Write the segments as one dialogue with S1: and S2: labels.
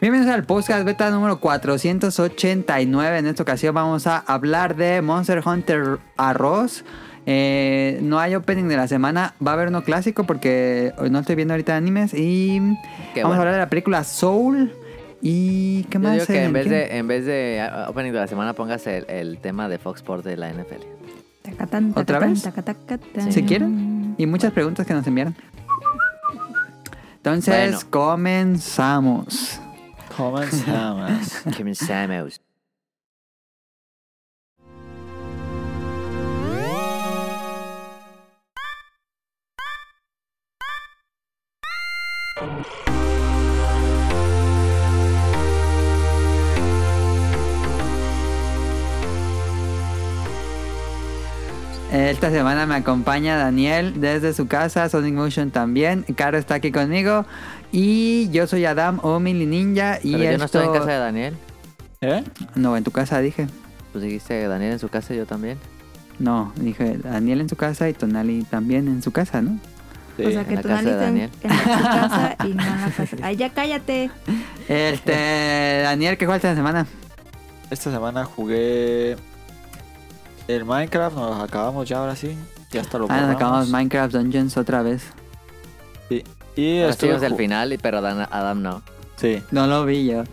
S1: Bienvenidos al podcast beta número 489. En esta ocasión vamos a hablar de Monster Hunter Arroz. Eh, no hay opening de la semana. Va a haber uno clásico porque no estoy viendo ahorita animes. Y
S2: Qué
S1: vamos
S2: bueno.
S1: a hablar de la película Soul. ¿Y qué
S2: Yo
S1: más?
S2: digo que
S1: hay?
S2: en vez,
S1: ¿Qué?
S2: de, en vez de ah, opening de la semana pongas el, el tema de Fox Sports de la NFL.
S3: Tacatán,
S1: ¿Otra
S3: tacatán,
S1: vez?
S3: tacatán.
S1: Si quieren. Y muchas preguntas que nos enviaron. Entonces,
S2: Bueno.
S1: comenzamos.
S4: Comenzamos.
S2: Kevin Samuels.
S1: Eh, Esta semana me acompaña Daniel desde su casa, Sonic Motion también. Caro está aquí conmigo. Y yo soy Adam o Mini Ninja. Y
S2: Pero yo no
S1: esto-
S2: estoy en casa de Daniel.
S4: ¿Eh?
S1: No, en tu casa dije.
S2: Pues dijiste Daniel en su casa y yo también.
S1: No, dije Daniel en su casa y Tonali también en su casa, ¿no?
S4: Sí.
S3: O sea que
S2: la
S3: tú
S2: casa de
S3: naliste en,
S2: Daniel.
S3: en tu casa y no en la casa. Ay, ya cállate.
S1: Este, Daniel, ¿qué jugaste esta semana?
S4: Esta semana jugué el Minecraft, nos lo acabamos ya ahora sí. Ya hasta lo
S1: Ah, nos
S4: borramos.
S1: acabamos Minecraft Dungeons otra vez.
S4: Sí. Y
S2: Ahora
S4: estuve
S2: estuvimos al
S4: ju-
S2: final, y- pero Dan- Adam no.
S4: Sí.
S1: No lo vi yo.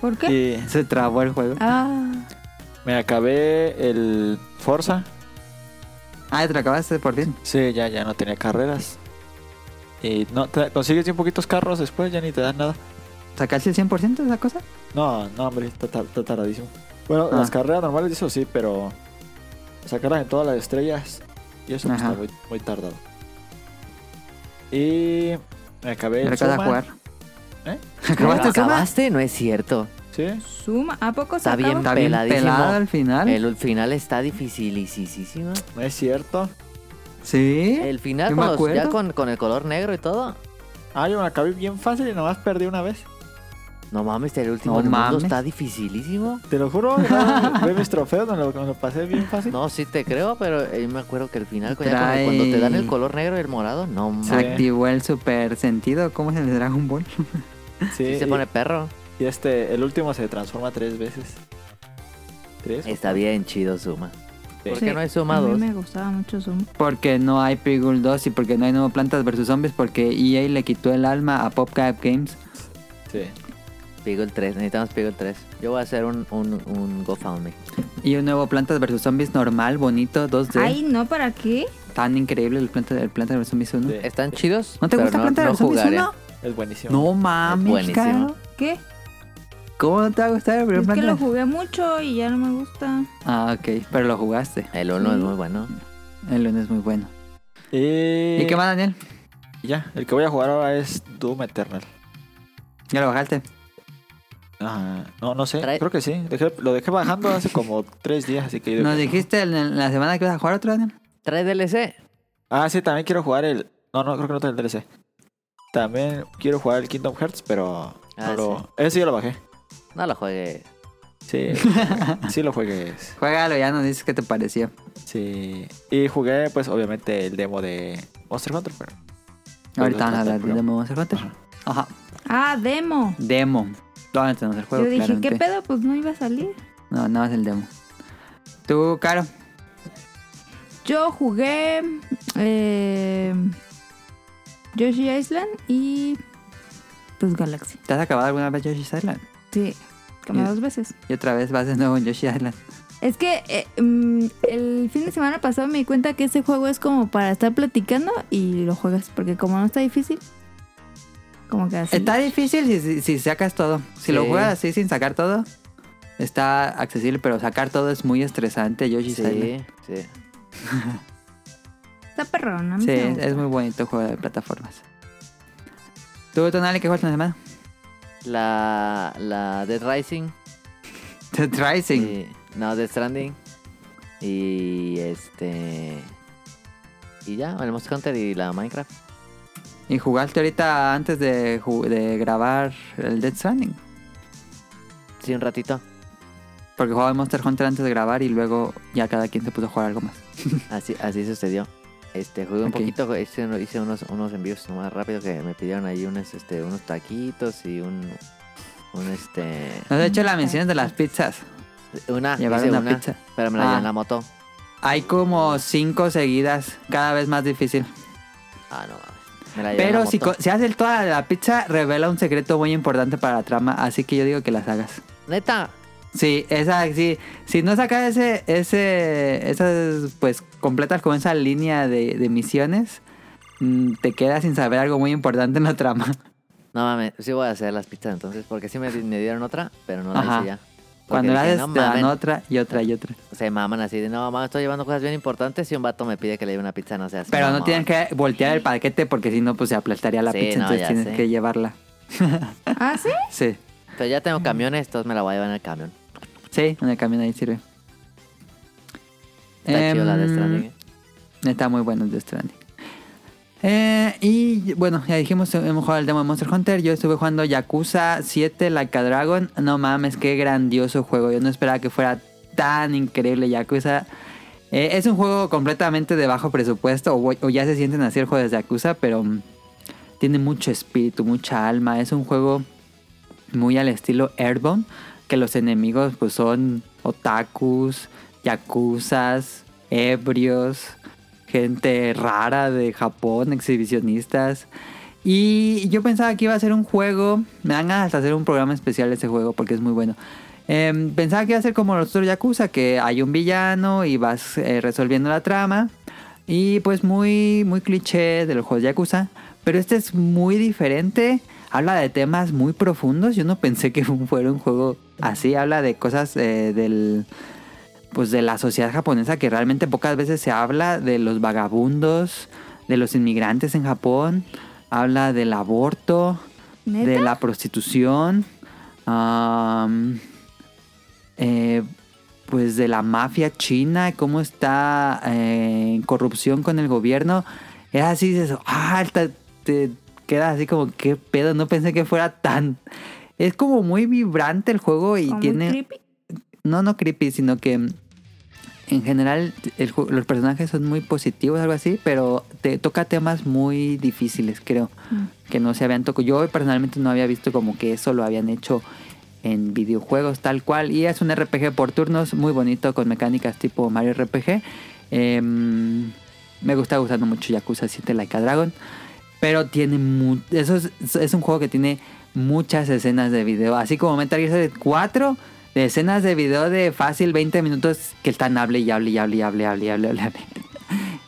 S3: ¿Por qué?
S4: Y
S1: Se trabó el juego.
S3: Ah,
S4: me acabé el Forza.
S1: Ah, te lo acabaste por fin.
S4: Sí, ya, ya no tenía carreras. Y no, te- consigues bien poquitos carros después, ya ni te dan nada.
S1: ¿Sacaste el 100% de esa cosa?
S4: No, no, hombre, está, tar- está tardadísimo. Bueno,
S1: Ah.
S4: las carreras normales, eso sí, pero sacarlas en todas las estrellas y eso pues,
S1: Ajá.
S4: está muy, muy tardado. Y me acabé
S1: Me
S4: el
S1: acabas de
S4: Suma.
S1: jugar.
S4: ¿Eh?
S1: ¿Acabaste el Suma?
S2: acabaste? No es cierto.
S4: Sí,
S3: suma. ¿A poco se
S2: Está bien,
S3: acaba?
S1: Está bien
S2: Peladísimo.
S1: pelado al final.
S2: El final está dificilísimo.
S4: no es cierto.
S1: Sí.
S2: El final
S1: Yo
S2: con
S1: me
S2: los- ya
S1: acuerdo.
S2: con, con el color negro y todo.
S4: Ah, yo me la acabé bien fácil y nomás perdí una vez.
S2: No mames, el último
S1: No
S2: del mundo
S1: mames.
S2: está dificilísimo.
S4: Te lo juro, no, ve mis trofeos, me lo, me lo pasé bien fácil.
S2: No, sí te creo, pero eh, yo me acuerdo que el final, ya
S1: Trae-
S2: cuando, cuando te dan el color negro y el morado, no
S1: Se
S2: mames.
S4: Sí.
S1: activó el super sentido. ¿Cómo es el de Dragon Ball?
S4: Sí,
S2: sí se
S4: y-
S2: pone perro.
S4: y, este, el último se transforma tres veces. ¿Tres?
S2: Está bien chido Suma.
S4: Sí.
S2: ¿Por
S3: Sí,
S2: qué no hay
S3: A
S2: Suma
S3: mí
S2: 2?
S3: me gustaba mucho Suma.
S1: Porque no hay Pigul 2 y porque no hay nuevo Plantas vs Zombies. Porque EA le quitó el alma a PopCap Games.
S4: Sí.
S2: Piggle 3, necesitamos Piggle 3. Yo voy a hacer un, un, un GoFundMe.
S1: Y un nuevo Plantas vs Zombies normal, bonito, 2D.
S3: Ay, no, ¿para qué?
S1: Tan increíble el Plantas, el Plantas vs Zombies 1.
S4: Sí.
S2: ¿Están chidos?
S1: ¿No te
S2: Pero
S1: gusta Plantas vs Zombies
S2: jugaré.
S1: 1?
S4: Es buenísimo.
S1: No mames,
S2: buenísimo.
S1: caro.
S3: ¿Qué?
S1: ¿Cómo no te va a gustar el primer
S3: Es que lo
S1: Plantas?
S3: jugué mucho y ya no me gusta.
S1: Ah, ok. Pero lo jugaste.
S2: El 1 es muy bueno.
S1: El lunes es muy bueno.
S4: Y...
S1: ¿Y qué más, Daniel?
S4: Ya, el que voy a jugar ahora es Doom Eternal.
S1: Ya lo bajaste.
S4: Ah, no, no sé,
S2: Trae-
S4: creo que sí. Dejé- lo dejé bajando hace como tres días, así que... yo digo
S1: ¿Nos
S4: que no.
S1: dijiste en- en la semana que vas a jugar otro, Daniel?
S2: ¿Trae DLC?
S4: Ah, sí, también quiero jugar el... No, no, creo que no trae el DLC. También quiero jugar el Kingdom Hearts, pero...
S2: Ah,
S4: no lo... Ese yo lo bajé.
S2: No lo juegues.
S4: Sí, sí lo juegues.
S1: Juégalo, ya nos dices qué te pareció.
S4: Sí. Y jugué, pues, obviamente, el demo de Monster Hunter, pero...
S1: Ahorita vamos a hablar
S4: del
S1: de Demo Monster Hunter.
S4: Ajá.
S1: Ajá.
S3: Ah, demo.
S1: Demo. ¿Dónde tenemos el juego?
S3: Yo dije,
S1: claramente.
S3: ¿qué pedo? Pues no iba a salir.
S1: No, nada más el demo. Tú, Caro.
S3: Yo jugué eh, Yoshi Island y pues Galaxy.
S1: ¿Te has acabado alguna vez Yoshi's Island?
S3: Sí, como
S1: Yes.
S3: dos veces.
S1: Y otra vez vas de nuevo en Yoshi's Island.
S3: Es que eh, mm, el fin de semana pasado me di cuenta que ese juego es como para estar platicando y lo juegas, porque como no está difícil, como que así.
S1: Está difícil si, si- si sacas todo. Si lo
S2: Sí.
S1: juegas así sin sacar todo, está accesible, pero sacar todo es muy estresante, Yoshi's Island.
S2: Sí, sí.
S3: Está perrón, a mí
S1: Sí,
S3: se me
S1: es,
S3: gusta.
S1: es muy bonito juego de plataformas. ¿Tú, Tonali, qué jugaste en la semana?
S2: La, la Dead Rising.
S1: The Rising.
S2: y- no, Dead Stranding. Y este... Y ya, el Monster Hunter y la Minecraft.
S1: ¿Y jugaste ahorita antes de, ju- de grabar el Dead Stranding?
S2: Sí, un ratito.
S1: Porque jugaba Monster Hunter antes de grabar y luego ya cada quien se puso a jugar algo más.
S2: Así, así sucedió. Este, jugué un
S1: Ok.
S2: poquito, hice, uno- hice unos, unos envíos más rápido que me pidieron ahí unos, este, unos taquitos y un, un este,
S1: Nos ha hecho las menciones de las pizzas.
S2: una,
S1: Llevar
S2: Ah, hice
S1: una,
S2: una,
S1: pizza.
S2: pero me la dio
S1: Ah.
S2: en la moto.
S1: Hay como cinco seguidas, cada vez más difícil.
S2: Ah, no mames. Me la llevé en la
S1: Pero si,
S2: moto.
S1: co- si haces toda la pizza, revela un secreto muy importante para la trama, así que yo digo que las hagas.
S2: Neta,
S1: Sí, esa, sí, si no sacas ese, ese, esas, pues, completas con esa línea de, de misiones, mm, te quedas sin saber algo muy importante en la trama.
S2: no mames, sí voy a hacer las pizzas entonces, porque sí me, di- me dieron otra, pero no la
S1: Ajá.
S2: hice ya. Porque
S1: Cuando la
S2: dije,
S1: haces,
S2: "No
S1: te dan
S2: mamen".
S1: otra y otra y otra.
S2: se maman así de no mamá estoy llevando cosas bien importantes y un vato me pide que le lleve una pizza no sé así
S1: Pero no tienes que voltear el paquete porque si no, pues se aplastaría la
S2: Sí,
S1: pizza,
S2: no,
S1: entonces
S2: ya
S1: tienes
S2: sé.
S1: que llevarla.
S3: ¿Ah, sí?
S1: Sí,
S2: pero ya tengo camiones entonces me la voy a llevar en el camión
S1: sí, en el camión ahí sirve.
S2: está chido la de
S1: Em,
S2: Stranding ¿eh?
S1: Está muy bueno el de Stranding. Eh, y bueno, ya dijimos, hemos jugado el demo de Monster Hunter. Yo estuve jugando Yakuza 7 Like a Dragon. No mames, qué grandioso juego. Yo no esperaba que fuera tan increíble Yakuza. Eh, es un juego completamente de bajo presupuesto, o, o ya se sienten así el juego de Yakuza, pero mm, tiene mucho espíritu, mucha alma. Es un juego muy al estilo Airborne, que los enemigos pues son otakus, yakuzas, ebrios, gente rara de Japón, exhibicionistas. Y yo pensaba que iba a ser un juego, me dan ganas hasta hacer un programa especial de ese juego porque es muy bueno. Em, pensaba que iba a ser como los otros Yakuza, que hay un villano y vas eh, resolviendo la trama. Y pues muy, muy cliché de los juegos de Yakuza. Pero este es muy diferente. Habla de temas muy profundos. Yo no pensé que fu- fuera un juego así. Habla de cosas eh, del. Pues de la sociedad japonesa que realmente pocas veces se habla. De los vagabundos. De los inmigrantes en Japón. Habla del aborto.
S3: ¿Neta?
S1: De la prostitución. am, eh, pues de la mafia china, cómo está eh, en corrupción con el gobierno. Es así, dices, ah, te, te quedas así como, qué pedo, no pensé que fuera tan... Es como muy vibrante el juego y
S3: ¿Como muy
S1: tiene...
S3: creepy?
S1: No, no creepy, sino que mm, en general el ju- los personajes son muy positivos, algo así, pero te toca temas muy difíciles, creo,
S3: Mm.
S1: que no se habían tocado. Yo personalmente no había visto como que eso lo habían hecho en videojuegos tal cual. Y es un RPG por turnos muy bonito con mecánicas tipo Mario RPG. Em, me gusta gustando mucho Yakuza 7 Like a Dragon. Pero tiene mu- eso es, es un juego que tiene muchas escenas de video. Así como Metal Gear Solid 4, de escenas de video de fácil 20 minutos que están hable y hable y hable y hable y hable y hable. y hable.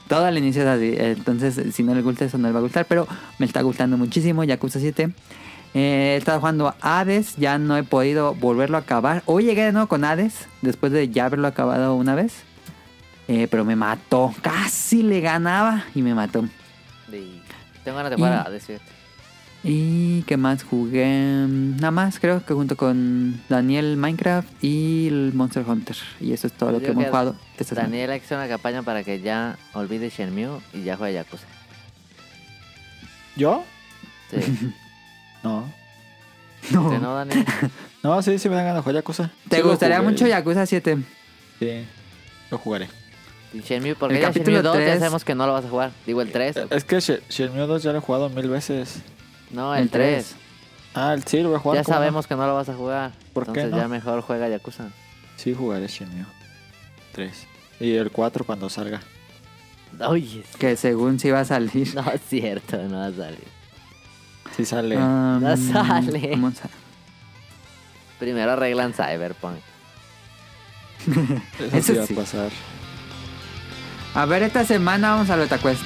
S1: Todo al inicio es así. eh, Entonces, si no les gusta eso, no les va a gustar. Pero me está gustando muchísimo Yakuza 7. Eh, he estado jugando Hades. Ya no he podido volverlo a acabar. Hoy llegué de nuevo con Hades. Después de ya haberlo acabado una vez. Eh, pero me mató. Casi le ganaba y me mató.
S2: Y tengo ganas de jugar
S1: Y-
S2: a decir
S1: ¿Y qué más jugué? Nada más, creo que junto con Daniel Minecraft y el Monster Hunter. Y eso es todo lo
S2: Yo
S1: que
S2: creo
S1: hemos
S2: que
S1: jugado. esta semana.
S2: Daniel hizo una campaña para que ya olvide Shenmue y ya juegue Yakuza
S4: ¿Yo?
S2: sí ¿Sí
S4: No.
S1: No.
S2: no Daniel
S4: No, sí, sí me dan ganas de jugar Yakuza.
S1: ¿Te
S4: Sí lo
S1: gustaría
S4: jugué.
S1: mucho Yakuza 7?
S4: Sí, lo jugaré.
S2: y Shenmue porque
S1: El
S2: ya
S1: capítulo
S2: Shenmue 2 ya
S1: tres.
S2: sabemos que no lo vas a jugar digo el 3
S4: Es que She- Shenmue 2 ya lo he jugado mil veces.
S2: no el
S1: el tres.
S2: 3
S4: Ah, el- sí, lo voy a jugar.
S2: ya
S4: ¿cómo no?
S2: sabemos que no lo vas a jugar
S4: ¿Por qué
S2: entonces
S4: no?
S2: ya mejor juega Yakuza
S4: Sí, jugaré Shenmue 3. Y el 4 cuando salga.
S2: oye
S1: Que según si va a salir.
S2: no es cierto no va a salir
S4: Sí sale.
S1: Ah,
S2: No
S1: mm,
S2: sale.
S1: vamos a-
S2: primero arreglan Cyberpunk
S4: Eso,
S1: eso
S4: sí va
S1: sí.
S4: a pasar.
S1: A ver, esta semana vamos a lo Quest.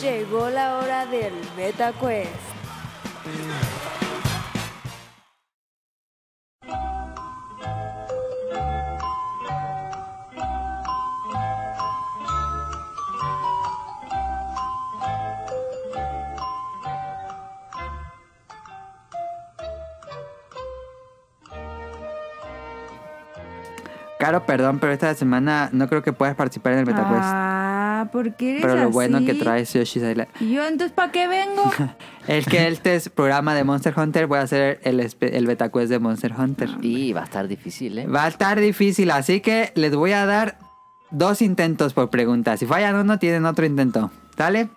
S5: Llegó la hora del MetaQuest.
S1: Caro, perdón, pero esta semana no creo que puedas participar en el MetaQuest.
S3: Ah, ¿por qué eres
S1: pero lo bueno que
S3: así?
S1: traes Yoshi's Island.
S3: Y yo, entonces, ¿para qué vengo?
S1: Es que este es programa de Monster Hunter. Voy a hacer el, espe- el MetaQuest de Monster Hunter.
S2: Y va a estar difícil, ¿eh?
S1: Va a estar difícil, así que les voy a dar dos intentos por pregunta. Si fallan uno, tienen otro intento. ¿Sale?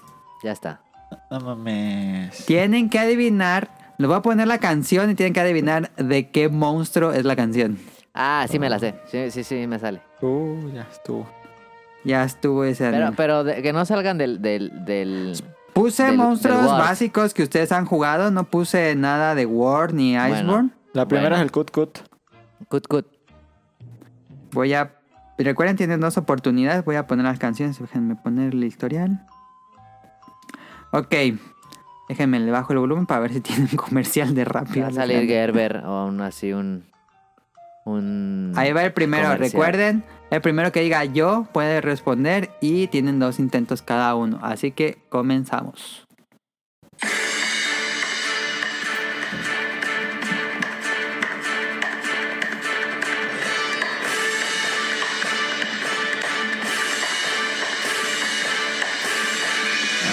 S2: Ya está.
S4: No mames.
S1: Tienen que adivinar. Les voy a poner la canción y tienen que adivinar de qué monstruo es la canción.
S2: Ah, sí me la sé. Sí, sí, sí, me sale.
S4: Uh, ya estuvo.
S1: Ya estuvo ese.
S2: Pero,
S1: anime.
S2: pero de- que no salgan del... del, del...
S1: puse
S2: del- del
S1: monstruos
S2: Word.
S1: básicos que ustedes han jugado. No puse nada de War ni
S2: Bueno.
S1: Iceborne.
S4: La primera
S2: Bueno.
S4: es el Cut Cut.
S2: Cut, cut.
S1: Voy a. Recuerden, tienen dos oportunidades. Voy a poner las canciones. Déjenme poner el historial. Ok. Déjenme le bajo el volumen para ver si tiene un comercial de rápido.
S2: Va a salir Gerber o un, así un... un...
S1: Ahí va el primero.
S2: Comercial.
S1: Recuerden, el primero que diga yo puede responder y tienen dos intentos cada uno. Así que comenzamos.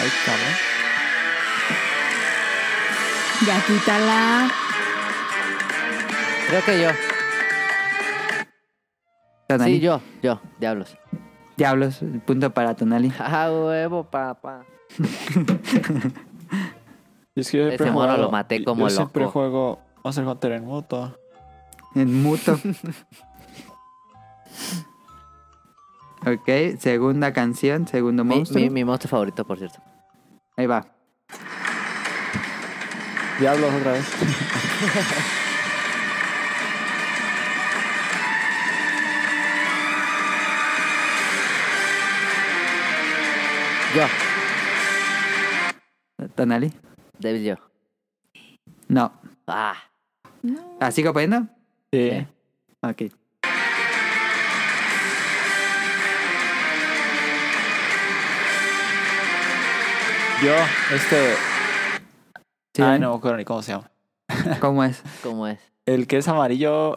S4: Ahí estamos.
S3: ya quítala.
S2: Creo que yo.
S1: Tonali.
S2: Sí, yo. Yo. Diablos.
S1: Diablos, punto para Tonali.
S2: Ah, huevo, papá.
S4: Y es que yo siempre
S2: Ese mono
S4: juego-
S2: lo maté
S4: yo-
S2: como
S4: Yo siempre
S2: loco.
S4: juego Monster Hunter en mutuo.
S1: En muto. ok, segunda canción, segundo
S2: Mi,
S1: monstruo.
S2: mi, mi monstruo favorito, por cierto.
S1: Ahí va.
S4: Diablos otra vez.
S2: Yo.
S1: Tonali.
S2: David, yo.
S1: No.
S2: Ah.
S1: ¿La sigo poniendo?
S4: Sí.
S1: Ok.
S4: Yo, este.
S1: Sí,
S4: ah,
S1: ¿eh?
S4: no me acuerdo ni cómo se llama.
S1: ¿Cómo es?
S2: ¿Cómo es?
S4: El que es amarillo.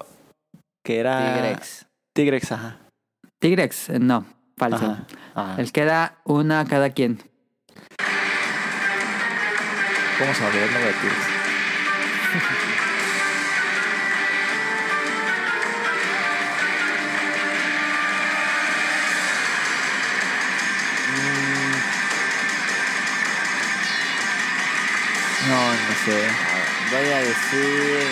S4: Que
S1: Ah.
S4: era.
S2: Tigrex.
S4: Tigrex, ajá.
S1: Tigrex. No, falso.
S4: Ajá.
S2: Ah.
S4: Ajá.
S1: El que da una a cada quien.
S4: ¿Cómo se me olvidó el nombre de Tigrex?
S2: Mm,
S4: No, no sé.
S2: Voy a decir.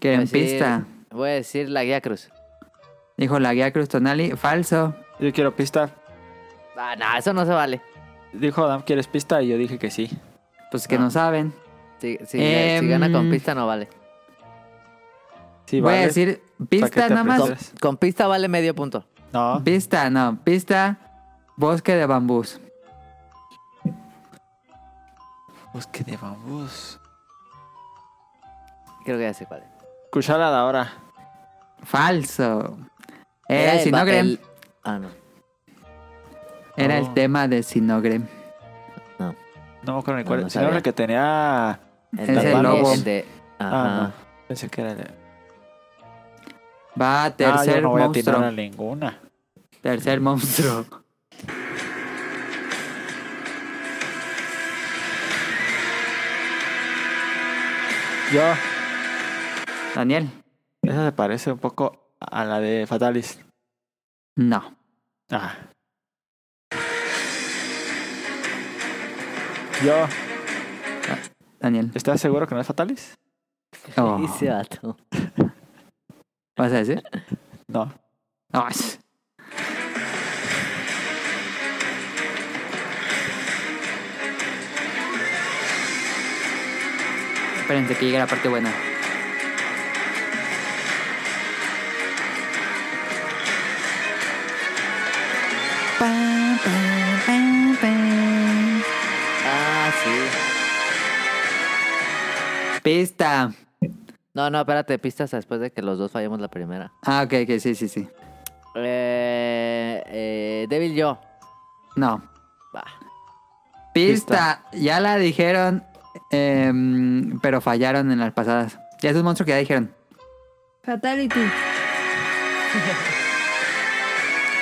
S1: Que en
S4: Pues
S2: voy a decir-
S1: pista.
S2: Voy a decir la guía cruz.
S1: Dijo la guía Cruz Tonali. Falso.
S4: Yo quiero pista.
S2: Ah, no, eso no se vale.
S4: Dijo Adam, ¿quieres pista? Y yo dije que sí.
S1: Pues que
S4: No.
S1: no saben.
S2: Si, si- eh,
S1: Em,
S2: si gana con pista, no vale.
S4: Sí,
S1: Voy a
S4: vale.
S1: decir
S4: Pa' que
S1: pista
S4: te
S1: nada más.
S4: aprietes.
S2: Con, con pista vale medio punto.
S4: No,
S1: Pista, no. Pista. Bosque de bambús.
S4: bosque Pues, de bambús.
S2: Creo que ya sé cuál es.
S4: Cuchara de ahora.
S1: Falso.
S2: Era
S4: Eh,
S1: Era el
S2: el ba-
S1: Sinogren.
S2: el- Ah, no.
S1: Era
S4: Oh.
S1: el tema de Sinogren.
S4: No me acuerdo ni
S2: No,
S4: cuál.
S2: no
S4: si no era
S2: sabía.
S4: el que tenía.
S2: El
S1: Ese
S2: de-
S1: es el lobo.
S2: el de-
S4: Ah,
S2: Ajá.
S4: no. Pensé que era el.
S1: Va,
S4: Ah, yo
S1: tercer
S4: no voy a
S1: monstruo.
S4: tirar a ninguna.
S1: Tercer monstruo.
S4: Yo.
S1: Daniel.
S4: Esa se parece un poco a la de Fatalis.
S1: No.
S4: Ah. Yo.
S1: Daniel.
S4: ¿Estás seguro que no es Fatalis?
S1: Oh,
S2: Y ese vato.
S1: ¿Vas a decir?
S4: No.
S1: No, es- Espérense que llegue la parte buena. Pa, pa, pa, pa.
S2: Ah, sí.
S1: Pista.
S2: No, no, espérate, pistas después de que los dos fallemos la primera.
S1: Ah, ok, ok, sí, sí, sí.
S2: Eh, eh, Devil yo.
S1: No.
S2: Bah.
S1: Pista. Ya la dijeron, em, pero fallaron en las pasadas. Ya es un monstruo que ya dijeron.
S3: Fatality.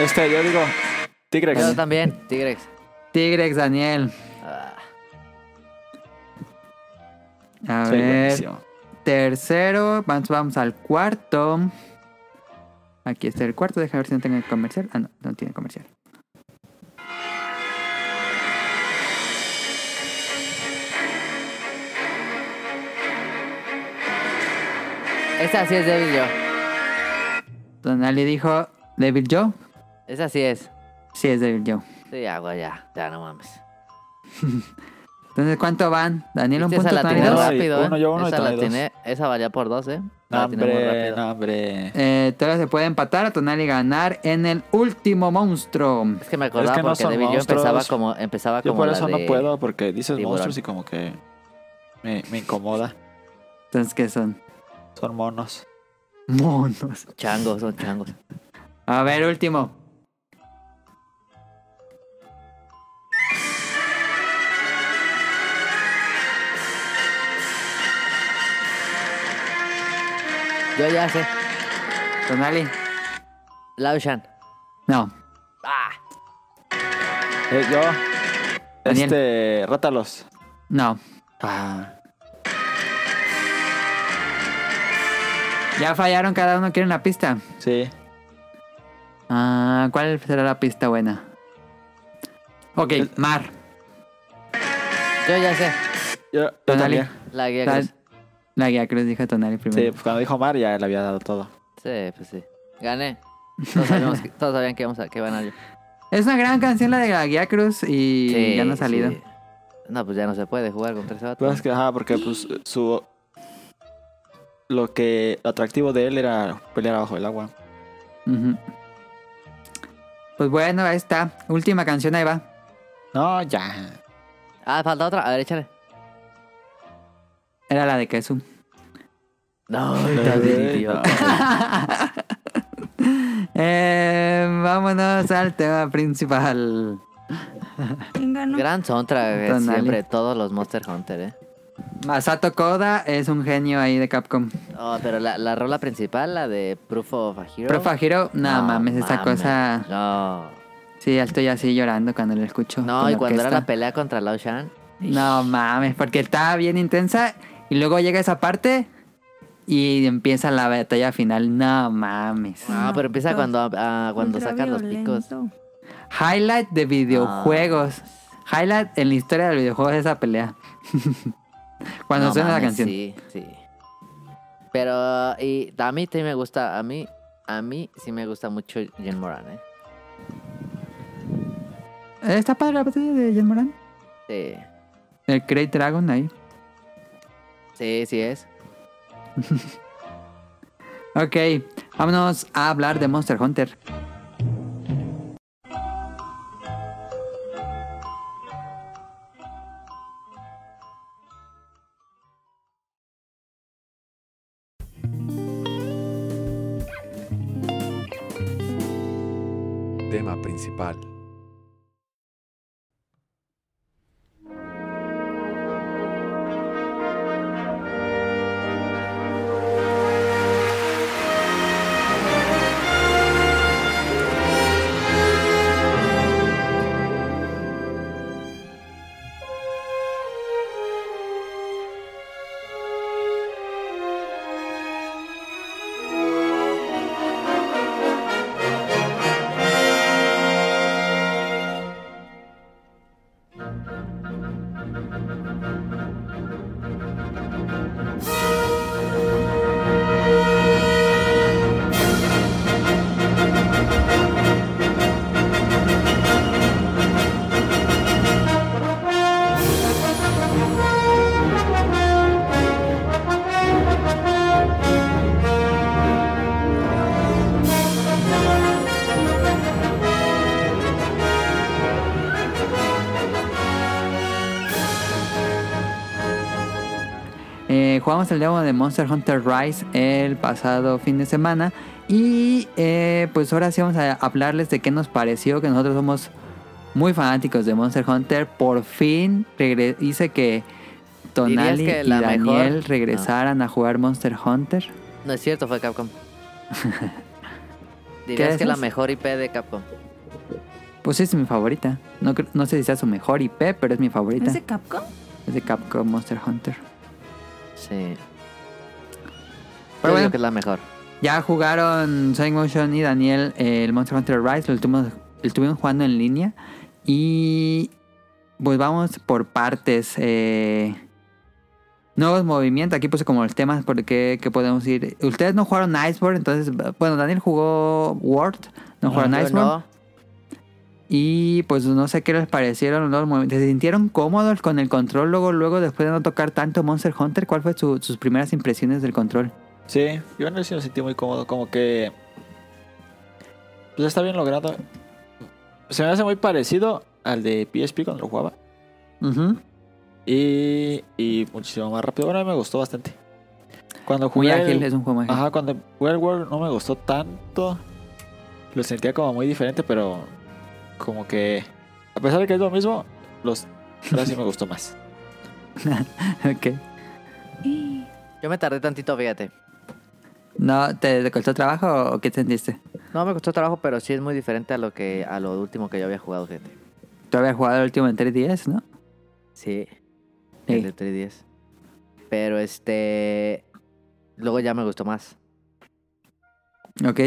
S4: Este, yo digo, Tigrex.
S2: Yo también, Tigrex.
S1: Tigrex, Daniel.
S2: Ah,
S1: A
S4: Sí,
S1: ver.
S4: buenísimo.
S1: Tercero, vamos, vamos al cuarto. Aquí está el cuarto, deja ver si no tengo comercial. Ah, no, no tiene comercial.
S2: esa sí es débil yo.
S1: Don Ali dijo, Devil Joe.
S2: Esa sí es.
S1: Sí, es Devil Joe.
S2: Sí, agua ya. Ya no mames.
S1: Entonces, ¿cuánto van? Daniel, un
S2: Viste,
S1: punto
S2: esa Este la
S1: Tony,
S2: atiné
S1: dos.
S4: Ay,
S2: rápido, ¿eh?
S4: uno, yo uno y
S2: esa
S4: Tony
S2: la
S4: dos.
S2: atiné- esa valía por dos, ¿eh?
S4: No,
S2: La atiné muy
S4: hombre,
S2: rápido.
S4: no, hombre.
S1: Eh, todavía se puede empatar a Tonali y ganar en el último monstruo.
S2: Es que me acordaba
S4: Es que no
S2: porque
S4: son
S2: Devil yo empezaba
S4: monstruos.
S2: como, empezaba
S4: Yo
S2: como
S4: por
S2: la
S4: eso
S2: de-
S4: no puedo, porque dices
S2: tiburón.
S4: monstruos y como que me, me incomoda.
S1: Entonces, ¿qué son?
S4: Son monos.
S1: Monos.
S2: Changos, son changos.
S1: A ver, último.
S2: Yo ya sé.
S1: Tonali.
S2: Laushan.
S1: No.
S2: Ah,
S4: Eh, yo,
S1: Daniel.
S4: este, rátalos.
S1: No.
S4: Ah,
S1: Ya fallaron, cada uno quiere una pista.
S4: sí.
S1: Ah, ¿cuál será la pista buena? Ok, Mar.
S2: yo ya sé.
S4: Yo, yo
S1: Tonali.
S4: también.
S2: La guía
S1: Tal-
S2: Cruz.
S1: La guía cruz dijo Tonali
S4: Sí,
S1: primero.
S4: pues cuando dijo Mar ya le había dado todo.
S2: Sí, pues sí. Gané. Todos, sabíamos que- todos sabían que, íbamos a, que iban a yo.
S1: Es una gran canción la de la guía cruz y
S2: Sí,
S1: ya no ha salido.
S2: sí. No, pues ya no se puede jugar con tres
S4: Pero
S2: vatos.
S4: es que, ajá, porque pues su... Lo que lo atractivo de él era pelear abajo del agua.
S1: Ujú. Pues bueno, ahí está. Última canción, ahí va.
S4: No, ya.
S2: Ah, falta otra. A ver, échale.
S1: Era la de Kesu.
S2: No, estás bien
S4: Ay,
S2: idiota.
S1: Eh, vámonos al tema principal.
S3: ¿Quién ganó?
S2: Gran soundtrack eh,
S1: Tonali.
S2: siempre, todos los Monster Hunter, eh.
S1: Masato Koda es un genio ahí de Capcom.
S2: Oh, pero la, la rola principal, la de Proof of a Hero.
S1: Pero Fajiro, no, mames, esa
S2: mames.
S1: cosa.
S2: No.
S1: Sí, ya estoy así llorando cuando la escucho.
S2: No,
S1: con
S2: y cuando era
S1: orquesta.
S2: la pelea contra Lao Shan.
S1: No mames, porque está bien intensa y luego llega esa parte y empieza la batalla final. No mames.
S2: No, pero empieza cuando, ah, cuando
S3: Ultraviolento.
S2: sacas los picos.
S1: Highlight de
S2: Ah,
S1: videojuegos.
S2: pues.
S1: Highlight en la historia del videojuego es esa pelea. cuando
S2: No
S1: suena la
S2: mames,
S1: canción.
S2: Sí, sí. Pero y a mí sí me gusta, a mí, a mí sí me gusta mucho Jen Moran, ¿eh?
S1: Eh, Está padre la batalla de Jen Moran.
S2: Sí,
S1: El Great Dragon ahí.
S2: sí, sí es.
S1: Ok, vámonos a hablar de Monster Hunter.
S6: Tema principal.
S1: Eh, jugamos el demo de Monster Hunter Rise el pasado fin de semana. Y eh, pues ahora sí vamos a hablarles de qué nos pareció, que nosotros somos muy fanáticos de Monster Hunter. Por fin regre- hice que Tonali
S2: que
S1: y
S2: la
S1: Daniel
S2: mejor?
S1: regresaran a jugar Monster Hunter.
S2: No es cierto, fue Capcom. Dirías que la
S1: decías?
S2: mejor IP de Capcom.
S1: Pues es mi favorita. No, cre- no sé si sea su mejor IP, pero es mi favorita.
S3: ¿Es de Capcom?
S1: Es de Capcom Monster Hunter.
S2: Sí.
S1: Pero
S2: Yo
S1: bueno.
S2: digo que es la mejor.
S1: Ya jugaron Sonic Motion y Daniel eh, el Monster Hunter Rise, lo estuvimos, lo estuvieron jugando en línea. Y pues vamos por partes. eh, nuevos movimientos, aquí puse como los temas por qué que podemos ir. Ustedes no jugaron Iceborne, entonces, bueno, Daniel jugó World, no jugaron
S2: Yo
S1: Iceborne.
S2: no.
S1: Y pues no sé qué les parecieron los movimientos. ¿Se sintieron cómodos con el control luego, luego después de no tocar tanto Monster Hunter? ¿Cuál fue su- sus primeras impresiones del control?
S4: Sí, yo en él sí lo sentí muy cómodo, como que. Pues está bien logrado. Se me hace muy parecido al de PSP cuando lo jugaba.
S1: Ujú.
S4: Y, y muchísimo más rápido. Bueno, a mí me gustó bastante. Cuando
S1: Muy
S4: jugué.
S1: ágil,
S4: el-
S1: es un juego muy ágil.
S4: Ajá, cuando jugué el World no me gustó tanto. Lo sentía como muy diferente, pero. Como que. A pesar de que es lo mismo, los. Ahora sí me gustó más.
S1: Ok.
S2: Yo me tardé tantito, fíjate.
S1: No, ¿te, te costó trabajo o qué sentiste?
S2: No me costó trabajo, pero sí es muy diferente a lo que a lo último que yo había jugado, gente.
S1: Tú habías jugado el último en 3DS, ¿no?
S2: Sí.
S1: Sí.
S2: El de 3DS. Pero este. Luego ya me gustó más.
S1: Ok.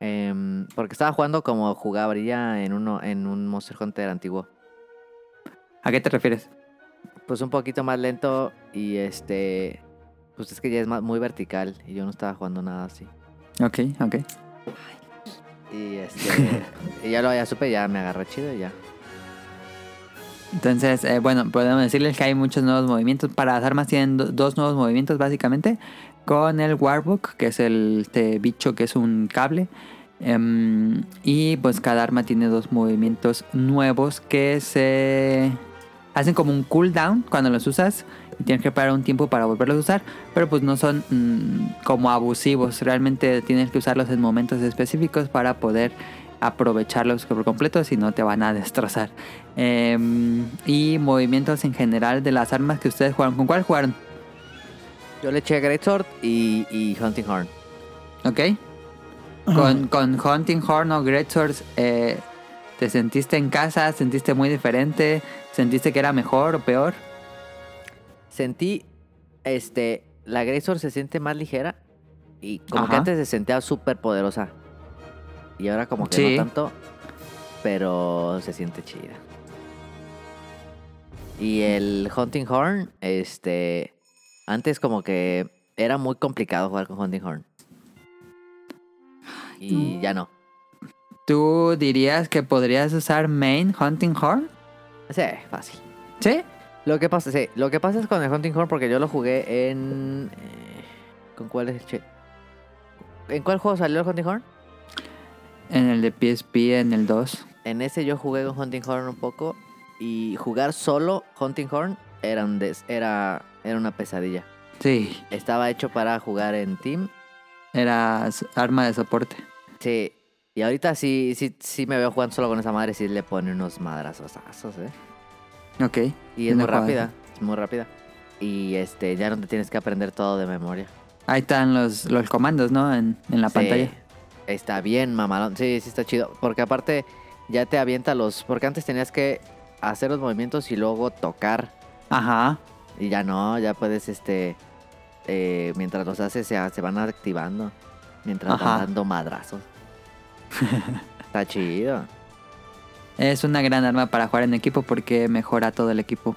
S2: Em, porque estaba jugando como jugaría en uno, en un Monster Hunter antiguo.
S1: ¿A qué te refieres?
S2: Pues un poquito más lento. Y este. Pues es que ya es más- muy vertical. Y yo no estaba jugando nada así.
S1: Ok, ok.
S2: Y este. y ya lo ya supe, ya me agarró chido y ya.
S1: Entonces, eh, bueno, podemos decirles que hay muchos nuevos movimientos. Para las armas tienen do- dos nuevos movimientos, básicamente. Con el Warbook, que es el este bicho que es un cable. Em, y pues cada arma tiene dos movimientos nuevos que se hacen como un cooldown cuando los usas. Y tienes que parar un tiempo para volverlos a usar. Pero pues no son mm, como abusivos. Realmente tienes que usarlos en momentos específicos para poder aprovecharlos por completo. Si no, te van a destrozar. Em, y movimientos en general de las armas que ustedes jugaron. ¿Con cuál jugaron?
S2: Yo le eché Greatsword y, y Hunting Horn.
S1: ¿Ok? Con, con Hunting Horn o Great Swords, eh, ¿te sentiste en casa? ¿Sentiste muy diferente? ¿Sentiste que era mejor o peor?
S2: Sentí. Este. La Greatsword se siente más ligera. Y como que
S1: Ajá.
S2: antes se sentía súper poderosa. Y ahora como que
S1: Sí.
S2: no tanto. Pero se siente chida. Y el Hunting Horn, este. Antes como que era muy complicado jugar con Hunting Horn. Y ya no.
S1: ¿Tú dirías que podrías usar Main Hunting Horn?
S2: Sí, fácil.
S1: ¿Sí?
S2: Lo que pasa, sí, lo que pasa es con el Hunting Horn porque yo lo jugué en. eh, ¿Con cuál es el che? ¿En cuál juego salió el Hunting Horn?
S1: En el de PSP, en el 2.
S2: En ese yo jugué con Hunting Horn un poco y jugar solo Hunting Horn era, un des- era, era una pesadilla.
S1: Sí,
S2: Estaba hecho para jugar en team.
S1: era s- arma de soporte.
S2: Sí. Y ahorita sí, sí, sí me veo jugando solo con esa madre, sí le pone unos madrazosazos, ¿eh?
S1: Ok.
S2: Y es
S1: Una
S2: muy
S1: jugada.
S2: rápida, es muy rápida. Y este, ya no te tienes que aprender todo de memoria.
S1: Ahí están los, los comandos, ¿no? En, en la
S2: Sí,
S1: pantalla.
S2: Está bien, mamalón. Sí, sí está chido. Porque aparte ya te avienta los... Porque antes tenías que hacer los movimientos y luego tocar.
S1: Ajá.
S2: Y ya no, ya puedes, este... eh, mientras los haces se, se van activando. Mientras
S1: Ajá.
S2: van dando madrazos. está chido.
S1: Es una gran arma para jugar en equipo porque mejora todo el equipo.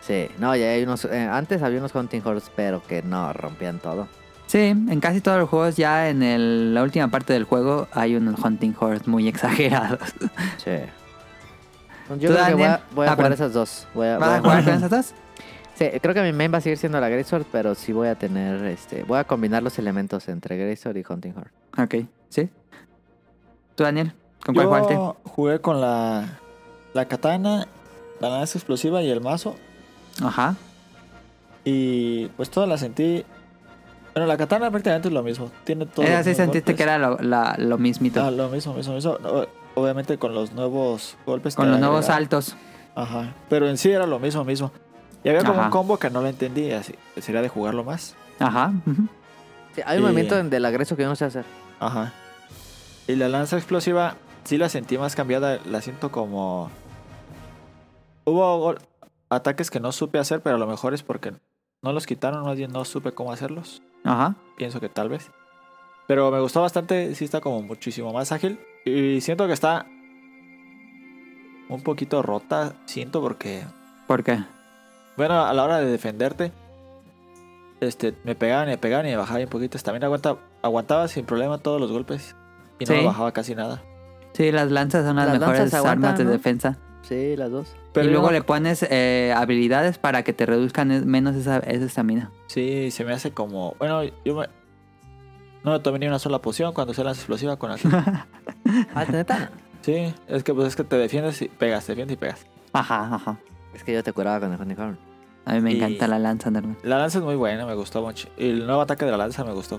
S2: Sí. No, ya hay unos... eh, antes había unos hunting horse, pero que no, rompían todo.
S1: Sí, en casi todos los juegos, ya en el- la última parte del juego, hay unos hunting horse muy exagerados.
S2: Sí. Pues Yo
S1: ¿Tú,
S2: creo que voy
S1: Daniel?
S2: a, voy a
S1: Ah,
S2: jugar
S1: perdón.
S2: esas dos. Voy a, voy
S1: ¿Vas a
S2: a-
S1: jugar con esas dos?
S2: Sí, creo que mi main va a seguir siendo la Greatsword, pero sí voy a tener, este, voy a combinar los elementos entre Greatsword y Hunting Horn.
S1: Ok, sí. ¿Tú, Daniel? ¿Con cuál jugaste?
S4: Yo jugué con la. La katana, la lanza explosiva y el mazo.
S1: Ajá.
S4: Y pues todas las sentí. Bueno, la katana prácticamente es lo mismo. Tiene todo.
S1: Esa Eh, sí sentiste que era lo, la- lo mismito.
S4: Ah, lo mismo, mismo, mismo. No, Obviamente con los nuevos golpes.
S1: con
S4: que
S1: los nuevos
S4: agregaron.
S1: saltos.
S4: Ajá. Pero en sí era lo mismo, mismo. Y había como
S1: Ajá.
S4: un combo que no lo entendí. Así, sería de jugarlo más.
S1: Ajá. ujú.
S2: Sí, hay un
S4: Eh.
S2: movimiento en- del agreso que yo no sé hacer.
S4: Ajá. Y la lanza explosiva sí la sentí más cambiada. La siento como... Hubo gol- ataques que no supe hacer, pero a lo mejor es porque no los quitaron, más bien no supe cómo hacerlos.
S1: Ajá.
S4: Pienso que tal vez. Pero me gustó bastante, sí está como muchísimo más ágil. Y siento que está un poquito rota, siento porque...
S1: ¿Por qué?
S4: Bueno, a la hora de defenderte, este, me pegaban y me pegaban y me bajaba un poquito. También aguanta, aguantaba sin problema todos los golpes. Y no
S1: Sí.
S4: me bajaba casi nada.
S1: Sí, las lanzas son las,
S2: Las
S1: mejores
S2: lanzas aguantan,
S1: armas de
S2: ¿no?
S1: defensa.
S2: Sí, las dos.
S4: Pero
S1: y luego
S4: yo-
S1: le pones eh, habilidades para que te reduzcan es- menos esa esa estamina.
S4: Sí, se me hace como... Bueno, yo me... No me tomé ni una sola poción cuando usé la explosiva con aquí.
S2: Ah, neta.
S4: sí, es que pues es que te defiendes y pegas, te defiendes y pegas.
S1: Ajá, ajá.
S2: Es que yo te curaba con el Honeycomb.
S1: A mí me
S4: Y-
S1: encanta la lanza, Norman.
S4: La lanza es muy buena, me gustó mucho. Y el nuevo ataque de la lanza me gustó.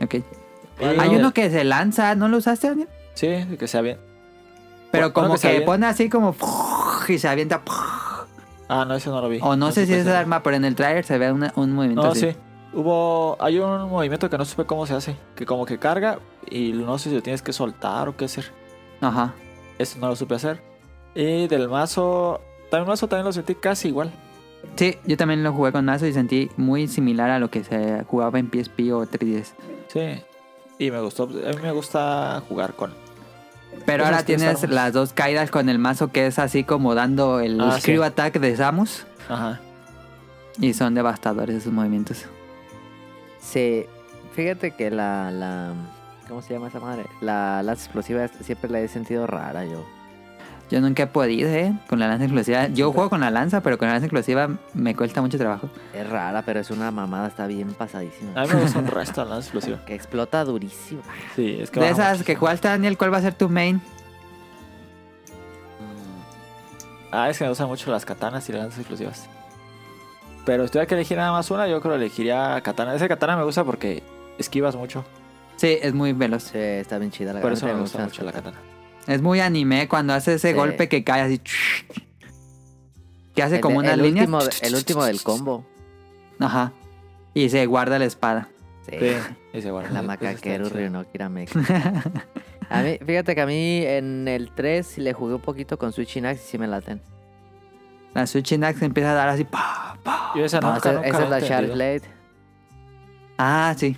S1: Ok.
S4: Y-
S1: Hay uno que se lanza, ¿no lo usaste, Daniel?
S4: Sí, de que sea bien.
S1: Pero
S4: Uno
S1: como
S4: Pues, que se
S1: que,
S4: avienta.
S1: pone así como y se avienta.
S4: Ah, no, ese pues no lo vi.
S1: O no sé si
S4: supe
S1: es el
S4: hacer.
S1: arma, pero en el trailer se ve una- un movimiento
S4: No,
S1: así.
S4: Oh, sí. Hubo... Hay un movimiento que no supe cómo se hace. Que como que carga y no sé si lo tienes que soltar o qué hacer.
S1: Ajá.
S4: Eso no lo supe hacer. Y del mazo... También mazo también lo sentí casi igual.
S1: Sí, yo también lo jugué con Mazo y sentí muy similar a lo que se jugaba en PSP o 3DS.
S4: Sí. Y me gustó. A mí me gusta jugar con...
S1: Pero
S4: Esas
S1: ahora
S4: tres
S1: tienes
S4: armas.
S1: las dos caídas con el mazo que es así como dando el
S4: Ah,
S1: screw
S4: sí.
S1: attack de Samus.
S4: Ajá.
S1: Y son devastadores esos movimientos.
S2: Sí. Fíjate que la, la... ¿Cómo se llama esa madre? La lanza explosiva es- siempre la he sentido rara yo.
S1: Yo nunca he podido, ¿eh? Con la lanza inclusiva. Yo juego con la lanza, pero con la lanza inclusiva me cuesta mucho trabajo.
S2: Es rara, pero es una mamada, está bien pasadísima.
S4: A mí me gusta un resto la lanza explosiva.
S2: Que explota durísimo.
S4: Sí, es que...
S1: De
S4: baja
S1: esas
S4: mucho.
S1: que jugaste, Daniel, ¿cuál va a ser tu main?
S4: Ah, es que me gustan mucho las katanas y las lanzas explosivas. Pero si tuviera que elegir nada más una, yo creo que elegiría katana. Ese katana me gusta porque esquivas mucho.
S1: Sí, es muy veloz.
S2: Sí, está bien chida la a
S4: Por
S2: mí
S4: eso me
S2: también
S4: gusta
S2: gustan
S4: mucho la
S2: las
S4: katana.
S1: Es muy anime cuando hace ese
S2: Sí.
S1: golpe que cae así. Que hace
S2: El-
S1: como una
S2: el
S1: línea.
S2: Último, el último del combo.
S1: Ajá. Y se guarda la espada.
S2: Sí.
S4: Sí,
S1: Eh,
S4: y se guarda.
S2: La
S4: Eso pues, está
S2: macaquero
S4: chido.
S2: Ryunoki A mí, fíjate que a mí en el 3 le jugué un poquito con Switch Inax y sí me laten.
S1: La Switching Axe empieza a dar así. Pa, pa,
S4: Yo esa
S1: pa.
S4: nunca,
S2: Esa,
S4: nunca
S2: esa
S4: la
S2: es la
S4: he
S2: Sharp
S4: entendido.
S2: Blade.
S1: Ah, sí.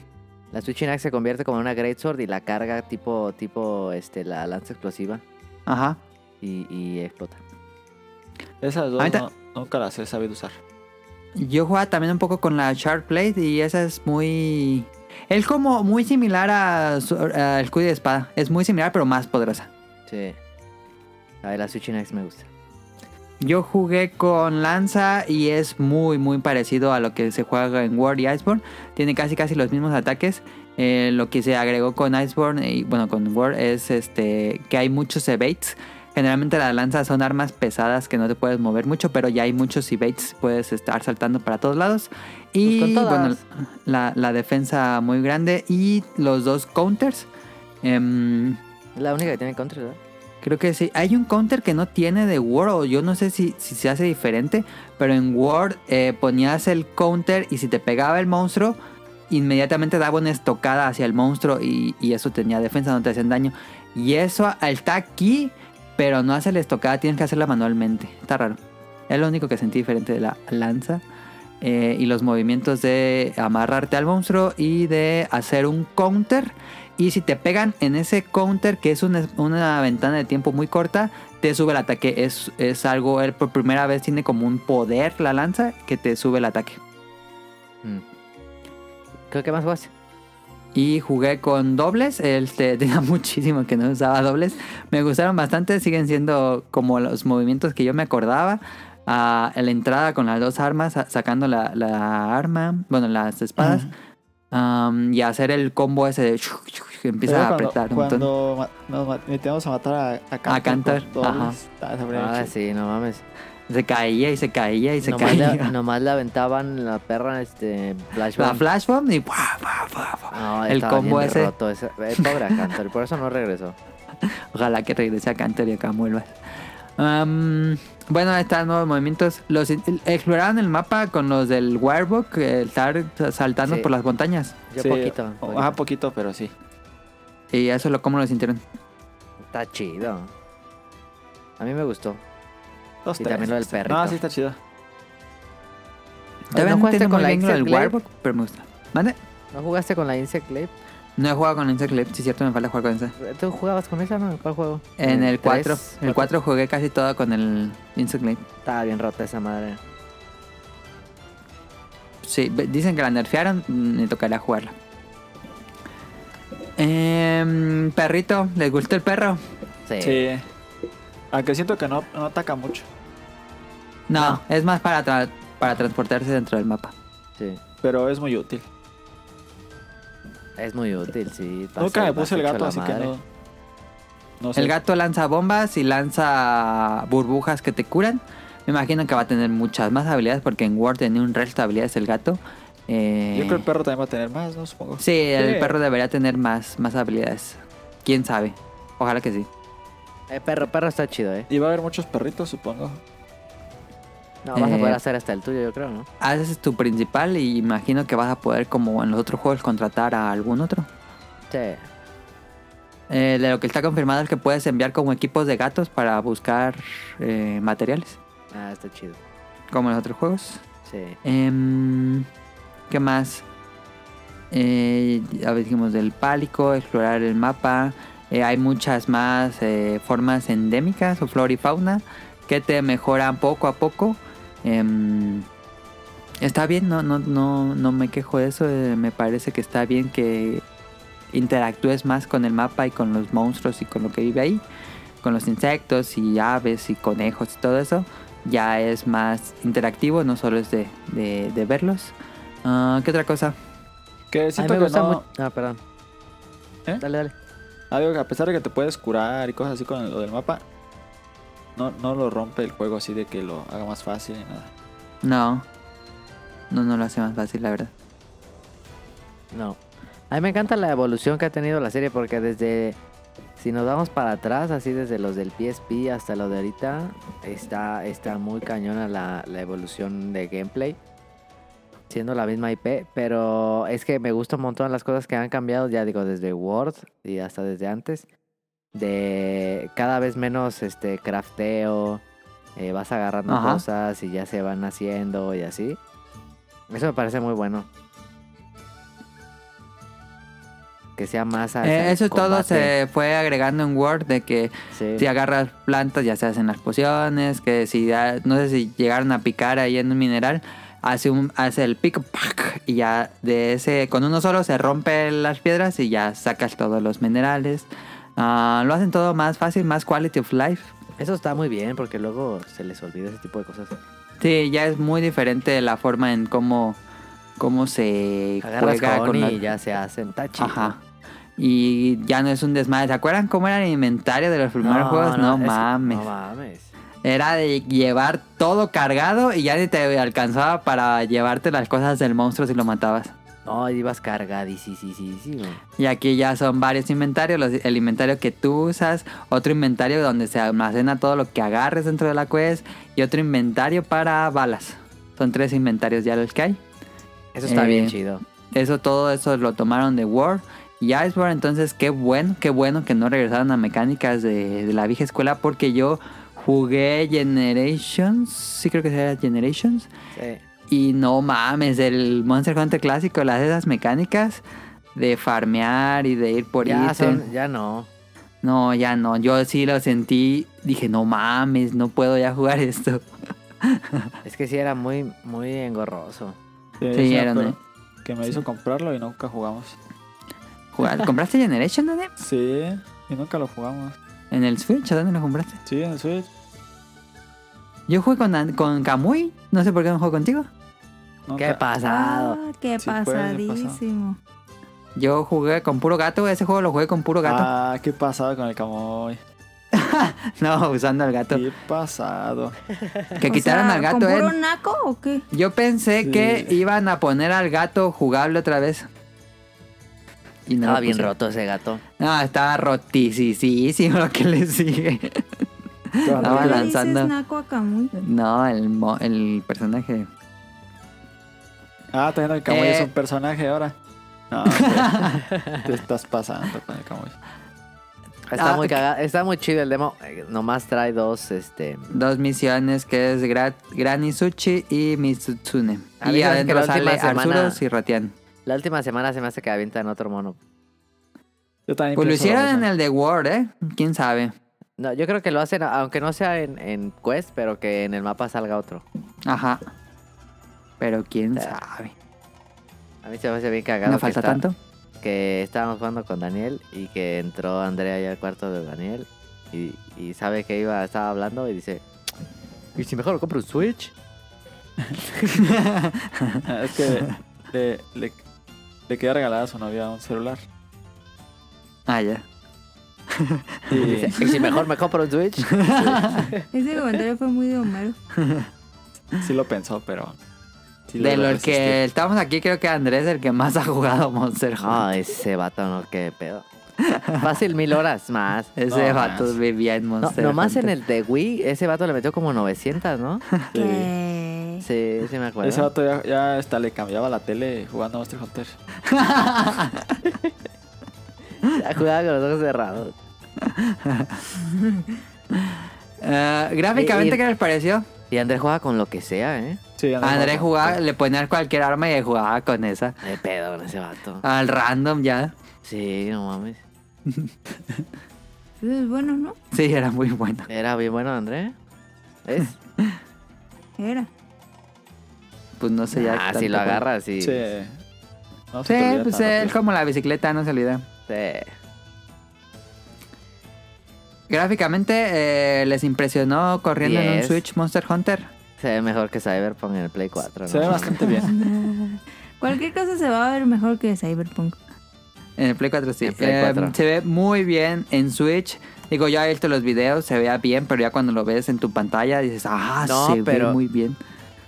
S2: La Switch Inax se convierte como en una Great Sword y la carga tipo, tipo este, la lanza explosiva
S1: Ajá.
S2: y, y explota.
S4: Esas dos
S1: Ahorita-
S4: no- nunca las he sabido usar.
S1: Yo jugaba también un poco con la Sharp Blade y esa es muy. Es como muy similar a, su- a el cuido de espada. Es muy similar, pero más poderosa.
S2: Sí. A ver, la Switch Inax me gusta.
S1: Yo jugué con lanza y es muy muy parecido a lo que se juega en World y Iceborne. Tiene casi casi los mismos ataques. Eh, lo que se agregó con Iceborne y bueno con World es este que hay muchos evates. Generalmente las lanzas son armas pesadas que no te puedes mover mucho, pero ya hay muchos evates. Puedes estar saltando para todos lados. Y
S2: Pues con todas.
S1: bueno, la, la defensa muy grande y los dos counters. Em,
S2: Es la única que tiene contra, ¿verdad?
S1: Creo que sí. Hay un counter que no tiene de Word, o yo no sé si, si se hace diferente, pero en Word eh, ponías el counter y si te pegaba el monstruo, inmediatamente daba una estocada hacia el monstruo y, y eso tenía defensa, no te hacían daño. Y eso a- está aquí, pero no hace la estocada, tienes que hacerla manualmente. Está raro. Es lo único que sentí diferente de la lanza. eh, y los movimientos de amarrarte al monstruo y de hacer un counter. Y si te pegan en ese counter, que es una, una ventana de tiempo muy corta, te sube el ataque. Es, es algo, él por primera vez tiene como un poder la lanza que te sube el ataque.
S2: Mm. Creo que más jugaste.
S1: Y jugué con dobles. Este, tenía muchísimo que no usaba dobles. Me gustaron bastante. Siguen siendo como los movimientos que yo me acordaba. Ah, la entrada con las dos armas, sa- sacando la, la arma, bueno, las espadas. Am, y hacer el combo ese de... Que empieza a
S4: Pero cuando-
S1: apretar un montón.
S4: Cuando ma- nos ma- metemos a matar a, a Cantor.
S1: Cantor,
S4: con dobles,
S1: ajá.
S4: ah, esa fue
S2: Ah,
S4: bien
S2: sí, no mames.
S1: Se caía y se caía y se
S2: nomás,
S1: caía.
S2: le, nomás le aventaban la perra este
S1: La
S2: flashbang.
S1: flash bomb y ¡buah, buah, buah, buah!
S2: No,
S1: el
S2: estaba
S1: combo
S2: bien
S1: ese.
S2: roto ese- eh, pobre Cantor, por eso no regresó.
S1: Ojalá que regrese a Cantor y acá vuelva. Am, bueno, ahí están nuevos movimientos. Los in- exploraron el mapa con los del Wirebook, el estar saltando
S2: Sí.
S1: por las montañas.
S2: Yo
S4: Sí, ah,
S2: poquito. poquito.
S4: Ajá, poquito, pero sí.
S1: Y eso es lo cómo lo sintieron.
S2: Está chido. A mí me gustó.
S4: Dos,
S2: Y
S4: tres.
S2: también lo del perrito.
S4: No, sí está chido.
S1: Todavía no
S2: ¿No jugaste
S1: entiendo
S2: con
S1: muy
S2: la
S1: bien lo del
S2: Insect Glaive?
S1: Wirebook, pero me gusta. ¿Mande?
S2: ¿No jugaste con la Insect Clip?
S1: No he jugado con Insect Clip, sí es cierto, me falta jugar con esa.
S2: ¿Tú jugabas con esa, no? ¿En cuál juego?
S1: En el 4.
S2: tres?
S1: El 4 jugué casi todo con el Insect Clip.
S2: Estaba bien rota esa madre.
S1: Sí, ve- dicen que la nerfearon, me tocará jugarla. Em, perrito, ¿les gustó el perro?
S2: Sí.
S4: Sí. Aunque siento que no, no ataca mucho.
S1: No, es más para, tra- para transportarse dentro del mapa.
S2: sí.
S4: Pero es muy útil.
S2: Es muy útil, sí. Pasó-
S4: Nunca me
S2: pasó
S4: puse el
S2: hecho
S4: gato,
S2: la
S4: así que
S2: madre.
S4: no. No sé.
S1: El gato lanza bombas y lanza burbujas que te curan. Me imagino que va a tener muchas más habilidades porque en War tenía un resto de habilidades el gato. Eh,
S4: Yo creo que el perro también va a tener más, ¿no? Supongo.
S1: Sí, el
S4: Sí.
S1: perro debería tener más, más habilidades. ¿Quién sabe? Ojalá que sí.
S2: Eh, perro, perro está chido, ¿eh?
S4: Y va a haber muchos perritos, supongo.
S2: No, vas a poder
S1: Eh,
S2: hacer hasta el tuyo, yo creo, ¿no?
S1: Haces Ah, tu principal y imagino que vas a poder, como en los otros juegos, contratar a algún otro.
S2: Sí.
S1: Eh, de lo que está confirmado es que puedes enviar como equipos de gatos para buscar eh, materiales,
S2: Ah, está chido.
S1: como en los otros juegos.
S2: Sí.
S1: Em, ¿Qué más? Eh, ya dijimos del pálico, explorar el mapa. Eh, hay muchas más eh, formas endémicas o flora y fauna que te mejoran poco a poco. Em, está bien, no, no, no, no me quejo de eso. eh, me parece que está bien que interactúes más con el mapa y con los monstruos y con lo que vive ahí. Con los insectos y aves y conejos y todo eso ya es más interactivo, no solo es de, de- de verlos. Ah, ¿Qué otra cosa?
S4: Que
S2: A mí
S4: siento
S2: me
S4: que
S2: gusta
S4: no.
S2: mucho. Ah, perdón.
S4: ¿Eh?
S2: Dale, dale.
S4: Algo que a pesar de que te puedes curar y cosas así con lo del mapa, no, no lo rompe el juego así de que lo haga más fácil ni nada.
S1: No. No, no lo hace más fácil, la verdad.
S2: No. A mí me encanta la evolución que ha tenido la serie porque desde... Si nos vamos para atrás, así desde los del PSP hasta los de ahorita, está, está muy cañona la, la evolución de gameplay. Siendo la misma IP, pero es que me gusta un montón las cosas que han cambiado, ya digo, desde Word y hasta desde antes. De cada vez menos este crafteo, eh, vas agarrando
S1: Ajá.
S2: cosas y ya se van haciendo y así. Eso me parece muy bueno. Que sea más... a-
S1: Eh, eso todo
S2: combate.
S1: se fue agregando en Word de que
S2: Sí.
S1: si agarras plantas ya se hacen las pociones, que si da- no sé si llegaron a picar ahí en un mineral, hace un hace el pico ¡pac! y ya de ese con uno solo se rompen las piedras y ya sacas todos los minerales. Ah, lo hacen todo más fácil, más quality of life.
S2: Eso está muy bien porque luego se les olvida ese tipo de cosas.
S1: Sí, ya es muy diferente la forma en cómo, cómo se
S2: Agarras
S1: juega
S2: con
S1: con
S2: y
S1: la-
S2: ya se hacen tachi.
S1: Ajá. Y ya no es un desmadre. ¿Se acuerdan cómo era el inventario de los primeros juegos? No,
S2: es-
S1: mames.
S2: No mames.
S1: Era de llevar todo cargado y ya ni te alcanzaba para llevarte las cosas del monstruo si lo matabas.
S2: No, ibas cargadísimo.
S1: Y aquí ya son varios inventarios, los- el inventario que tú usas, otro inventario donde se almacena todo lo que agarres dentro de la quest y otro inventario para balas. Son tres inventarios ya los que hay.
S2: Eso está
S1: Eh,
S2: bien chido.
S1: Eso, todo eso lo tomaron de Word y Iceborne. Entonces, qué bueno, qué bueno que no regresaron a mecánicas de, de la vieja escuela. Porque yo jugué Generations, sí creo que era Generations.
S2: Sí.
S1: Y no mames, el Monster Hunter clásico, las de esas mecánicas de farmear y de ir por
S2: Ya,
S1: ítem.
S2: son- ya no.
S1: No, ya no. Yo sí lo sentí. Dije, no mames, no puedo ya jugar esto.
S2: Es que sí era muy, muy engorroso.
S4: Sí,
S1: Sí,
S4: Eh, es una
S1: era,
S4: pena
S1: ¿no?
S4: Que me hizo comprarlo y nunca jugamos.
S1: Jugar- ¿Compraste Generations, Daniel?
S4: Sí, y nunca lo jugamos.
S1: ¿En el Switch? ¿A dónde lo compraste?
S4: Sí, en el Switch.
S1: Yo jugué con, An- con Kamui. No sé por qué no juego contigo.
S2: Qué
S4: Nunca.
S2: pasado.
S3: Ah, qué
S4: Sí,
S3: pasadísimo.
S1: Yo jugué con puro gato, ese juego lo jugué con puro gato.
S4: Ah, qué pasado con el camoy.
S1: No, usando al gato.
S4: Qué pasado.
S1: Que
S3: O
S1: quitaron
S3: sea,
S1: al gato,
S3: ¿Con
S1: eh.
S3: puro naco o qué?
S1: Yo pensé
S4: Sí.
S1: que iban a poner al gato jugable otra vez. Y no
S2: Estaba
S1: lo
S2: bien
S1: pusieron.
S2: roto ese gato.
S1: No, estaba rotisísimo lo que le sigue. Estaba
S3: ¿Por qué le
S1: lanzando.
S3: dices Naco a Camuy?
S1: No, el, mo- el personaje.
S4: Ah, también el Camuy
S1: Eh.
S4: es un personaje ahora. No, hombre, te estás pasando con el Camuy.
S2: Está,
S1: Ah,
S2: muy
S1: ok.
S2: caga- está muy chido el demo. eh, Nomás trae dos, este...
S1: Dos misiones que es Gra- Gran Izuchi y Mitsutsune.
S2: A mí
S1: y
S2: se me hace que
S1: adentro
S2: la
S1: sale
S2: última semana-
S1: Arzuros y Ratian.
S2: La última semana se me hace que avientan otro mono.
S4: Yo también
S1: Pues lo
S4: pienso
S1: hicieron en
S4: mismo.
S1: el de World, ¿eh? ¿Quién sabe?
S2: No, yo creo que lo hacen, aunque no sea en, en Quest, pero que en el mapa salga otro.
S1: Ajá. Pero quién
S2: Ah,
S1: sabe.
S2: A mí se me hace bien cagado.
S1: No
S2: que
S1: falta
S2: está-
S1: tanto.
S2: que estábamos jugando con Daniel y que entró Andrea ya al cuarto de Daniel y, y sabe que iba, estaba hablando y dice, ¿y si mejor compro un Switch?
S4: Ah, Es que le, le, le queda regalada a su novia un celular.
S1: Ah, ya.
S4: Y
S2: Dice, ¿y si mejor me compro un Switch?
S3: Ese comentario fue muy de Homero.
S4: sí lo pensó, pero. sí
S1: de
S4: logró
S1: los
S4: resistir.
S1: que estamos aquí, creo que Andrés es el que más ha jugado Monster Hunter.
S2: No, ese vato no, qué pedo. Fácil mil horas más.
S1: Ese
S4: no,
S1: vato
S4: más.
S1: vivía en
S2: No,
S1: Monster
S2: nomás en
S1: Hunter.
S2: el de Wii, ese vato le metió como 900, ¿no?
S4: Sí.
S3: ¿Qué?
S2: Sí, sí me acuerdo.
S4: Ese vato ya, ya hasta le cambiaba la tele jugando a Monster Hunter.
S2: Jugaba con los ojos cerrados.
S1: Ah, gráficamente,
S2: Y- y-
S1: ¿qué les pareció?
S2: Y Andrés juega con lo que sea, ¿eh?
S4: Sí, Andrés
S1: Andrés
S4: Manuel.
S1: jugaba, le ponías cualquier arma y jugaba con esa.
S2: De pedo con ese vato.
S1: Al random ya.
S2: Sí, no mames.
S3: Eso es pues, bueno, ¿no?
S1: Sí, era muy bueno.
S2: Era bien bueno, Andrés. ¿Ves?
S3: Era.
S1: Pues no sé ya.
S2: Ah,
S1: tanto
S2: si lo
S1: cual.
S2: agarras, y...
S4: Sí. No se
S1: Sí,
S4: te olvida
S1: pues
S4: tan
S1: él
S4: rápido.
S1: como la bicicleta, no se olvida.
S2: Sí.
S1: Gráficamente, eh, ¿les impresionó corriendo en un
S2: Diez.
S1: Switch Monster Hunter?
S2: Se ve mejor que Cyberpunk en el Play 4. ¿no?
S4: Se ve bastante bien.
S3: Cualquier cosa se va a ver mejor que Cyberpunk.
S1: En el Play 4 sí.
S2: En Play
S1: Eh,
S2: 4.
S1: se ve muy bien en Switch. Digo, yo he visto los videos, se vea bien, pero ya cuando lo ves en tu pantalla dices, ah,
S2: No,
S1: se ve
S2: pero-
S1: muy bien.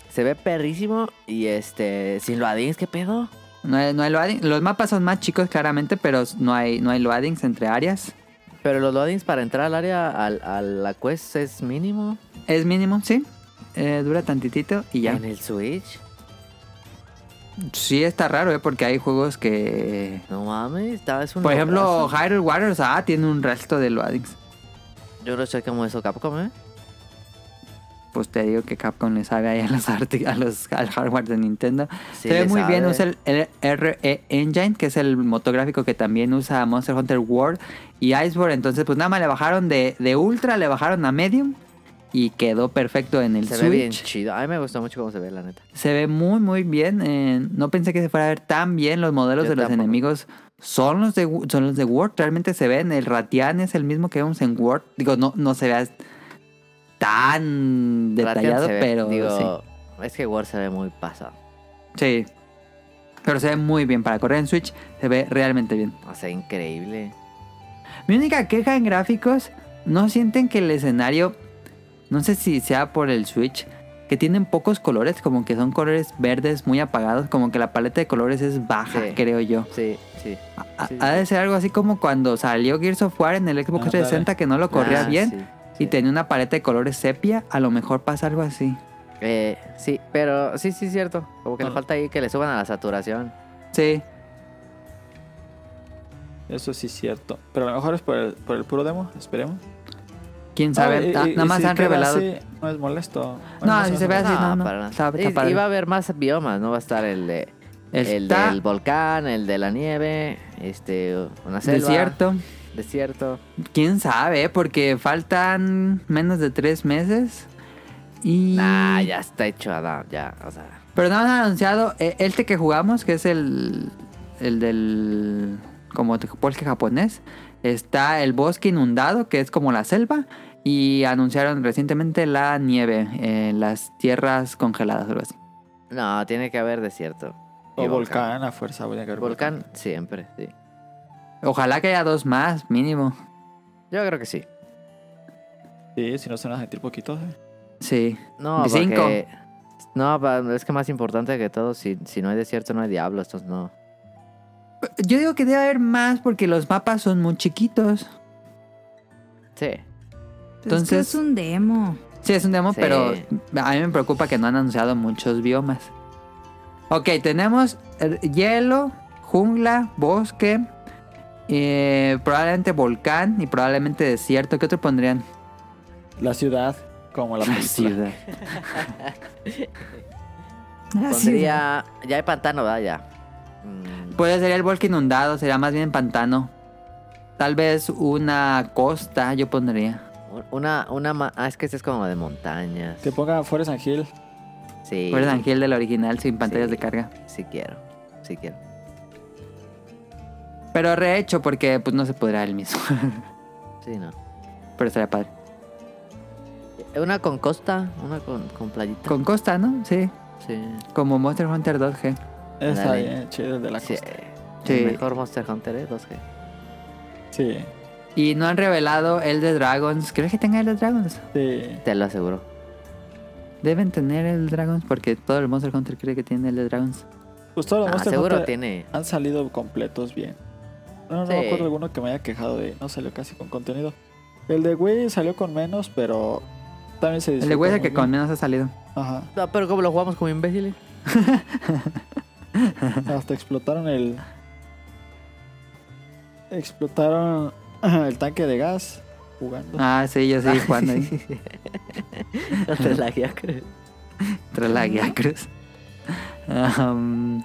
S2: Se ve perrísimo y este. Sin loadings, ¿qué pedo?
S1: No hay, no hay loading. Los mapas son más chicos, claramente, pero no hay, no hay loadings entre áreas.
S2: Pero los loadings para entrar al área, al, a la quest, es mínimo.
S1: Es mínimo, sí. Eh, dura tantitito y ya.
S2: En el Switch.
S1: Sí está raro, ¿eh? Porque hay juegos que...
S2: No mames, estaba es un.
S1: Por ejemplo,
S2: lograzo.
S1: Hyrule Warriors, ah, tiene un resto de loadings.
S2: Yo no sé cómo eso Capcom, ¿eh?
S1: Pues te digo que Capcom le sabe ahí a los, arti- a los al hardware de Nintendo.
S2: Sí
S1: se ve
S2: le
S1: muy bien,
S2: sabe.
S1: usa el RE Engine, que es el motográfico que también usa Monster Hunter World y Iceborne. Entonces, pues nada más le bajaron de, de Ultra, le bajaron a Medium y quedó perfecto en el
S2: Se ve
S1: Switch.
S2: bien chido. A mí me gustó mucho cómo se ve, la neta.
S1: Se ve muy, muy bien. eh, no pensé que se fuera a ver tan bien los modelos
S2: Yo
S1: de los
S2: tampoco.
S1: enemigos. Son los, de, Wo- son los de Word, realmente se ven. El Ratian es el mismo que vemos en Word. Digo, no, no se vea tan detallado,
S2: Ratian se ve-
S1: pero
S2: Digo, es que War se ve muy pasado.
S1: sí. Sí. Pero se ve muy bien. Para correr en Switch se ve realmente bien.
S2: O sea, increíble.
S1: Mi única queja en gráficos, ¿no sienten que el escenario, no sé si sea por el Switch, que tienen pocos colores, como que son colores verdes muy apagados, como que la paleta de colores es baja,
S2: Sí.
S1: creo yo?
S2: Sí, sí.
S1: Ha,
S2: Sí,
S1: ha de ser algo así como cuando salió Gears of War en el Xbox
S4: Ándale.
S1: 360 que no lo corría
S2: Ah,
S1: bien
S2: sí,
S1: y
S2: sí.
S1: tenía una paleta de colores sepia, a lo mejor pasa algo así.
S2: Eh, sí, pero sí, sí, es cierto. Como que le
S4: Ah.
S2: falta ahí que le suban a la saturación.
S1: Sí,
S4: Eso sí es cierto. Pero a lo mejor es por el, por el puro demo, esperemos.
S1: quién sabe,
S4: Ah, y-
S1: Na-
S4: y-
S1: nada
S4: y
S1: más
S4: si
S1: han
S4: queda
S1: revelado.
S4: así, no es molesto.
S1: No,
S4: sé,
S1: si Ah, se ve
S4: sé.
S1: así, no, no.
S2: para nada.
S1: Está- está
S2: Y-
S1: padre.
S2: y va a haber más biomas, ¿no? Va a estar el de el
S1: Está
S2: del volcán, el de la nieve, este una selva,
S1: desierto.
S2: desierto.
S1: Quién sabe, ¿eh? porque faltan menos de tres meses. Y...
S2: Nah, ya está hecho Adam, ya, o sea,
S1: Pero no han anunciado eh, este que jugamos, que es el, el del como te- porque japonés. Está el bosque inundado, que es como la selva. Y anunciaron recientemente la nieve, eh, las tierras congeladas, algo así.
S2: no, tiene que haber desierto. y
S4: O volcán, a fuerza. Voy a caer
S2: volcán. siempre, sí.
S1: Ojalá que haya dos más, mínimo.
S2: Yo creo que sí.
S4: Sí, si no se van a sentir poquitos. eh.
S1: Sí.
S2: No,
S1: ¿Y cinco?
S2: porque no, pa- es que más importante que todo, si, si no hay desierto no hay diablo, estos no.
S1: Yo digo que debe haber más porque los mapas son muy chiquitos.
S2: Sí.
S3: Entonces,
S1: Entonces-
S3: es un demo.
S1: Sí, es un demo,
S2: Sí.
S1: pero a mí me preocupa que no han anunciado muchos biomas. Ok, tenemos eh, hielo, jungla, bosque, eh, probablemente volcán y probablemente desierto. ¿Qué otro pondrían?
S4: La ciudad, como la película.
S1: ciudad.
S3: Ah,
S2: Pondría. Ya hay pantano, ¿verdad? Ya. Mm,
S1: Puede ser Pues el bosque inundado, sería más bien pantano. Tal vez una costa, yo pondría.
S2: Una, una ma- Ah, es que este es como de montañas.
S4: Que ponga Forest and Hill.
S2: Sí.
S1: Por el ángel del original sin pantallas
S2: Sí.
S1: de carga.
S2: Sí quiero. Sí quiero.
S1: Pero rehecho porque pues no se podrá el mismo.
S2: Sí, no.
S1: pero sería padre.
S2: Una con costa, una con, con playita.
S1: Con costa, ¿no? Sí.
S2: Sí.
S1: Como Monster Hunter 2G.
S4: Está
S2: Dale.
S4: bien, chido el de la
S2: Sí.
S4: costa.
S1: Sí.
S2: El mejor Monster Hunter ¿eh? es 2G.
S4: Sí,
S1: Y no han revelado el de Dragons. ¿Crees que tenga el de Dragons?
S4: sí.
S2: Te lo aseguro.
S1: Deben tener el Dragons porque todo el Monster Hunter cree que tiene el de Dragons.
S4: Pues todos los
S2: Ah,
S4: Monster
S2: seguro
S4: Hunter
S2: tiene.
S4: han salido completos bien. No, no
S2: Sí.
S4: me acuerdo alguno que me haya quejado de no salió casi con contenido. El de Wii salió con menos, pero también se
S1: El
S4: disfruta.
S1: de Wii es el
S4: muy
S1: que con
S4: bien.
S1: menos ha salido.
S4: Ajá.
S2: No, pero como lo jugamos como imbéciles.
S4: Hasta explotaron el. Explotaron el tanque de gas jugando.
S1: Ah, sí, yo seguí jugando ahí.
S2: No te la guía, creo.
S1: Tras la guía cruz. Am,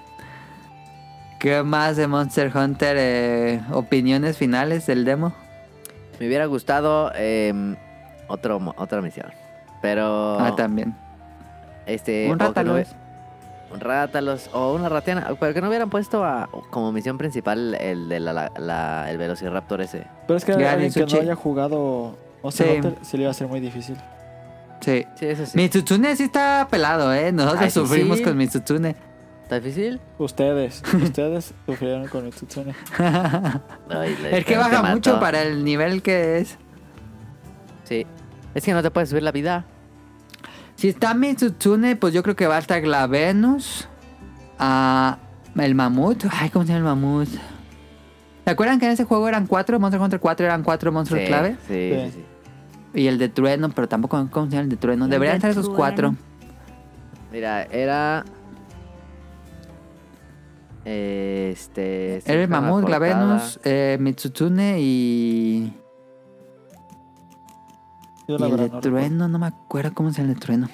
S1: ¿Qué más de Monster Hunter? Eh, ¿Opiniones finales del demo?
S2: Me hubiera gustado eh, otro, mo- otra misión. Pero.
S1: Ah, también.
S2: Este.
S1: Un
S2: o Oh, que no
S1: rataluz.
S2: hubie- un rátalos. O una ratiana. Pero que no hubieran puesto a- como misión principal el de la, la- la- el Velociraptor ese.
S4: Pero es que
S1: Ganen
S4: alguien que
S1: Sushi.
S4: no haya jugado Monster
S1: Sí.
S4: Hunter se le iba a hacer muy difícil.
S1: Sí.
S2: Sí, eso sí.
S1: Mitsutune sí está pelado, ¿eh? Nosotros
S2: Ay, sí,
S1: sufrimos
S2: sí.
S1: con Mitsutune.
S2: ¿Está difícil?
S4: Ustedes, ustedes sufrieron con Mitsutsuno.
S2: Ay, le-
S1: el que
S2: te
S1: baja
S2: mató.
S1: mucho para el nivel que es.
S2: Sí. Es que no te puedes subir la vida.
S1: Si está Mitsutune, pues yo creo que va a estar la Venus. ah, el mamut. Ay, ¿cómo se llama el mamut? ¿Se acuerdan que en ese juego eran cuatro? Monster Hunter 4 eran cuatro monstruos
S2: Sí,
S1: clave.
S2: Sí,
S4: Sí.
S2: sí, sí.
S1: Y el de trueno, pero tampoco ¿cómo se llama el de trueno.
S3: El
S1: Deberían
S3: de
S1: estar esos
S3: Trueno.
S1: cuatro.
S2: Mira, era. Este.
S1: Era el mamut, la
S2: la
S1: Venus, eh, Mitsutune y,
S4: Yo
S1: y
S4: la
S1: el de
S4: verdad no recuerdo.
S1: trueno. No me acuerdo cómo es el de trueno.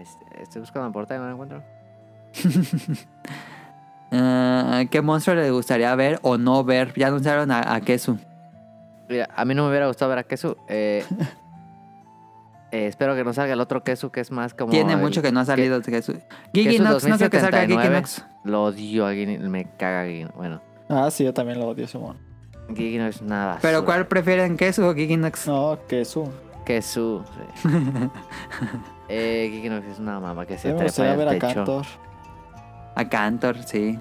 S2: Este, estoy buscando la portada y no la encuentro.
S1: Ah, ¿Qué monstruo le gustaría ver o no ver? Ya anunciaron a, a Kesu.
S2: Mira, a mí no me hubiera gustado ver a Kesu. Eh, eh, espero que no salga el otro Kesu que es más como.
S1: Tiene
S2: el-
S1: mucho que no ha salido Kesu.
S2: Kesu
S1: Giginox, no creo que salga
S2: 2079.
S1: Giginox.
S2: Lo odio a Gigi- Me caga Giginox. Bueno,
S4: Ah, sí, yo también lo odio, Simón.
S2: Giginox nada.
S1: ¿Pero cuál prefieren, Kesu o Giginox?
S4: No, que su.
S2: Kesu. sí. eh, Giginox es una mamá que se
S4: Me
S2: trepa
S4: gustaría ver
S2: al
S4: a
S2: techo.
S4: Cantor.
S1: A Cantor, sí.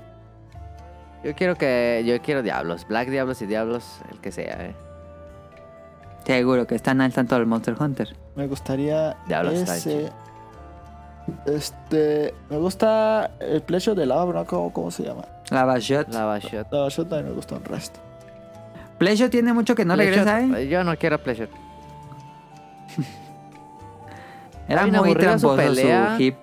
S2: Yo quiero que. Yo quiero diablos. Black Diablos y Diablos, el que sea, eh.
S1: Seguro que están al tanto del Monster Hunter.
S4: Me gustaría
S2: Diablo, está
S4: ese. Este, me gusta el plecho de lava, pero no cómo, cómo se llama.
S1: Lava Shot.
S2: Lava Shot.
S4: No, yo también me gusta un resto.
S1: Pleasure tiene mucho que no regresa, ¿eh?
S2: Yo no quiero Pleasure.
S1: Era
S2: Ay,
S1: muy
S2: aburrida su
S1: tramposo su,
S2: pelea.
S1: hip.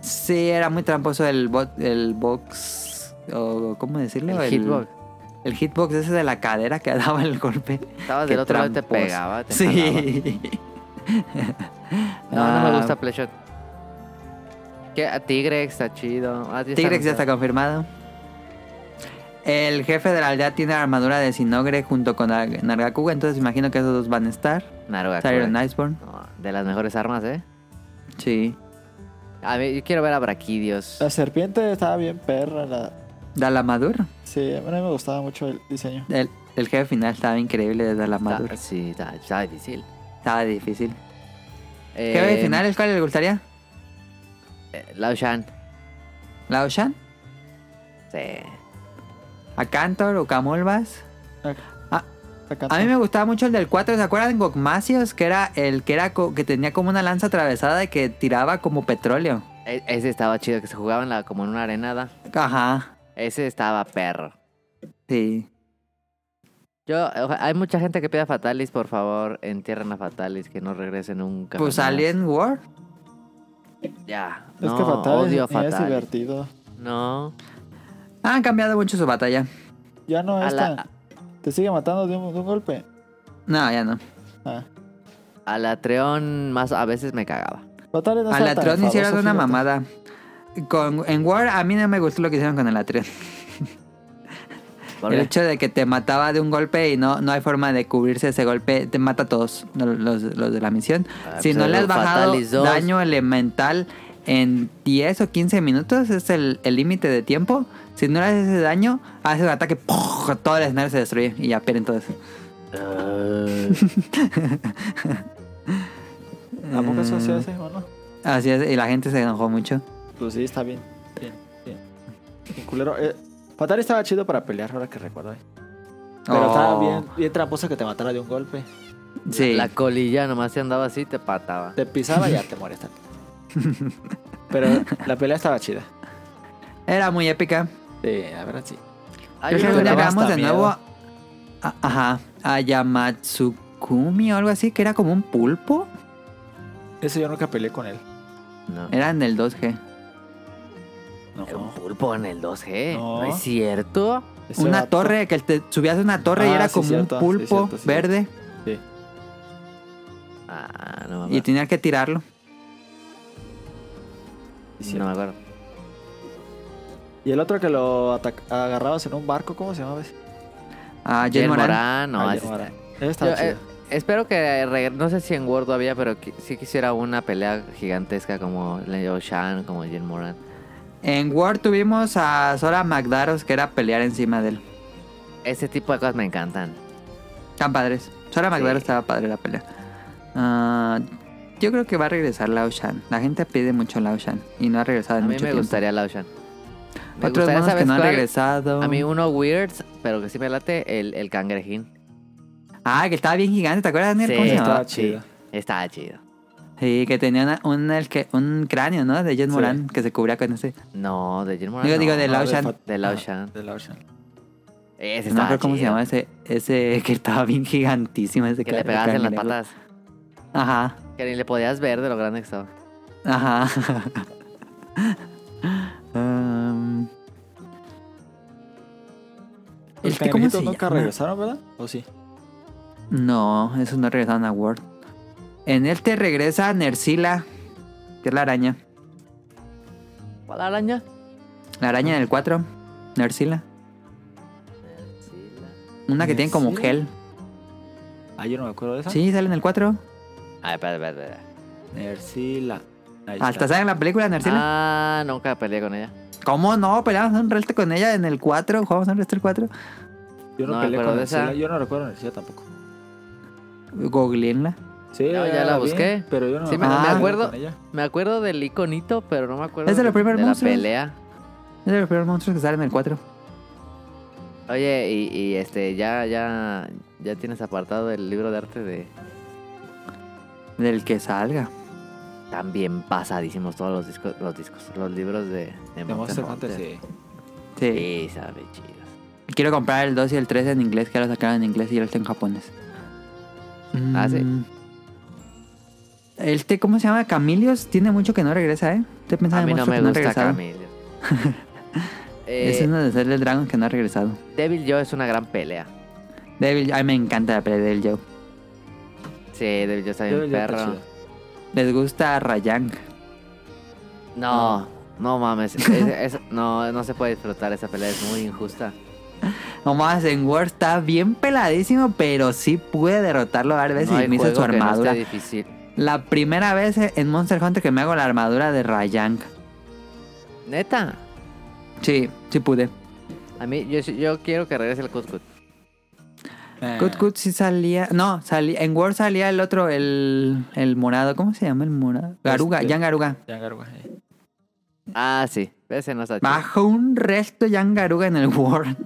S1: Sí, era muy tramposo el, bot- el box. O, ¿Cómo decirlo?
S2: El, hitbox.
S1: El hitbox ese de la cadera que daba el golpe.
S2: Estabas
S1: Qué
S2: del otro lado y te
S1: tramposo.
S2: pegaba. Te jalaba.
S1: Sí.
S2: No, no
S1: Ah,
S2: me gusta Pleasure. Que a Tigrex está chido. Ah,
S1: Tigrex ya está
S2: anunciado.
S1: confirmado. El jefe de la aldea tiene la armadura de Sinogre junto con Nar- Nargacuga, entonces imagino que esos dos van a estar.
S2: Naruga
S1: Tyrion
S2: Kura.
S1: Iceborne.
S2: No, de las mejores armas, eh.
S1: Sí.
S2: A ver, yo quiero ver a Braquidios.
S4: La serpiente estaba bien perra. La...
S1: Dalamadur.
S4: Sí, a mí me gustaba mucho el diseño.
S1: El, el jefe final estaba increíble de Dalamadur.
S2: Está- sí, está, está difícil.
S1: Estaba difícil.
S2: Eh,
S1: ¿Jefe final el cual le gustaría?
S2: eh, Lao Shan.
S1: ¿Lao Shan?
S2: Sí. E,
S1: ¿A Cantor o Camolvas?
S4: La Cantor.
S1: A mí me gustaba mucho el del 4, ¿se acuerdan? Gokmasios, que era el que era co- que tenía como una lanza atravesada y que tiraba como petróleo.
S2: E- ese estaba chido, que se jugaba en la, como en una arenada.
S1: Ajá,
S2: Ese estaba perro.
S1: sí.
S2: Yo, oja- hay mucha gente que pide a Fatalis, por favor, entierren a Fatalis, que no regrese nunca.
S1: Pues
S2: jamás.
S1: Alien War.
S2: Ya.
S4: Es
S2: no,
S4: que fatal.
S2: odio a
S4: ni es
S2: Fatalis.
S4: divertido.
S2: No.
S1: Han cambiado mucho su batalla.
S4: Ya no
S2: A
S4: es
S2: la-
S4: tan- Te sigue matando de un, de un golpe.
S1: No, ya no.
S4: Ah.
S2: Al Atreón más a veces me cagaba.
S4: Fatales no
S1: Al
S4: está tan
S1: Atreon hicieron
S4: enfadoso,
S1: una
S4: fíjate.
S1: mamada. Con, en War a mí no me gustó lo que hicieron con el Atreon.
S2: ¿Por
S1: El
S2: qué?
S1: hecho de que te mataba de un golpe y no, no hay forma de cubrirse ese golpe, te mata a todos los, los- los de la misión.
S2: Ah,
S1: si
S2: pues
S1: no
S2: el
S1: le has bajado
S2: Fatalis 2.
S1: daño elemental en 10 o 15 minutos, es el el límite de tiempo. Si no le haces ese daño, haces un ataque, ¡puf! todo el escenario se destruye y ya pierden todos.
S4: ¿A poco eso
S2: Mm.
S4: se hace, mano?
S1: Así es, y la gente se enojó mucho.
S4: Pues sí, está bien. Bien, bien. Bien culero. Eh, Fatal estaba chido para pelear, ahora que recuerdo. eh. Pero
S1: Oh,
S4: estaba bien, bien tramposo que te matara de un golpe.
S1: Sí.
S2: La colilla nomás se andaba así y te pataba.
S4: Te pisaba y ya te mueres también. Pero la pelea estaba chida.
S1: Era muy épica.
S4: Sí, la verdad sí.
S2: Hay
S1: Creo que
S2: uno
S1: algún día
S2: que
S4: le daba
S1: grabamos
S4: hasta
S1: de nuevo
S4: miedo.
S1: a, a- ajá, a Yamatsukumi o algo así, que era como un pulpo.
S4: Ese yo nunca peleé con él.
S2: No.
S1: Era en el 2G.
S4: No.
S2: Un pulpo en el 2G.
S4: No.
S2: No es cierto.
S4: Ese
S1: Una
S4: vato-
S1: torre, que te subías a una torre y
S4: Ah,
S1: era
S4: sí,
S1: como
S4: cierto,
S1: un
S4: sí,
S1: pulpo
S4: cierto, sí,
S1: verde
S4: Sí.
S2: Ah, no me
S1: y
S2: acuerdo.
S1: tenías que tirarlo.
S4: sí,
S2: No me acuerdo.
S4: Y el otro que lo atac- agarrabas en un barco, ¿cómo se llamaba ese?
S1: A Jen
S2: Jen
S1: Moran.
S2: Moran, no, así
S4: Ah, ya,
S2: está.
S4: ahora. Ese estaba
S2: Yo, eh,
S4: chido.
S2: espero que reg- no sé si en Word había, pero qui- sí quisiera una pelea gigantesca como Leo Shan, como Jen Moran.
S1: En War tuvimos a Sora Magdaros, que era pelear encima de él.
S2: Ese tipo de cosas me encantan.
S1: Tan padres. Sora Magdaros estaba padre la pelea. Ah, yo creo que va a regresar Lao Shan. La gente pide mucho Lao Shan y no ha regresado
S2: A
S1: en
S2: mí me
S1: mucho tiempo.
S2: gustaría Leo Shan. Me
S1: Otros
S2: gustaría,
S1: monos que
S2: ¿sabes
S1: no han
S2: cuál?
S1: regresado.
S2: A mí uno weirds, pero que sí me late, el, el cangrejín.
S1: Ah, que estaba bien gigante, ¿te acuerdas, Daniel?
S2: Sí,
S1: ¿Cómo se llamaba?
S4: Estaba chido.
S2: Sí, estaba chido.
S1: Sí, que tenía una- un, el que- un cráneo, ¿no? De Jen
S4: Sí.
S1: Moran, que se cubría con ese.
S2: No, de Jen Moran.
S1: Digo,
S2: no.
S1: digo, de Lao
S4: de
S1: Shan.
S4: Fat-
S2: De Lao Shan.
S4: De Lao Shan.
S2: Ese
S1: no
S2: estaba
S1: recuerdo cómo se
S2: chido.
S1: llamaba ese, ese que estaba bien gigantísimo. Ese
S2: Que le
S1: ca-
S2: pegabas en las
S1: cangrejo.
S2: patas.
S1: Ajá,
S2: Que ni le podías ver de lo grande que estaba.
S1: ajá. Um,
S4: Los
S1: es que, ¿Este ¿cómo se
S4: cangrejitos nunca
S1: llama?
S4: regresaron, ¿verdad? ¿O sí?
S1: No, esos no regresaron a Word. En él te regresa Nercila, que es la araña.
S2: ¿Cuál araña?
S1: La araña del 4, Nercila. Una que tiene como un
S4: ¿Nercila?
S1: gel.
S4: Ah, yo no me acuerdo de esa.
S1: Sí, sale en el 4.
S2: Ay, espera, espera, espera.
S4: Ercila. Ahí
S1: Hasta
S4: está.
S1: sale en la película Nercila.
S2: Ah, nunca peleé con ella.
S1: ¿Cómo no? Peleamos un resto con ella en el 4. Jugamos un resto el 4.
S4: Yo no,
S2: No me
S4: peleé
S2: acuerdo
S4: con
S2: de esa.
S4: Ercila. Yo no recuerdo Ercila tampoco.
S1: Googleenla.
S4: Sí,
S2: No, ya la
S4: vi,
S2: busqué.
S4: pero yo no
S2: Sí,
S1: me- me
S4: con
S2: acuerdo.
S4: ella.
S2: Me acuerdo del iconito, pero no me acuerdo
S1: Es de los primeros
S2: de la
S1: monstruos.
S2: pelea.
S1: Es de los primeros monstruos que salen en el 4.
S2: Oye, y, y, este, ya, ya, ya tienes apartado el libro de arte de.
S1: Del que salga.
S2: También pasadísimos todos los discos, los discos, los libros de, de
S4: De Monster Hunter,
S2: Hunter.
S4: sí.
S1: Sí.
S2: Sí, sabe, chidos.
S1: Quiero comprar el 2 y el 3 en inglés, que ya lo sacaron en inglés y ahora está en japonés.
S2: Ah, sí.
S1: Mm. Este, ¿cómo se llama? Camilios tiene mucho que no regresa, ¿eh? Usted pensaba
S2: A
S1: en
S2: mí no
S1: monstruos
S2: me
S1: que no ha
S2: gusta
S1: regresado.
S2: Camilo.
S1: Es
S2: eh,
S1: uno de ser del Dragon que no ha regresado.
S2: Devil Joe es una gran pelea.
S1: Devil, ay, me encanta la pelea de Devil Joe.
S2: Sí, Devil Joe está
S4: Yo-
S2: bien
S4: yo está
S2: perro.
S4: chido.
S1: Les gusta Rayang.
S2: No, no mames. es- es- no, no se puede disfrutar esa pelea, es muy injusta.
S1: Nomás en War está bien peladísimo, pero sí puede derrotarlo varias veces
S2: No
S1: y
S2: hay
S1: me hizo su
S2: juego que no esté
S1: armadura.
S2: difícil.
S1: La primera vez en Monster Hunter que me hago la armadura de Rayang.
S2: Neta,
S1: Sí, sí pude.
S2: a mí yo, yo quiero que regrese el Cuscut. Ah.
S4: Eh,
S1: Cut Cut sí salía. No, salía, en Word salía el otro, el, el morado. ¿Cómo se llama el morado? Garuga,
S4: Este.
S1: Yan Garuga.
S4: ya agarro, eh.
S2: Ah, sí, ese no está chido.
S1: Bajo un resto Yan Garuga en el Word.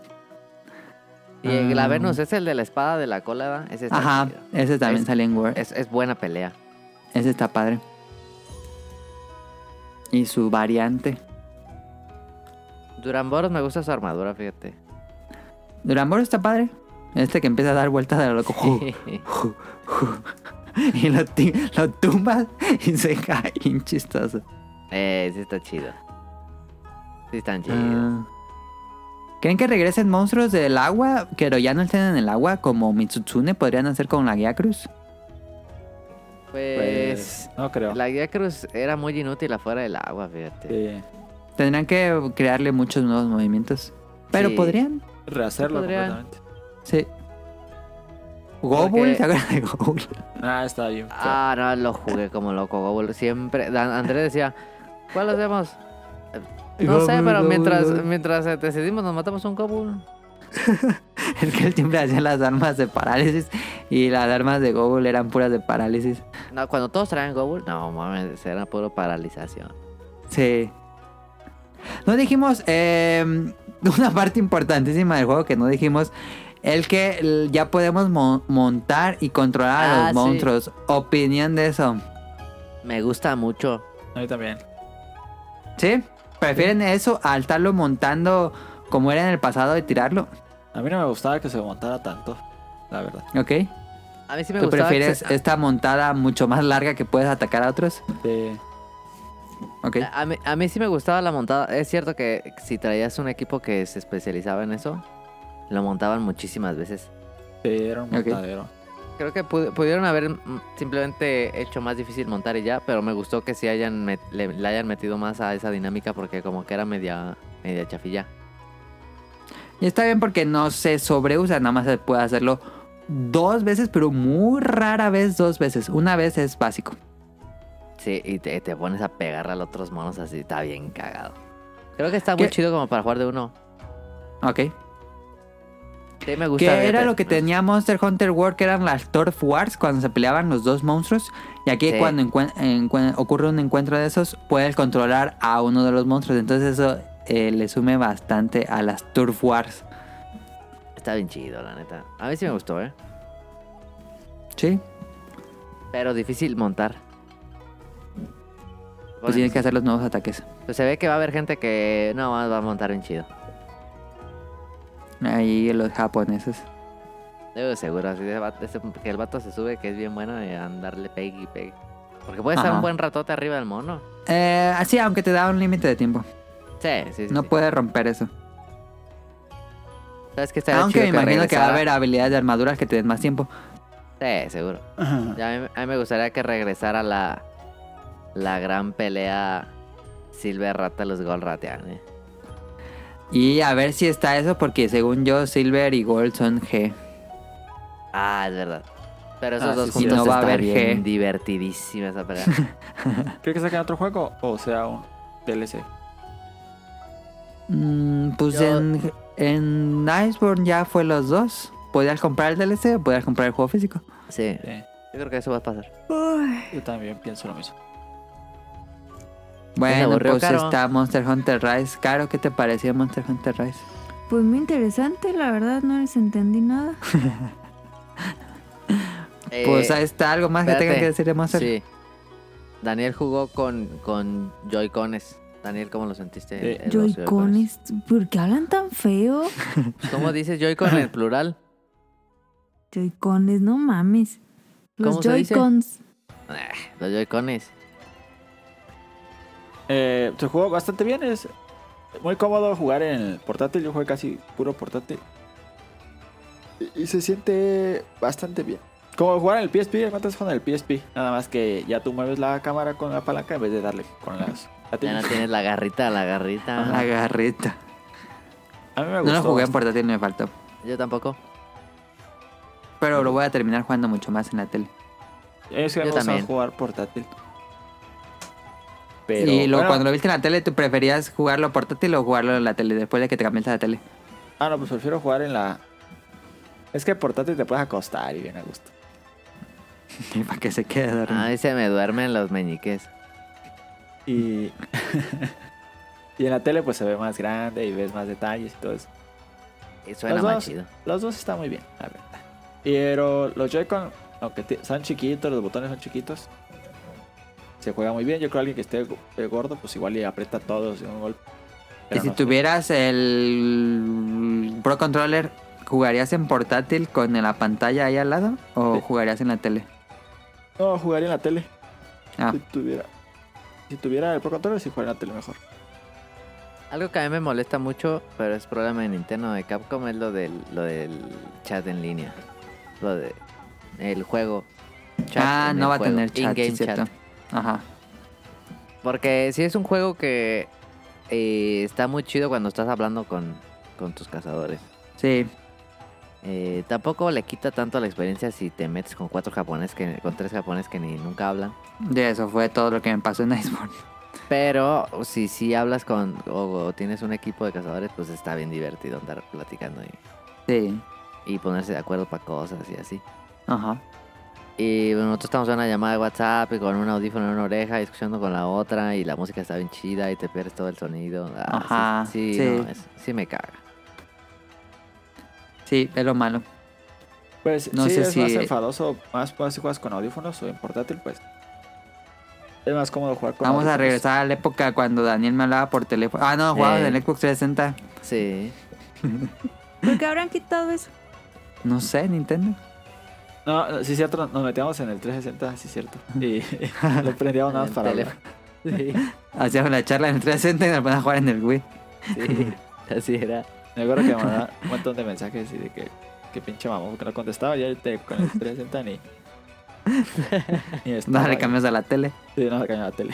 S2: Y el- la
S1: Ah.
S2: Venus es el de la espada de la cola, ¿verdad? Ese está
S1: Ajá,
S2: chido.
S1: ese también
S2: Es-
S1: salía en Word.
S2: Es, es buena pelea.
S1: Ese está padre. Y su variante.
S2: Duramboros me gusta su armadura, fíjate.
S1: Durambor está padre. Este que empieza a dar vueltas a lo loco. Y lo, ti- lo tumbas y se cae. Bien chistoso.
S2: eh, sí está chido. Sí están chidos.
S1: Ah. ¿Creen que regresen monstruos del agua, pero ya no estén en el agua como Mitsutsune podrían hacer con la guía cruz?
S2: pues...
S4: No creo.
S2: La guía cruz era muy inútil afuera del agua, fíjate.
S4: Sí.
S1: Tendrían que crearle muchos nuevos movimientos. Pero
S2: Sí.
S1: podrían.
S4: Rehacerlo
S2: Podría-
S4: completamente.
S1: Sí.
S2: Porque-
S1: Gobul, ¿te acuerdas de Gobul?
S4: Ah, está bien. feo.
S2: Ah, no, lo jugué como loco, Gobul. Siempre. Dan- Andrés decía, ¿cuál hacemos? No sé,
S1: Gobul,
S2: pero
S1: Gobul,
S2: mientras,
S1: Gobul.
S2: mientras eh, decidimos, nos matamos un Gobul.
S1: Es que él siempre hacía las armas de parálisis y las armas de Gobul eran puras de parálisis.
S2: No, cuando todos traen Gobul, no mames, era puro paralización.
S1: Sí. No dijimos eh, una parte importantísima del juego que no dijimos. El que l- ya podemos mo- montar y controlar a los
S2: Ah, sí.
S1: monstruos. Opinión de eso.
S2: Me gusta mucho.
S4: A mí también.
S1: ¿Sí? ¿Prefieren eso al estarlo montando como era en el pasado de tirarlo?
S4: A mí no me gustaba que se montara tanto, la verdad.
S1: ¿Ok?
S2: A mí sí me
S1: ¿Tú
S2: gustaba. que
S1: prefieres
S2: se-
S1: esta montada mucho más larga que puedes atacar a otros?
S4: Sí.
S1: ¿Ok?
S2: a, mí, a mí sí me gustaba la montada. Es cierto que si traías un equipo que se especializaba en eso, lo montaban muchísimas veces.
S4: Sí, era un
S1: Ok.
S4: montadero.
S2: Creo que pu- pudieron haber mm, simplemente hecho más difícil montar y ya, pero me gustó que sí hayan met- le, le hayan metido más a esa dinámica porque como que era media, media chafilla.
S1: Y está bien porque no se sobreusa, nada más se puede hacerlo dos veces, pero muy rara vez dos veces. Una vez es básico.
S2: Sí, y te, te pones a pegar a los otros monos así, está bien cagado. Creo que está muy
S1: ¿Qué?
S2: chido como para jugar de uno.
S1: ¿Ok?
S2: Sí, me gusta.
S1: Que era
S2: fíjate.
S1: lo que tenía Monster Hunter World, que eran las Turf Wars, cuando se peleaban los dos monstruos. Y aquí
S2: Sí.
S1: cuando encuen- encuen- ocurre un encuentro de esos, puedes controlar a uno de los monstruos. Entonces eso eh, le sume bastante a las Turf Wars.
S2: Está bien chido, la neta. A mí sí me gustó, ¿eh?
S1: Sí,
S2: Pero difícil montar.
S1: pues tienes que hacer los nuevos ataques.
S2: Pues se ve que va a haber gente que no más va a montar bien chido.
S1: Ahí los japoneses.
S2: Yo seguro, así de vato- ese- que el vato se sube, que es bien bueno, y andarle pegue y pegue. Porque puede estar
S1: Ajá.
S2: un buen ratote arriba del mono.
S1: Eh, así, aunque te da un límite de tiempo.
S2: Sí, sí, sí.
S1: No
S2: sí.
S1: puedes romper eso.
S2: ¿Sabes qué estaría
S1: Aunque me
S2: chido
S1: imagino que va a haber
S2: regresara?
S1: habilidades de armaduras que te den más tiempo.
S2: Sí, seguro. Ya a, mí, a mí me gustaría que regresara la, la gran pelea Silver Rata los Gol Ratean. ¿eh?
S1: Y a ver si está eso, porque según yo, Silver y Gold son G.
S2: Ah, es verdad. Pero esos
S4: Ah,
S2: dos
S4: sí, sí,
S2: juntos
S1: no va a
S2: está
S1: haber
S2: bien
S1: G.
S2: divertidísima esa pelea.
S4: ¿Cree que saquen otro juego o sea un DLC?
S1: Mm, pues
S2: Yo-
S1: en, en Iceborne ya fue los dos. Podías comprar el DLC o podías comprar el juego físico.
S2: Sí,
S4: Sí,
S2: yo creo que eso va a pasar.
S3: Uy,
S4: yo también pienso lo mismo.
S1: Bueno,
S2: aburrió,
S1: pues
S2: Caro.
S1: está Monster Hunter Rise. Caro, ¿qué te pareció Monster Hunter Rise?
S3: pues muy interesante, la verdad, no les entendí nada.
S2: Eh,
S1: pues ahí está algo más que tengan
S2: espérate.
S1: que decir de Monster.
S2: Sí. Daniel jugó con, con Joy-Cones. Daniel, ¿cómo lo sentiste?
S4: Eh,
S2: Eh, los
S3: Joy-Cones, ¿por qué hablan tan feo?
S2: Joy-Cones. ¿Cómo dices Joy-Con en plural?
S3: Joy-Cones, no mames. Los
S2: ¿Cómo se dice?
S3: Joy-Cons.
S2: Los Joy-Cones.
S4: Eh, se jugó bastante bien, es muy cómodo jugar en el portátil. Yo jugué casi puro portátil. Y, y se siente bastante bien. Como jugar en el PSP, el Fantasy con el PSP. Nada más que ya tú mueves la cámara con la palanca en vez de darle con las
S2: Ya no
S4: gatillos.
S2: tienes la garrita, la garrita.
S1: La garrita.
S4: A mí me
S1: No
S4: gustó.
S1: lo jugué en
S4: bastante.
S1: portátil, me faltó.
S2: Yo tampoco.
S1: Pero lo voy a terminar jugando mucho más en la tele.
S4: Es que
S2: Yo
S4: me gusta
S2: también.
S4: jugar portátil.
S1: y luego
S4: bueno,
S1: cuando lo viste en la tele, ¿tú preferías jugarlo portátil o jugarlo en la tele después de que te cambiaste a la tele?
S4: Ah, no, pues prefiero jugar en la. Es que portátil te puedes acostar y bien a gusto.
S1: Y para que se quede dormido.
S2: Ay, se me duermen los meñiques.
S4: Y. y en la tele, pues se ve más grande y ves más detalles y todo eso.
S2: Y suena
S4: Los
S2: más
S4: dos.
S2: chido.
S4: Los dos están muy bien, la verdad. Pero los Joy-Con, aunque ti- son chiquitos, los botones son chiquitos, se juega muy bien. Yo creo que alguien que esté go- eh, gordo, pues igual le aprieta todos de un golpe.
S1: Y
S4: Pero
S1: si
S4: no.
S1: tuvieras el Pro Controller, ¿Jugarías en portátil con la pantalla ahí al lado o
S4: Sí.
S1: jugarías en la tele?
S4: No, jugaría en la tele.
S1: Ah,
S4: Si tuviera. Si tuviera el Pro Controller, sí jugaría en la tele mejor.
S2: Algo que a mí me molesta mucho, pero es problema de Nintendo de Capcom, es lo del, lo del chat en línea. Lo de el juego. Chat
S1: ah
S2: en
S1: no
S2: el
S1: va a
S2: juego,
S1: tener chat, sí,
S2: in-game
S1: es cierto. Ajá.
S2: Porque si es un juego que eh, está muy chido cuando estás hablando con, con tus cazadores.
S1: Sí,
S2: Eh, tampoco le quita tanto la experiencia si te metes con cuatro japoneses que con tres japoneses que ni nunca hablan.
S1: de eso fue todo lo que me pasó en Iceborne.
S2: Pero si sí hablas con o, o tienes un equipo de cazadores, pues está bien divertido andar platicando y,
S1: Sí,
S2: y ponerse de acuerdo para cosas y así.
S1: ajá.
S2: Y bueno, nosotros estamos en una llamada de WhatsApp y con un audífono en una oreja y escuchando con la otra y la música está bien chida y te pierdes todo el sonido. Ah,
S1: Ajá,
S2: Sí, sí,
S1: sí.
S2: no, es- sí me caga.
S1: Sí, es lo malo.
S4: Pues
S1: No
S4: sí,
S1: sé
S4: es
S1: si-
S4: más enfadoso, más pues, si juegas con audífonos o en portátil, pues. Es más cómodo jugar con
S1: Vamos a
S4: audífonos.
S1: regresar a la época cuando Daniel me hablaba por teléfono. Ah, no, jugábamos
S2: Eh.
S1: en el Xbox 360.
S2: Sí.
S3: ¿Por qué habrán quitado eso?
S1: No sé, Nintendo.
S4: No, no, sí, cierto, nos metíamos en el 360, sí, cierto. Y lo prendíamos nada más
S2: En
S4: para
S2: tele.
S4: hablar. Sí,
S1: Hacíamos la charla en el 360 y nos poníamos a jugar en el Wii.
S4: sí.
S2: Así era.
S4: Me acuerdo que me mandaba un montón de mensajes y de que, que pinche mamón, porque no contestaba. Ya te, con el 360 ni. ni estaba
S1: No le
S4: ahí.
S1: cambias a la tele.
S4: Sí, no le cambié la tele.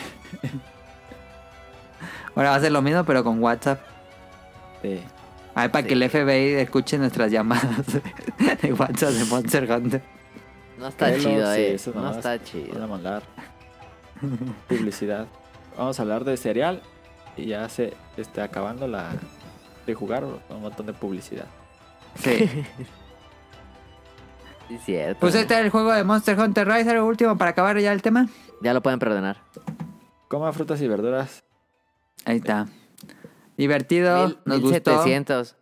S1: Ahora va a ser lo mismo, pero con WhatsApp.
S4: Sí.
S1: Ay, para que el FBI escuche nuestras llamadas de WhatsApp de Monster Hunter.
S2: No está
S4: Hello,
S2: chido,
S4: sí,
S2: eh.
S4: eso
S2: no
S4: nomás.
S2: está
S4: Van a
S2: chido.
S4: mandar publicidad. Vamos a hablar de cereal y ya se está acabando la de jugar un montón de publicidad.
S1: Sí.
S2: Sí, cierto.
S1: Pues este es el juego de Monster Hunter Rise, el último para acabar ya el tema.
S2: Ya lo pueden perdonar.
S4: Coma frutas y verduras.
S1: Ahí está. Divertido,
S2: Mil-
S1: nos gustó.
S2: 1700.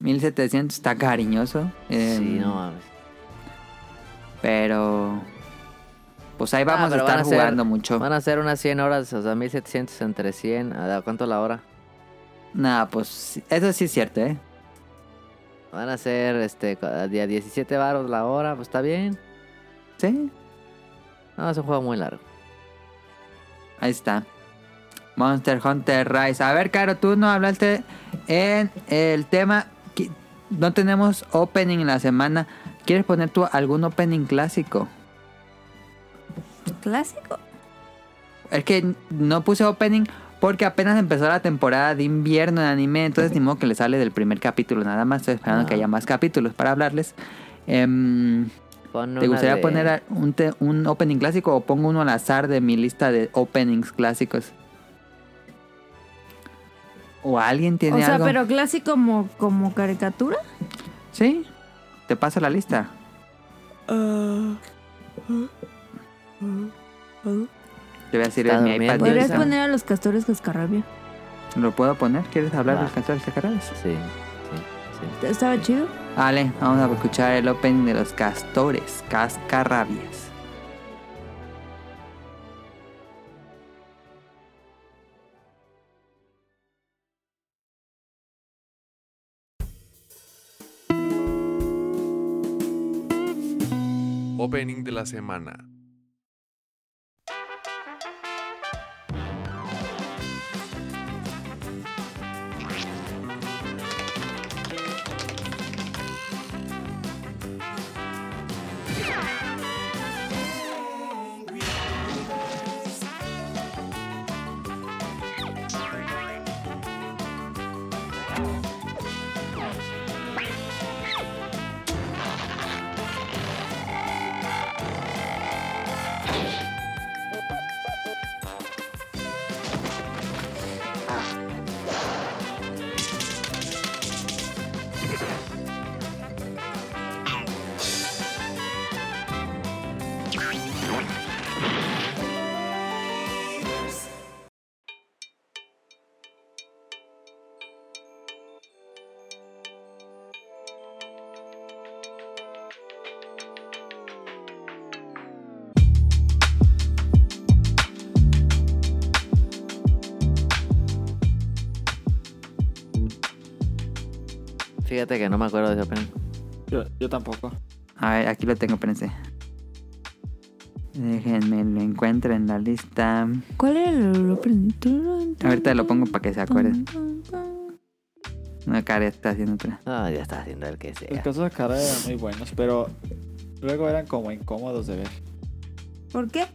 S1: 1700 está cariñoso. eh,
S2: Sí, no mames.
S1: Pero. Pues ahí vamos a
S2: Ah, pero
S1: estar
S2: van a ser-
S1: jugando mucho.
S2: Van a ser unas 100 horas, o sea, 1700 entre 100. ¿A ¿Cuánto la hora?
S1: Nada, pues eso sí es cierto, ¿eh?
S2: Van a ser este, a 17 baros la hora, pues está bien.
S1: Sí,
S2: No, es un juego muy largo.
S1: ahí está. Monster Hunter Rise. A ver, Caro, tú no hablaste en el tema. que No tenemos opening en la semana. ¿Quieres poner tú algún opening clásico?
S3: ¿Clásico?
S1: Es que no puse opening porque apenas empezó la temporada de invierno en anime, entonces ni modo que le sale del primer capítulo nada más. Estoy esperando
S2: Ah.
S1: que haya más capítulos para hablarles. Em,
S2: Pon
S1: ¿Te
S2: una
S1: gustaría
S2: de-
S1: poner a- un, te- un opening clásico o pongo uno al azar de mi lista de openings clásicos? ¿O alguien tiene
S3: O sea,
S1: algo?
S3: pero clásico como, como caricatura.
S1: Sí, te paso la lista. Te voy a decir
S2: Está
S1: en mi iPad.
S2: durmiendo.
S1: de
S3: Podrías
S1: ahorita.
S3: poner a los castores cascarrabia.
S1: ¿Lo puedo poner? ¿Quieres hablar
S2: Va.
S1: de los castores sagrados?
S2: Sí, sí, sí.
S3: Estaba chido.
S1: Vale, vamos a escuchar el opening de los castores, cascarrabias.
S6: Opening de la semana.
S2: Fíjate que no me acuerdo de ese opening.
S4: Yo, yo tampoco.
S1: A ver, aquí lo tengo, espérense. Déjenme, lo encuentro en la lista.
S3: ¿Cuál era el opening?
S1: Ahorita lo pongo para que se acuerden. No, Karen está haciendo otra.
S2: No, ya está haciendo el que
S4: Los
S2: sea.
S4: casos de cara eran muy buenos, pero luego eran como incómodos de ver.
S3: ¿Por qué?
S2: Ah,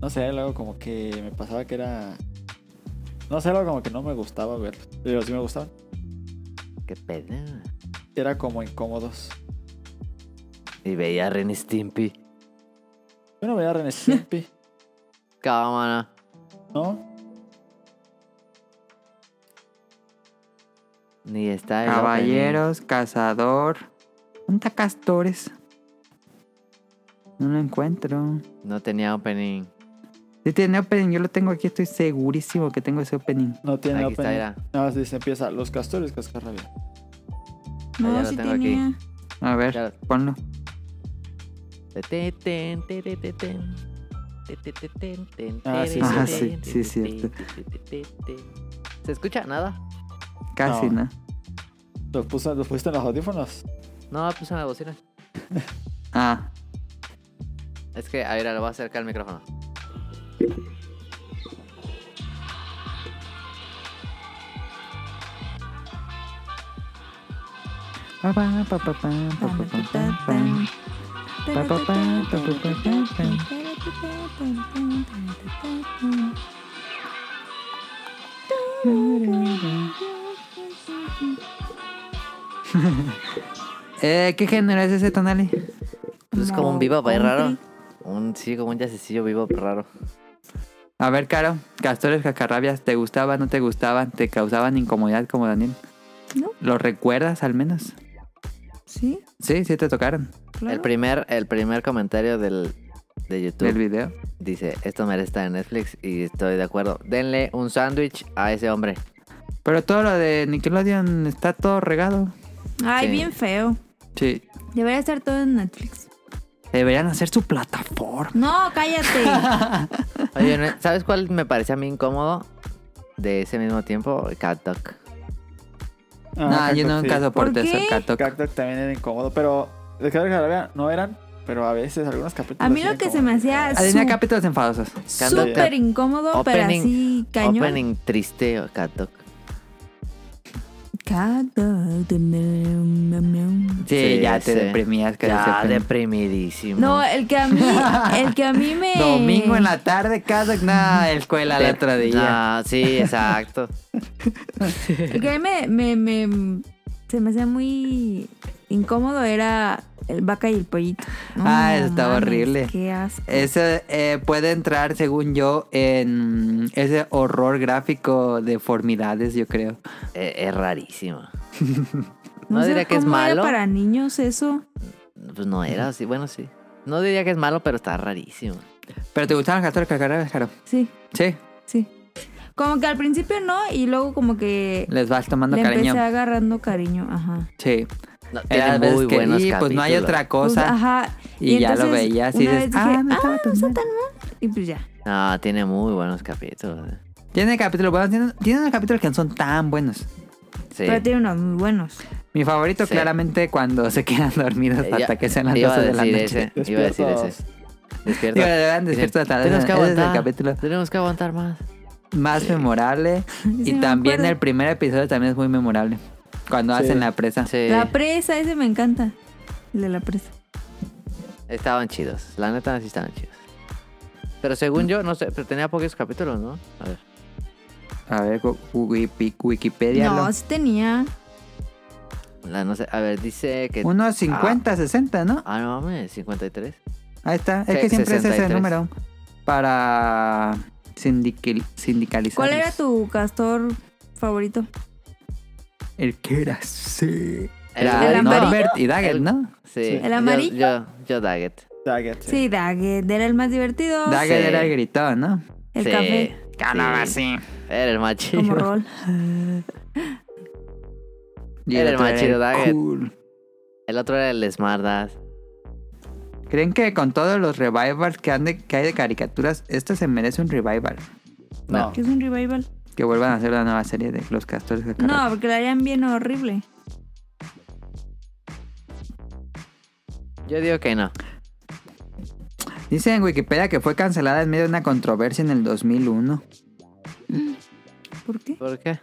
S4: No sé, luego como que me pasaba que era. No sé, luego como que no me gustaba verlos. Pero sí me gustaban.
S2: Qué pena.
S4: Era como incómodos.
S2: Y veía a Ren y Stimpy.
S4: Yo no veía a Ren y Stimpy,
S2: Cómo no.
S4: ¿no?
S2: Ni está el
S1: Caballeros, cazador. ¿Dónde está Castores? No lo encuentro.
S2: opening. No tenía opening.
S1: Sí tiene opening, yo lo tengo aquí, estoy segurísimo que tengo ese opening.
S4: No tiene
S2: Aquí está,
S4: opening.
S2: era.
S4: Nada más dice, empieza Los Castores Cascarrabia.
S2: ya
S3: No,
S2: lo
S3: sí
S2: tengo aquí.
S3: tenía.
S1: A ver,
S2: Claro.
S1: ponlo.
S2: Te, ten, te, te, te, ten. Te, te, te, ten, ten,
S4: Ah, sí,
S2: te,
S4: Ajá,
S2: te,
S1: sí,
S2: ten,
S1: sí,
S2: te,
S1: cierto.
S2: te, te, te, te, te. ¿Se escucha nada?
S1: Casi,
S4: No.
S1: ¿no?
S4: ¿Los, puso- los pusiste en los audífonos?
S2: No, puse una bocina.
S1: Ah,
S2: Es que, a ver, le voy a acercar el micrófono.
S1: Pa, pa, pa, pa, pa, pa, pa, pa, pa, pa. Eh, ¿Qué género es ese, Tonali?
S2: Pues es como un bebop ahí raro. Un, sí, como un jazzecillo bebop raro.
S1: A ver, Caro, castores, cascarrabias, ¿te gustaban, no te gustaban? ¿Te causaban incomodidad como Daniel?
S3: No.
S1: ¿Lo recuerdas al menos?
S3: Sí,
S1: Sí, sí te tocaron
S2: El
S3: claro.
S2: primer, el primer comentario del, de YouTube
S1: del video.
S2: dice, esto merece estar en Netflix y estoy de acuerdo. Denle un sándwich a ese hombre.
S1: Pero todo lo de Nickelodeon está todo regado.
S3: Ay,
S2: Sí.
S3: bien feo.
S1: Sí.
S3: Debería estar todo en Netflix.
S1: Deberían hacer su plataforma.
S3: No, cállate.
S2: Oye, ¿no- ¿sabes cuál me parece a mí incómodo? De ese mismo tiempo, Cat Dog.
S1: No, yo
S4: Ah, Cactus, sí.
S1: nunca soporté
S3: ¿Por
S1: eso,
S3: qué?
S1: Cato.
S4: Cactus también era incómodo, pero los Castores Cascarrabia no eran, pero a veces algunos capítulos.
S3: A mí
S4: sí
S3: lo
S4: eran
S3: que se
S4: como-
S3: me hacía
S1: Adivina
S3: su-
S1: capítulos enfadosos.
S2: Canta-
S3: súper incómodo, pero
S2: Opening-
S3: así cañón.
S2: Opening triste, o Cat Dog.
S3: Cactus, miam, miam, miam.
S1: Sí,
S2: Sí,
S1: ya te
S2: sí.
S1: deprimías. Que
S2: Ya
S1: decepcionó.
S2: deprimidísimo.
S3: No, el que a mí, el que a mí me.
S1: Domingo en la tarde, Cato. Nada,
S3: eh,
S1: escuela
S2: De-
S1: el otro día.
S2: No, sí, exacto.
S3: El que a mí me, me- me- se me hacía muy incómodo era el vaca y el pollito. No,
S1: Ah, eso estaba horrible.
S3: Qué asco.
S1: Ese eh, puede entrar, según yo, en ese horror gráfico de formidades, yo creo.
S2: Eh, es rarísimo.
S3: No,
S2: no
S3: sé
S2: diría que es
S3: cómo era
S2: malo.
S3: para niños eso.
S2: Pues no era así, bueno, sí. No diría que es malo, pero está rarísimo.
S1: ¿Pero te gustaban las cascarrabias, Caro?
S3: Sí,
S1: Sí,
S3: sí. Como que al principio no, y luego como que
S1: les vas tomando
S3: le
S1: cariño.
S3: empecé agarrando cariño. Ajá.
S1: Sí.
S2: No,
S1: Era
S2: tiene
S1: veces
S2: muy
S1: que,
S2: buenos
S1: "Y, pues no hay
S2: capítulos.
S1: otra
S3: Pues,
S1: cosa.
S3: ajá.
S1: y ya lo
S3: entonces,
S1: veías y
S3: una
S1: dices,
S3: vez
S1: "Ah, no estaba
S3: "Ah,
S1: tan
S3: está
S1: mal".
S3: tan mal. Y pues ya.
S2: No, tiene muy buenos capítulos. eh.
S1: Tiene capítulos buenos, tiene, tiene unos capítulos que no son tan buenos.
S2: Sí.
S3: Pero tiene unos muy buenos.
S1: Mi favorito,
S2: Sí.
S1: claramente, cuando se quedan dormidos
S2: Eh, ya-
S1: hasta que sean las
S2: iba a
S1: 12 de la
S2: decir
S1: noche.
S2: ese, Iba a decir ese.
S4: Despiertos.
S2: Despierta.
S1: Digo, deberán
S2: Dicen,
S1: despiertos hasta
S2: Tenemos que
S1: Ese es el
S2: aguantar.
S1: capítulo
S2: Tenemos que aguantar más.
S1: más memorable.
S3: Sí,
S1: y
S3: me
S1: también
S3: acuerdo.
S1: el primer episodio también es muy memorable. Cuando
S4: Sí.
S1: hacen la presa.
S2: Sí.
S3: La presa, ese me encanta. El de la presa.
S2: Estaban chidos. La neta, sí estaban chidos. Pero según yo, no sé, pero tenía pocos capítulos, ¿no? A ver.
S1: A ver, gu- wiki- Wikipedia.
S3: No, sí tenía.
S2: La, no sé. A ver, dice que.
S1: Unos 50, 60, ¿no?
S2: Ah, no mames, 53.
S1: Ahí está. Es
S2: Sí,
S1: que siempre es ese
S2: 63.
S1: número para sindiqui- sindicalizar.
S3: ¿Cuál era tu castor favorito?
S1: El que era sí.
S2: El
S1: Era
S3: amarillo.
S1: Norbert y Daggett,
S2: El-
S1: ¿no?
S2: Sí.
S3: ¿El amarillo?
S2: Yo, yo, yo Daggett.
S4: Daggett, sí.
S3: Sí, Daggett. Era el más divertido.
S1: Daggett
S2: sí.
S1: era el gritón, ¿no?
S3: El
S2: Sí,
S3: café.
S2: sí. Era el más chido.
S3: Como rol.
S1: Y
S2: Era el
S1: otro
S2: más chido, Daggett.
S1: cool.
S2: El otro era el Smartass.
S1: ¿Creen que con todos los revivals que, han de- que hay de caricaturas, este se merece un revival?
S4: No.
S3: Que es un revival.
S1: Que vuelvan a hacer la nueva serie de Los Castores de
S3: No, porque la harían bien horrible.
S2: Yo digo que no.
S1: Dice en Wikipedia que fue cancelada en medio de una controversia en el 2001.
S3: ¿Por qué?
S2: ¿Por qué?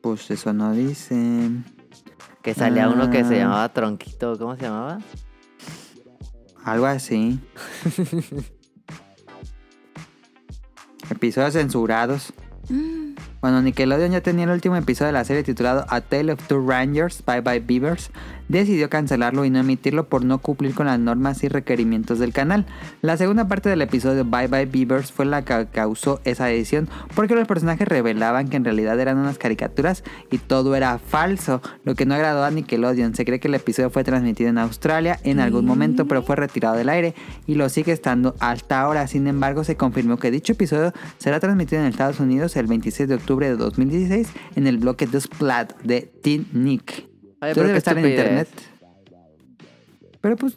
S1: Pues eso no dice.
S2: Que salía uno que se
S1: Ah.
S2: llamaba Tronquito, ¿cómo se llamaba?
S1: Algo así. Episodios censurados.
S3: Mm.
S1: Bueno, Nickelodeon ya tenía el último episodio de la serie titulado A Tale of Two Rangers, Bye Bye Beavers. Decidió cancelarlo y no emitirlo por no cumplir con las normas y requerimientos del canal. La segunda parte del episodio Bye Bye Beavers fue la que causó esa decisión porque los personajes revelaban que en realidad eran unas caricaturas y todo era falso, lo que no agradó a Nickelodeon. Se cree que el episodio fue transmitido en Australia en
S2: Mm.
S1: algún momento, pero fue retirado del aire y lo sigue estando hasta ahora. Sin embargo, se confirmó que dicho episodio será transmitido en Estados Unidos el 26 de octubre de 2016 en el bloque The Splat de Teen Nick.
S2: Oye,
S1: Entonces
S2: pero
S1: debe
S2: qué
S1: estar en
S2: estupidez.
S1: internet. Pero pues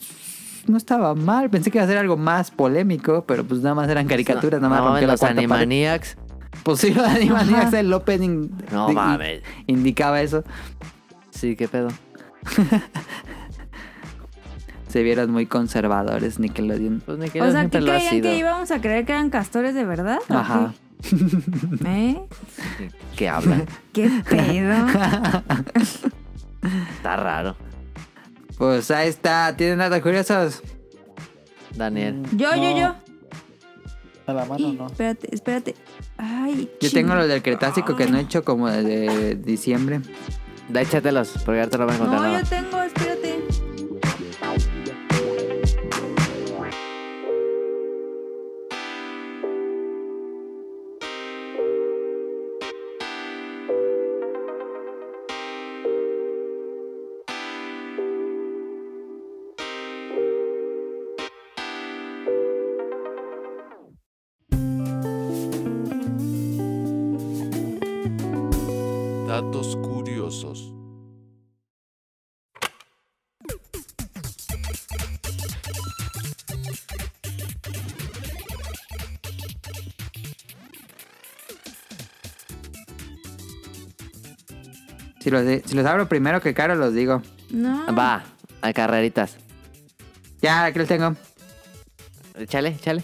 S1: no estaba mal. Pensé que iba a ser algo más polémico, pero pues nada más eran caricaturas,
S2: No,
S1: nada más
S2: no,
S1: rompió
S2: en
S1: la
S2: los
S1: cuarta pared.
S2: Animaniacs.
S1: Pues sí, los Animaniacs, el opening
S2: No
S1: de-
S2: mames.
S1: indicaba eso.
S2: Sí, qué pedo.
S1: Se vieron muy conservadores Nickelodeon.
S2: Pues ni
S3: O
S2: siquiera
S3: sea, ¿qué
S2: siempre lo ha
S3: creían
S2: sido.
S3: que íbamos a creer que eran castores de verdad? ¿O
S1: Ajá.
S3: qué? ¿Eh?
S2: Que hablan.
S3: ¿Qué pedo?
S2: Está raro.
S1: Pues ahí está. ¿Tienen datos curiosos?
S2: Daniel.
S3: Yo, yo,
S4: No,
S3: yo.
S4: A la mano
S3: Ih,
S4: no.
S3: Espérate, espérate. Ay,
S1: Yo tengo
S3: chin.
S1: los del Cretácico que no he hecho como desde diciembre.
S2: Da, échatelos, porque ahorita lo van a
S3: No,
S2: encontrar. nada.
S3: yo tengo, espérate.
S6: Datos curiosos.
S1: Si los, de- si los abro primero que Caro, los digo.
S3: No.
S2: Va, a carreritas.
S1: Ya, aquí los tengo.
S2: Échale, échale.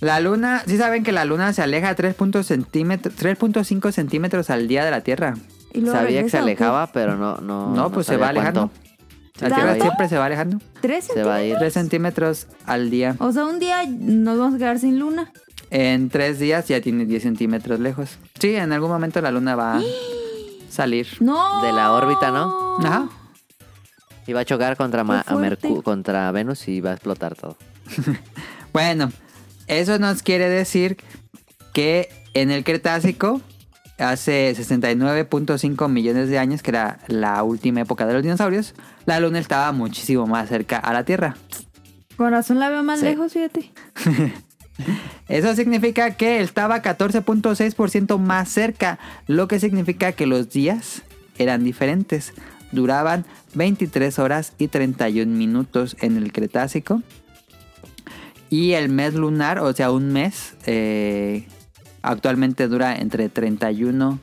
S1: La luna, sí saben que la luna se aleja 3.5 centímetros, 3.5 centímetros al día de la Tierra.
S3: ¿Y luego
S2: Sabía que se
S3: regresa o qué?
S2: alejaba, pero no. No,
S1: No, pues se
S2: sabía
S1: va alejando.
S2: cuánto.
S1: La
S2: ¿Se
S1: Tierra
S2: va a ir?
S1: siempre se va alejando.
S3: ¿Tres
S2: Se va a ir.
S1: 3 centímetros al día.
S3: O sea, un día nos vamos a quedar sin luna.
S1: En 3 días ya tiene 10 centímetros lejos. Sí, en algún momento la luna va a salir.
S3: No.
S2: De la órbita, ¿no?
S1: Ajá.
S2: Y va a chocar contra, Ma-
S3: Qué fuerte.
S2: Mercu- contra Venus y va a explotar todo.
S1: Bueno, eso nos quiere decir que en el Cretácico, hace 69.5 millones de años, que era la última época de los dinosaurios, la Luna estaba muchísimo más cerca a la Tierra.
S3: Con razón la veo más
S2: Sí.
S3: lejos, fíjate.
S1: Eso significa que estaba 14.6% más cerca, lo que significa que los días eran diferentes. Duraban 23 horas y 31 minutos en el Cretácico. Y el mes lunar, o sea, un mes, eh, actualmente dura entre 31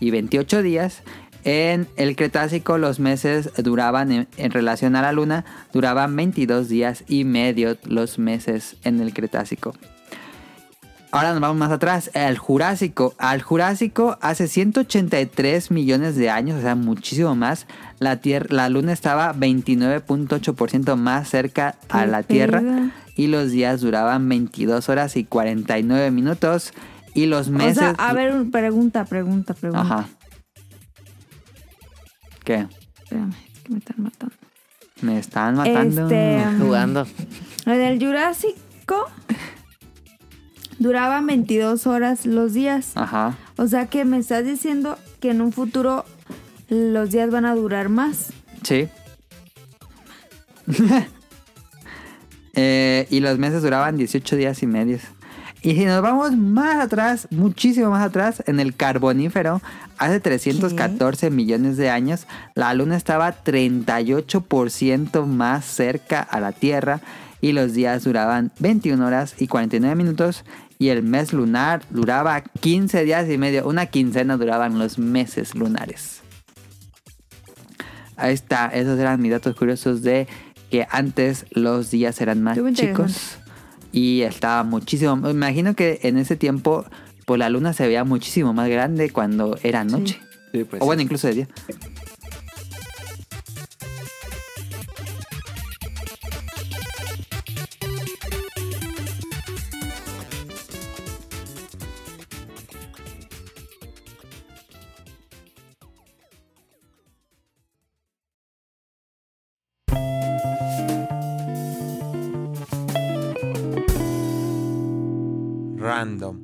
S1: y 28 días. En el Cretácico los meses duraban, en, en relación a la luna, duraban 22 días y medio los meses en el Cretácico. Ahora nos vamos más atrás, al Jurásico. Al Jurásico hace 183 millones de años, o sea, muchísimo más. La, tier- la Luna estaba 29.8% más cerca a
S3: Qué
S1: la Tierra
S3: pedo.
S1: y los días duraban 22 horas y 49 minutos y los meses...
S3: O sea, a ver, un- pregunta, pregunta, pregunta.
S1: Ajá. ¿Qué?
S3: Espérame, es que me están matando.
S1: Me están matando.
S3: Este,
S2: Jugando.
S3: En el Jurásico duraban 22 horas los días.
S1: Ajá.
S3: O sea que me estás diciendo que en un futuro los días van a durar más.
S1: Sí. Eh, y los meses duraban 18 días y medios. Y si nos vamos más atrás, muchísimo más atrás, en el Carbonífero, hace 314 millones de años, la Luna estaba 38% más cerca a la Tierra y los días duraban 21 horas y 49 minutos y el mes lunar duraba 15 días y medio, una quincena duraban los meses lunares. Ahí está, esos eran mis datos curiosos de que antes los días eran más
S3: Estuvo
S1: chicos y estaba muchísimo. Me imagino que en ese tiempo, pues la luna se veía muchísimo más grande cuando era
S3: Sí.
S1: noche.
S4: Sí, pues,
S1: o bueno, incluso de día.
S6: Random.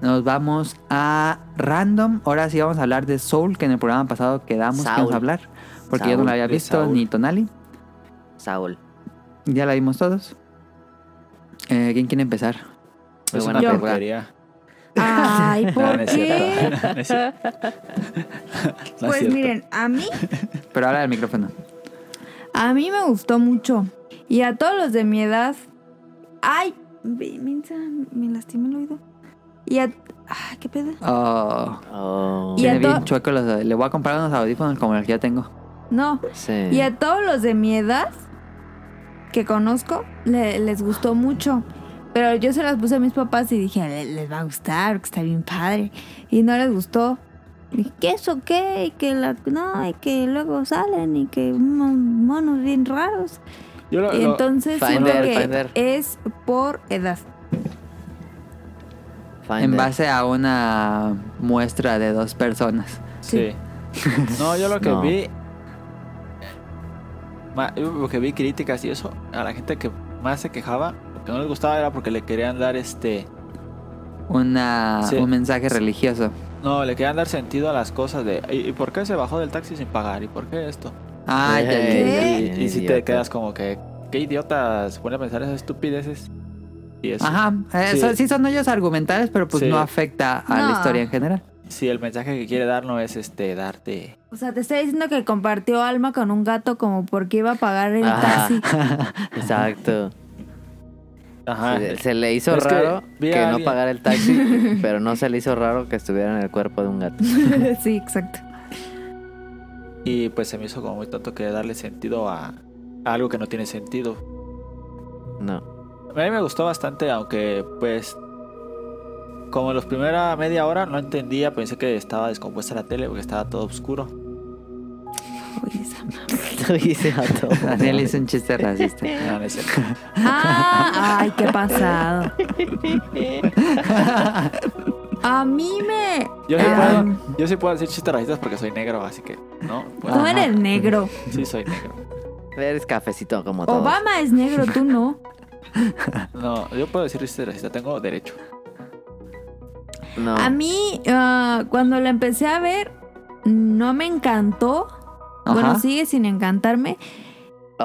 S1: Nos vamos a random. Ahora sí vamos a hablar de Soul, que en el programa pasado quedamos que íbamos
S2: Saul.
S1: a hablar. Porque yo no
S2: Saul,
S1: lo había
S4: de
S1: visto,
S4: Saul.
S1: ni Tonali.
S2: Saúl.
S1: Ya la vimos todos. Eh, ¿Quién quiere empezar? Pues
S2: Muy
S4: es
S2: buena
S4: una
S3: Yo.
S2: película.
S4: porquería.
S3: Ay,
S4: No, no
S3: ¿por
S4: es cierto.
S3: qué?
S4: No es cierto. No es
S3: Pues
S4: cierto.
S3: miren, a mí
S1: Pero habla del micrófono.
S3: A mí me gustó mucho. Y a todos los de mi edad. ¡Ay! ve- Minza, me lastimé el oído. Y a. ay, ¿Qué pedo?
S1: Oh,
S2: Oh,
S3: Y a
S1: tiene bien
S3: to-
S1: chueco los Le voy a comprar unos audífonos como los que yo tengo.
S3: No.
S2: sí.
S3: Y a todos los de mi edad que conozco, le- les gustó mucho. Pero yo se las puse a mis papás y dije, "Le- les va a gustar, porque está bien padre. Y no les gustó. Dije, ¿qué eso qué? Y que, la, no, y que luego salen y que mon- monos bien raros.
S4: Yo lo-
S3: Y
S4: lo-
S3: entonces siento
S2: Finder,
S3: que
S2: Finder.
S3: es por edad.
S2: Finder.
S1: En base a una muestra de dos personas.
S4: Sí. No, yo lo que
S2: No.
S4: vi. eh, ma- Yo lo que vi críticas y eso, a la gente que más se quejaba, lo que no les gustaba era porque le querían dar este.
S1: Una,
S4: Sí.
S1: Un mensaje religioso.
S4: No, le querían dar sentido a las cosas de. ¿Y, y por qué se bajó del taxi sin pagar? ¿Y por qué esto?
S1: Ah, ya, ya, ya.
S3: ¿Qué?
S4: Y, si te quedas como que. ¿Qué idiota se pone a pensar esas estupideces? Y eso.
S1: Ajá, eh,
S4: Sí.
S1: son- sí son hoyos argumentales, pero pues
S4: Sí.
S1: no afecta a la
S3: No.
S1: historia en general.
S4: Si el mensaje que quiere dar no es este, darte.
S3: O sea, te estoy diciendo que compartió alma con un gato como porque iba a pagar el
S2: Ajá.
S3: taxi.
S2: Exacto.
S4: Ajá.
S2: Se, se le hizo
S4: Es que
S2: raro
S4: vi
S2: que,
S4: a
S2: no
S4: alguien-
S2: pagara el taxi, pero no se le hizo raro que estuviera en el cuerpo de un gato.
S3: sí, exacto.
S4: Y pues se me hizo como muy tonto que darle sentido a, a algo que no tiene sentido.
S2: No.
S4: A mí me gustó bastante, aunque pues como los primera media hora no entendía, pensé que estaba descompuesta la tele porque estaba todo oscuro.
S3: Oye, esa madre.
S2: Hice a todo.
S1: Daniel hizo un chiste racista.
S4: No, no es cierto.
S3: Ah, ay, qué pasado. A mí me.
S4: Yo sí,
S3: Ah.
S4: puedo, yo sí puedo decir chistes racistas porque soy negro, así que no, pues,
S3: Tú eres negro.
S4: sí soy negro.
S2: Eres cafecito como todo.
S3: Obama es negro, tú no.
S4: No, yo puedo decir chistes racistas, tengo derecho.
S2: No.
S3: A mí, ah, cuando la empecé a ver, no me encantó.
S1: Ajá.
S3: Bueno, sigue sin encantarme.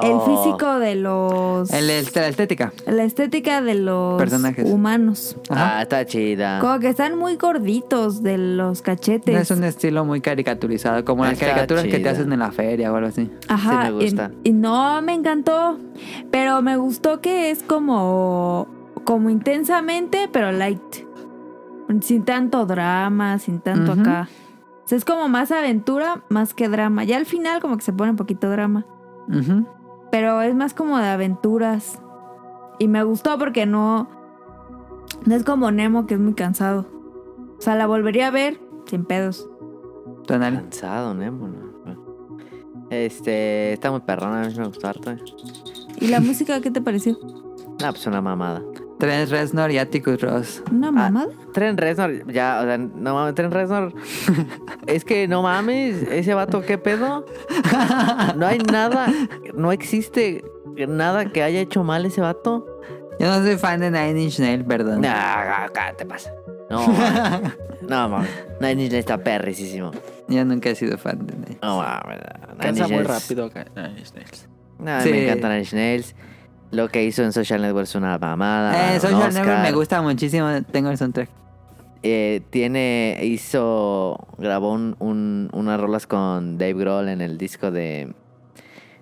S3: El
S2: Oh,
S3: físico de los.
S1: El, el- la estética.
S3: La estética de los
S1: Personajes.
S3: humanos.
S1: Ajá.
S2: Ah, está chida.
S3: Como que están muy gorditos de los cachetes.
S1: No es un estilo muy caricaturizado, como las
S2: Ah, Está
S1: caricaturas que te
S2: chido.
S1: hacen en la feria o algo así.
S3: Ajá.
S2: Sí me gusta.
S3: Y, y no me encantó. Pero me gustó que es como. como intensamente, pero light. Sin tanto drama, sin tanto
S1: Ujú.
S3: acá. O sea, es como más aventura, más que drama. Ya al final como que se pone un poquito drama.
S1: Ujú.
S3: Pero es más como de aventuras. Y me gustó porque no. No es como Nemo, que es muy cansado. O sea, la volvería a ver sin pedos.
S1: Tonal.
S2: Cansado, Nemo. ¿no? Este, está muy perrona, a mí me gustó harto. eh.
S3: ¿Y la música qué te pareció?
S2: Ah, pues una mamada.
S1: Trent Reznor y Atticus Ross.
S2: Ah.
S3: ¿Una mamada?
S2: Tren Reznor, ya, o sea, no mames, Tren Reznor. es que no mames, ese vato, ¿qué pedo? No hay nada, no existe nada que haya hecho mal ese vato.
S1: Yo no soy fan de Nine Inch Nail, perdón.
S2: Nah, ¿qué ah, te pasa? No, mames. no mames, Nine Inch Nails está perricísimo.
S1: Yo nunca he sido fan de Nine.
S2: No mames, Nine
S4: Cansa
S2: Inch
S4: muy
S2: Nails-
S4: rápido. ca- Nine Inch Nails.
S2: No, a mí
S1: Sí.
S2: me encanta Nine Inch Nails. Lo que hizo en Social Network es una mamada.
S1: Eh,
S2: ganó un
S1: Social Network
S2: Ah, Oscar.
S1: me gusta muchísimo. Tengo el soundtrack.
S2: Eh, tiene, hizo, grabó un- un- unas rolas con Dave Grohl en el disco de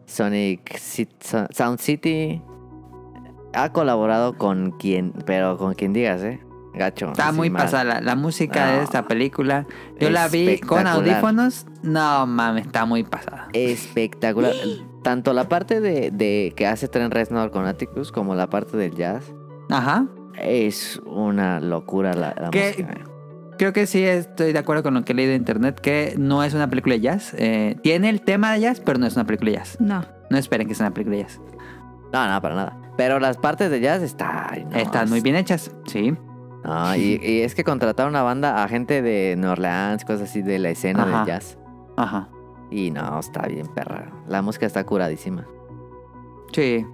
S2: Sonic Ci- Sa- Sound City. Ha colaborado con quien, pero con quien digas, ¿eh? Gacho.
S1: Está
S2: así
S1: muy
S2: mal.
S1: pasada la, la música de
S2: No.
S1: esta película. Yo la vi con
S2: Espectacular.
S1: audífonos. No mames, está muy pasada.
S2: Espectacular. Tanto la parte de, de que hace Tren Reznor con Atticus como la parte del jazz.
S1: Ajá.
S2: Es una locura la, la
S1: ¿Qué?
S2: música. eh.
S1: Creo que sí estoy de acuerdo con lo que he leído en internet, que no es una película de jazz. Eh, tiene el tema de jazz, pero no es una película de jazz.
S3: No.
S1: No esperen que sea una película de jazz.
S2: No, no, para nada. Pero las partes de jazz está, ay, no,
S1: Están muy bien hechas, sí.
S2: No, y, y es que contrataron a banda a gente de New Orleans, cosas así de la escena
S1: Ajá.
S2: del jazz.
S1: Ajá.
S2: Y no, está bien, perra. La música está curadísima.
S1: Sí,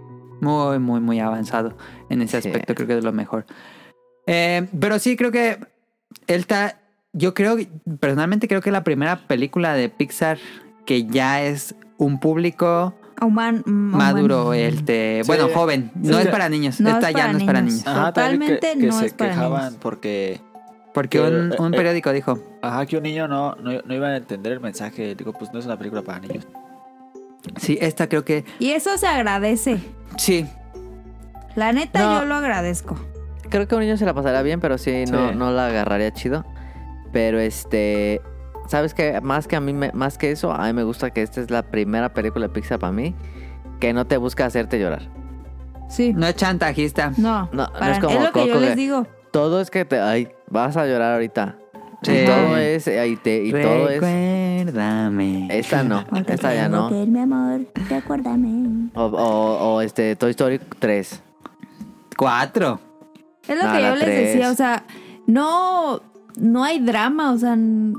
S1: muy, muy, muy avanzado en ese
S2: Sí.
S1: aspecto, creo que es lo mejor. Eh, pero sí, creo que él está, yo creo, que- personalmente creo que la primera película de Pixar que ya es un público
S3: A Human, mm,
S1: maduro,
S3: human-
S1: este,
S4: Sí.
S1: bueno, joven,
S4: Sí,
S1: no es
S4: sí.
S1: para niños,
S3: No es
S1: esta ya
S3: para
S1: no es para
S3: niños.
S1: niños.
S4: Ajá, también que-
S3: Totalmente
S4: que,
S3: no
S4: se
S3: es para
S4: quejaban
S3: niños.
S4: porque
S1: Porque
S4: Eh,
S1: un,
S4: eh,
S1: un
S4: eh.
S1: periódico dijo,
S4: ajá, que un niño no, no, no iba a entender el mensaje. Digo, pues no es una película para niños.
S1: sí, esta creo que,
S3: Y eso se agradece.
S1: sí,
S3: La neta,
S2: No.
S3: yo lo agradezco.
S2: Creo que a un niño se la pasará bien, pero sí, No,
S4: Sí.
S2: no la agarraría chido. Pero este. ¿Sabes qué? Más que a mí, me- más que eso, a mí me gusta que esta es la primera película de Pixar para mí que no te busca hacerte llorar.
S3: Sí.
S1: no es chantajista.
S3: No.
S2: No, no
S3: para-
S2: es como
S3: lo que yo
S2: Coco
S3: les
S2: que-
S3: digo.
S2: Todo es que te. Ay, vas a llorar ahorita.
S1: Sí.
S2: Y todo es. eh, Y, te, y todo es.
S1: Recuérdame.
S2: Esta no,
S3: Porque
S2: esta ya
S3: tengo
S2: no.
S3: que ir, mi amor, recuérdame.
S2: O, o- o, este Toy Story 3.
S1: Cuatro.
S3: Es lo
S2: No,
S3: que
S2: la
S3: yo les
S2: tres.
S3: decía, o sea, no, no hay drama, o sea, n-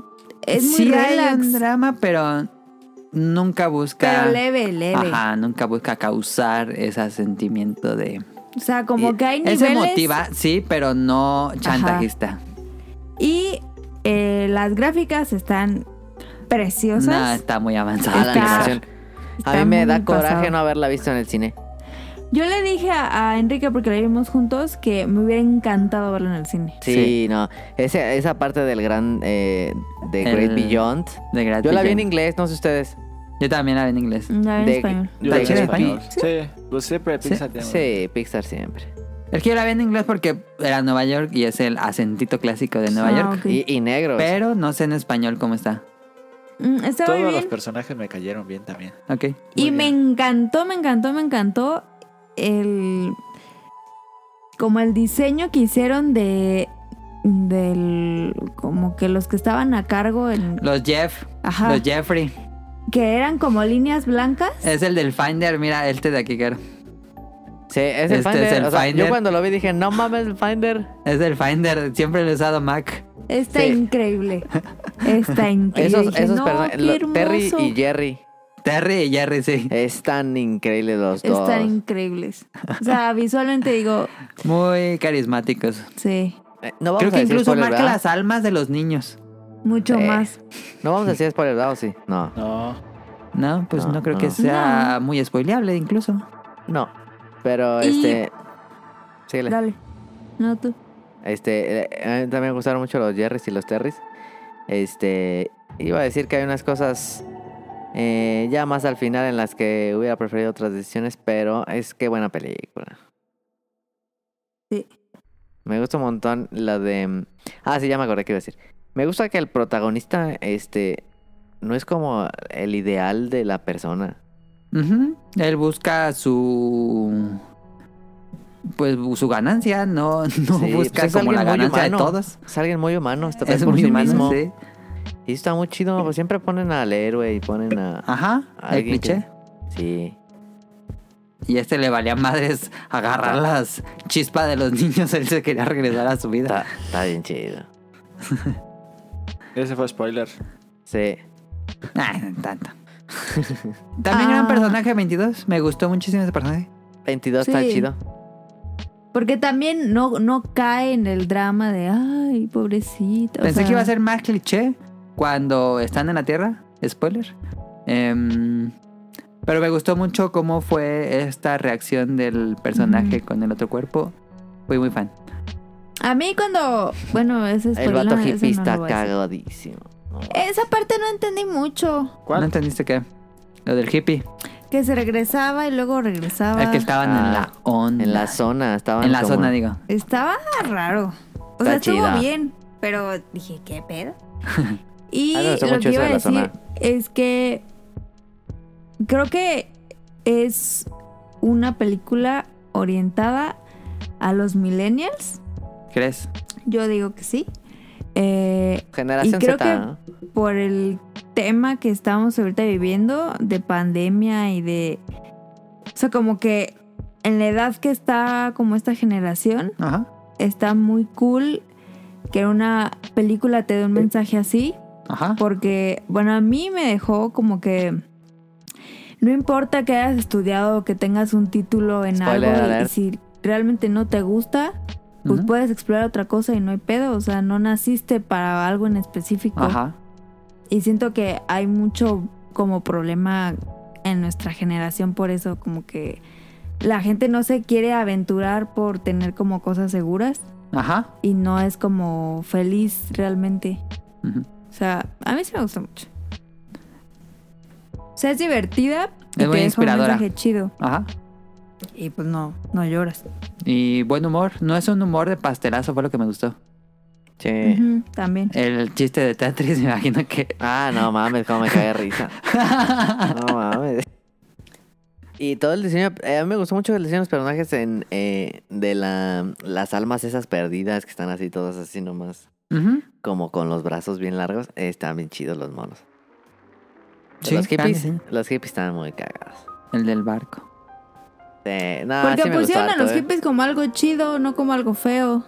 S3: es muy
S1: sí hay
S3: relax,
S1: un drama, pero nunca busca...
S3: pero leve, leve.
S1: Ajá, nunca busca causar ese sentimiento de...
S3: O sea, como
S1: Y-
S3: que hay
S1: Es
S3: niveles
S1: emotiva, sí, pero no chantajista.
S3: y eh, las gráficas están preciosas.
S1: No, está muy
S2: Ah,
S1: avanzada.
S2: la
S3: Está-
S2: animación. A mí
S3: están
S2: me
S3: muy
S2: da coraje
S3: pasadas.
S2: no haberla visto en el cine.
S3: Yo le dije a, a Enrique porque la vimos juntos que me hubiera encantado verla en el cine.
S2: Sí,
S1: Sí.
S2: no. Ese- esa parte del gran. Eh, de Great
S1: El-
S2: Beyond.
S1: De Great
S2: Yo la vi en
S1: Vision.
S2: inglés, no sé ustedes.
S1: Yo también la vi en inglés.
S3: La vi Ah, en
S2: De-
S3: español.
S4: Yo
S1: ¿Está
S4: la vi en
S1: chida?
S4: español. Sí, pues siempre Pixar tiene un-
S2: Sí, Pixar siempre.
S1: Es que yo la vi en inglés porque era Nueva York y es el acentito clásico de Nueva
S3: Ah,
S1: York.
S3: ok.
S2: Y, y negros.
S1: Pero no sé en español cómo está.
S3: Mm, está muy
S4: Todos los
S3: bien.
S4: personajes me cayeron bien también.
S1: Ok.
S3: Y
S4: Muy
S3: me
S4: bien.
S3: encantó, me encantó, me encantó el. Como el diseño que hicieron de. Del. Como que los que estaban a cargo en.
S1: Los Jeff,
S3: Ajá.
S1: los Jeffrey.
S3: Que eran como líneas blancas.
S2: Eh,
S1: Es el del Finder, mira, este de aquí, claro.
S2: Sí, es
S1: Este
S2: el
S1: es
S2: Finder.
S1: el
S2: o sea,
S1: Finder.
S2: Yo cuando lo vi dije, no mames, el Finder.
S1: Es del Finder, siempre lo he usado Mac.
S3: Está
S2: Sí.
S3: increíble. Está increíble.
S2: Esos,
S3: Dije,
S2: esos
S3: "No,
S2: personajes.
S3: qué
S2: lo- Terry
S3: hermoso".
S2: y Jerry.
S1: Terry y Jerry, sí.
S2: Están increíbles los dos.
S3: Están increíbles. O sea, visualmente digo,
S1: Muy carismáticos.
S3: sí,
S2: Eh, No vamos
S1: Creo
S2: a
S1: que
S2: decir
S1: incluso
S2: spoiler,
S1: marca
S2: ¿verdad?
S1: las almas de los niños.
S3: mucho
S2: Sí.
S3: más.
S2: No vamos a decir spoiler, ¿verdad? ¿O sí? No.
S4: No,
S1: No, pues no,
S2: No,
S1: creo que
S2: no.
S1: sea muy spoileable incluso.
S2: No. Pero
S3: Y-
S2: este. Síguele.
S3: Dale. No tú.
S2: Este, eh, a mí también me gustaron mucho los Jerrys y los Terrys. Este, iba a decir que hay unas cosas eh, ya más al final en las que hubiera preferido otras decisiones, pero es que buena película.
S3: Sí.
S2: Me gusta un montón la de... mm, Ah, sí, ya me acordé que iba a decir. Me gusta que el protagonista, este, no es como el ideal de la persona.
S1: Ujú. Él busca su pues su ganancia, no, no
S2: Sí,
S1: busca
S2: pues es
S1: como
S2: alguien
S1: la
S2: muy
S1: ganancia de
S2: humano.
S1: todos.
S2: Es alguien muy humano, está
S1: Es
S2: por
S1: muy
S2: sí
S1: humano,
S2: mismo.
S1: sí.
S2: Y está muy chido, pues siempre ponen al héroe y ponen a...
S1: Ajá, el
S2: Alguien que-
S1: cliché.
S2: Sí.
S1: Y este le valía madres agarrar las chispas de los niños, él se quería regresar a su vida.
S2: Está, está bien chido.
S4: Ese fue spoiler.
S2: Sí. Ah.
S1: Ay, no tanto. También
S3: Ah.
S1: gran personaje 22, me gustó muchísimo ese personaje.
S2: 22 está
S3: Sí.
S2: chido.
S3: Porque también no, no cae en el drama de, ay, pobrecita. o
S1: Pensé
S3: sea,
S1: que iba a ser más cliché cuando están en la Tierra, spoiler. Em, pero me gustó mucho cómo fue esta reacción del personaje
S3: Ujú.
S1: con el otro cuerpo. Fui muy fan.
S3: A mí cuando, bueno, ese es
S2: El vato
S3: no, ese
S2: hippie
S3: no lo
S2: está
S3: voy a decir.
S2: cagadísimo. No.
S3: Esa parte no entendí mucho.
S1: ¿No
S4: ¿Cuál?
S1: entendiste qué? Lo del hippie.
S3: Que se regresaba y luego regresaba.
S1: El que estaban en
S2: Ah,
S1: la onda.
S2: En la zona, estaban
S1: En la
S2: como-
S1: zona, digo.
S3: Estaba raro. O sea,
S2: Está
S3: estuvo
S2: chida.
S3: bien, pero dije, ¿qué pedo? Y
S2: A mí me gustó
S3: lo
S2: Ah, mucho
S3: que iba a
S2: eso de la
S3: decir es que creo que es una película orientada a los millennials.
S1: ¿Crees?
S3: Yo digo que sí. Eh,
S2: Generación
S3: Y creo
S2: Z,
S3: que-
S2: ¿no?
S3: por el tema que estamos ahorita viviendo de pandemia y de... O sea, como que en la edad que está como esta generación,
S1: Ajá.
S3: está muy cool que una película te dé un mensaje así,
S1: Ajá.
S3: Pues, porque, bueno, a mí me dejó como que no importa que hayas estudiado, que tengas un título en
S2: Spoiler
S3: algo, y- y
S2: alert.
S3: si realmente no te gusta, pues
S1: Ujú.
S3: puedes explorar otra cosa y no hay pedo, o sea, no naciste para algo en específico.
S1: Ajá.
S3: Y siento que hay mucho como problema en nuestra generación por eso, como que la gente no se quiere aventurar por tener como cosas seguras
S1: Ajá.
S3: y no es como feliz realmente.
S1: Ujú.
S3: O sea, a mí sí me gusta mucho. O sea, es divertida y
S1: Es muy
S3: te deja un
S1: inspiradora.
S3: mensaje chido.
S1: Ajá.
S3: Y pues no, no lloras.
S1: Y buen humor. No es un humor de pastelazo, fue lo que me gustó.
S2: Sí.
S3: Ujú, también.
S1: El chiste de Tetris, me imagino que.
S2: Ah, no mames, cómo me cae de risa. No mames. Y todo el diseño, eh, a mí me gustó mucho el diseño de los personajes en, eh, de la, las almas esas perdidas que están así todas así nomás,
S1: Ujú.
S2: como con los brazos bien largos. eh, están bien chidos los monos.
S1: Sí,
S2: los
S1: gran
S2: hippies,
S1: diseño.
S2: los hippies estaban muy cagados.
S1: El del barco.
S2: Sí, Este, no,
S3: Porque
S2: Ah, sí me gustó
S3: pusieron a
S2: harto,
S3: los
S2: eh.
S3: hippies como algo chido, no como algo feo.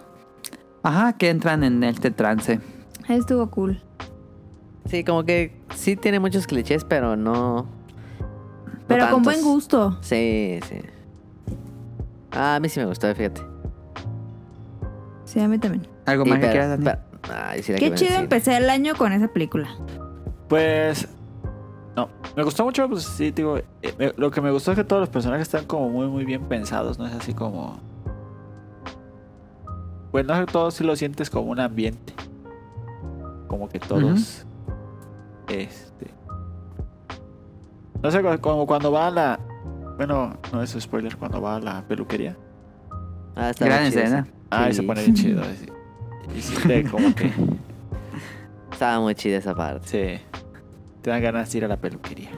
S1: Ajá, que entran en este trance.
S3: Ahí estuvo cool.
S2: Sí, como que sí tiene muchos clichés, pero no. no
S3: Pero
S2: tantos.
S3: con buen gusto.
S2: Sí, sí. Ah, a mí sí me gustó, fíjate.
S3: Sí, a mí también.
S1: ¿Algo
S2: Y
S1: más que
S2: pero-
S1: quieras, Dani?
S2: pero- ay, sí la
S3: Qué
S2: quiero
S3: chido
S2: decir.
S3: empecé el año con esa película.
S4: Pues. No. Me gustó mucho, pues sí, digo. eh, me- lo que me gustó es que todos los personajes están como muy, muy bien pensados, ¿no? Es así como. Pues no sé, todos sí lo sientes como un ambiente. Como que todos. Este. No sé, co- como cuando va a la. Bueno, no es spoiler, cuando va a la peluquería.
S2: Ah, está
S1: Gran
S2: muy chido,
S1: escena.
S4: Ah, y se
S2: Sí.
S4: pone bien chido. así. Y sí, te- como que.
S2: sí. Estaba muy chida esa parte.
S4: Sí. Te dan ganas de ir a la peluquería.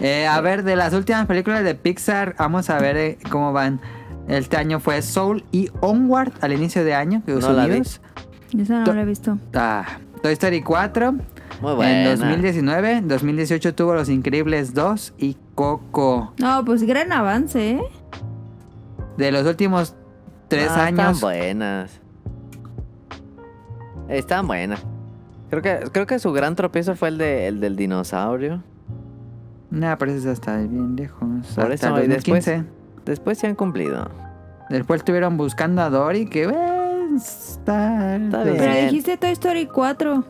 S1: Eh, a ver, de las últimas películas de Pixar, vamos a ver eh, cómo van. Este año fue Soul y Onward al inicio de año, que
S2: No la vi.
S1: Unidos.
S3: Esa no
S1: To-
S3: la he visto.
S1: Ah, Toy Story 4
S2: Muy buena.
S1: en 2019. En 2018 tuvo Los Increíbles 2 y Coco.
S3: No, pues gran avance, ¿eh?
S1: De los últimos tres
S2: Ah, Están
S1: años.
S2: buenas. Están buenas. Creo que, creo que su gran tropiezo fue el, de, el del dinosaurio.
S1: Nada, pero eso está bien lejos. hasta
S2: Por eso,
S1: el
S2: y después-
S1: 2015.
S2: Después se han cumplido.
S1: Después estuvieron buscando a Dory, que eh, está...
S2: Está
S3: Pero
S2: bien.
S3: dijiste Toy Story 4.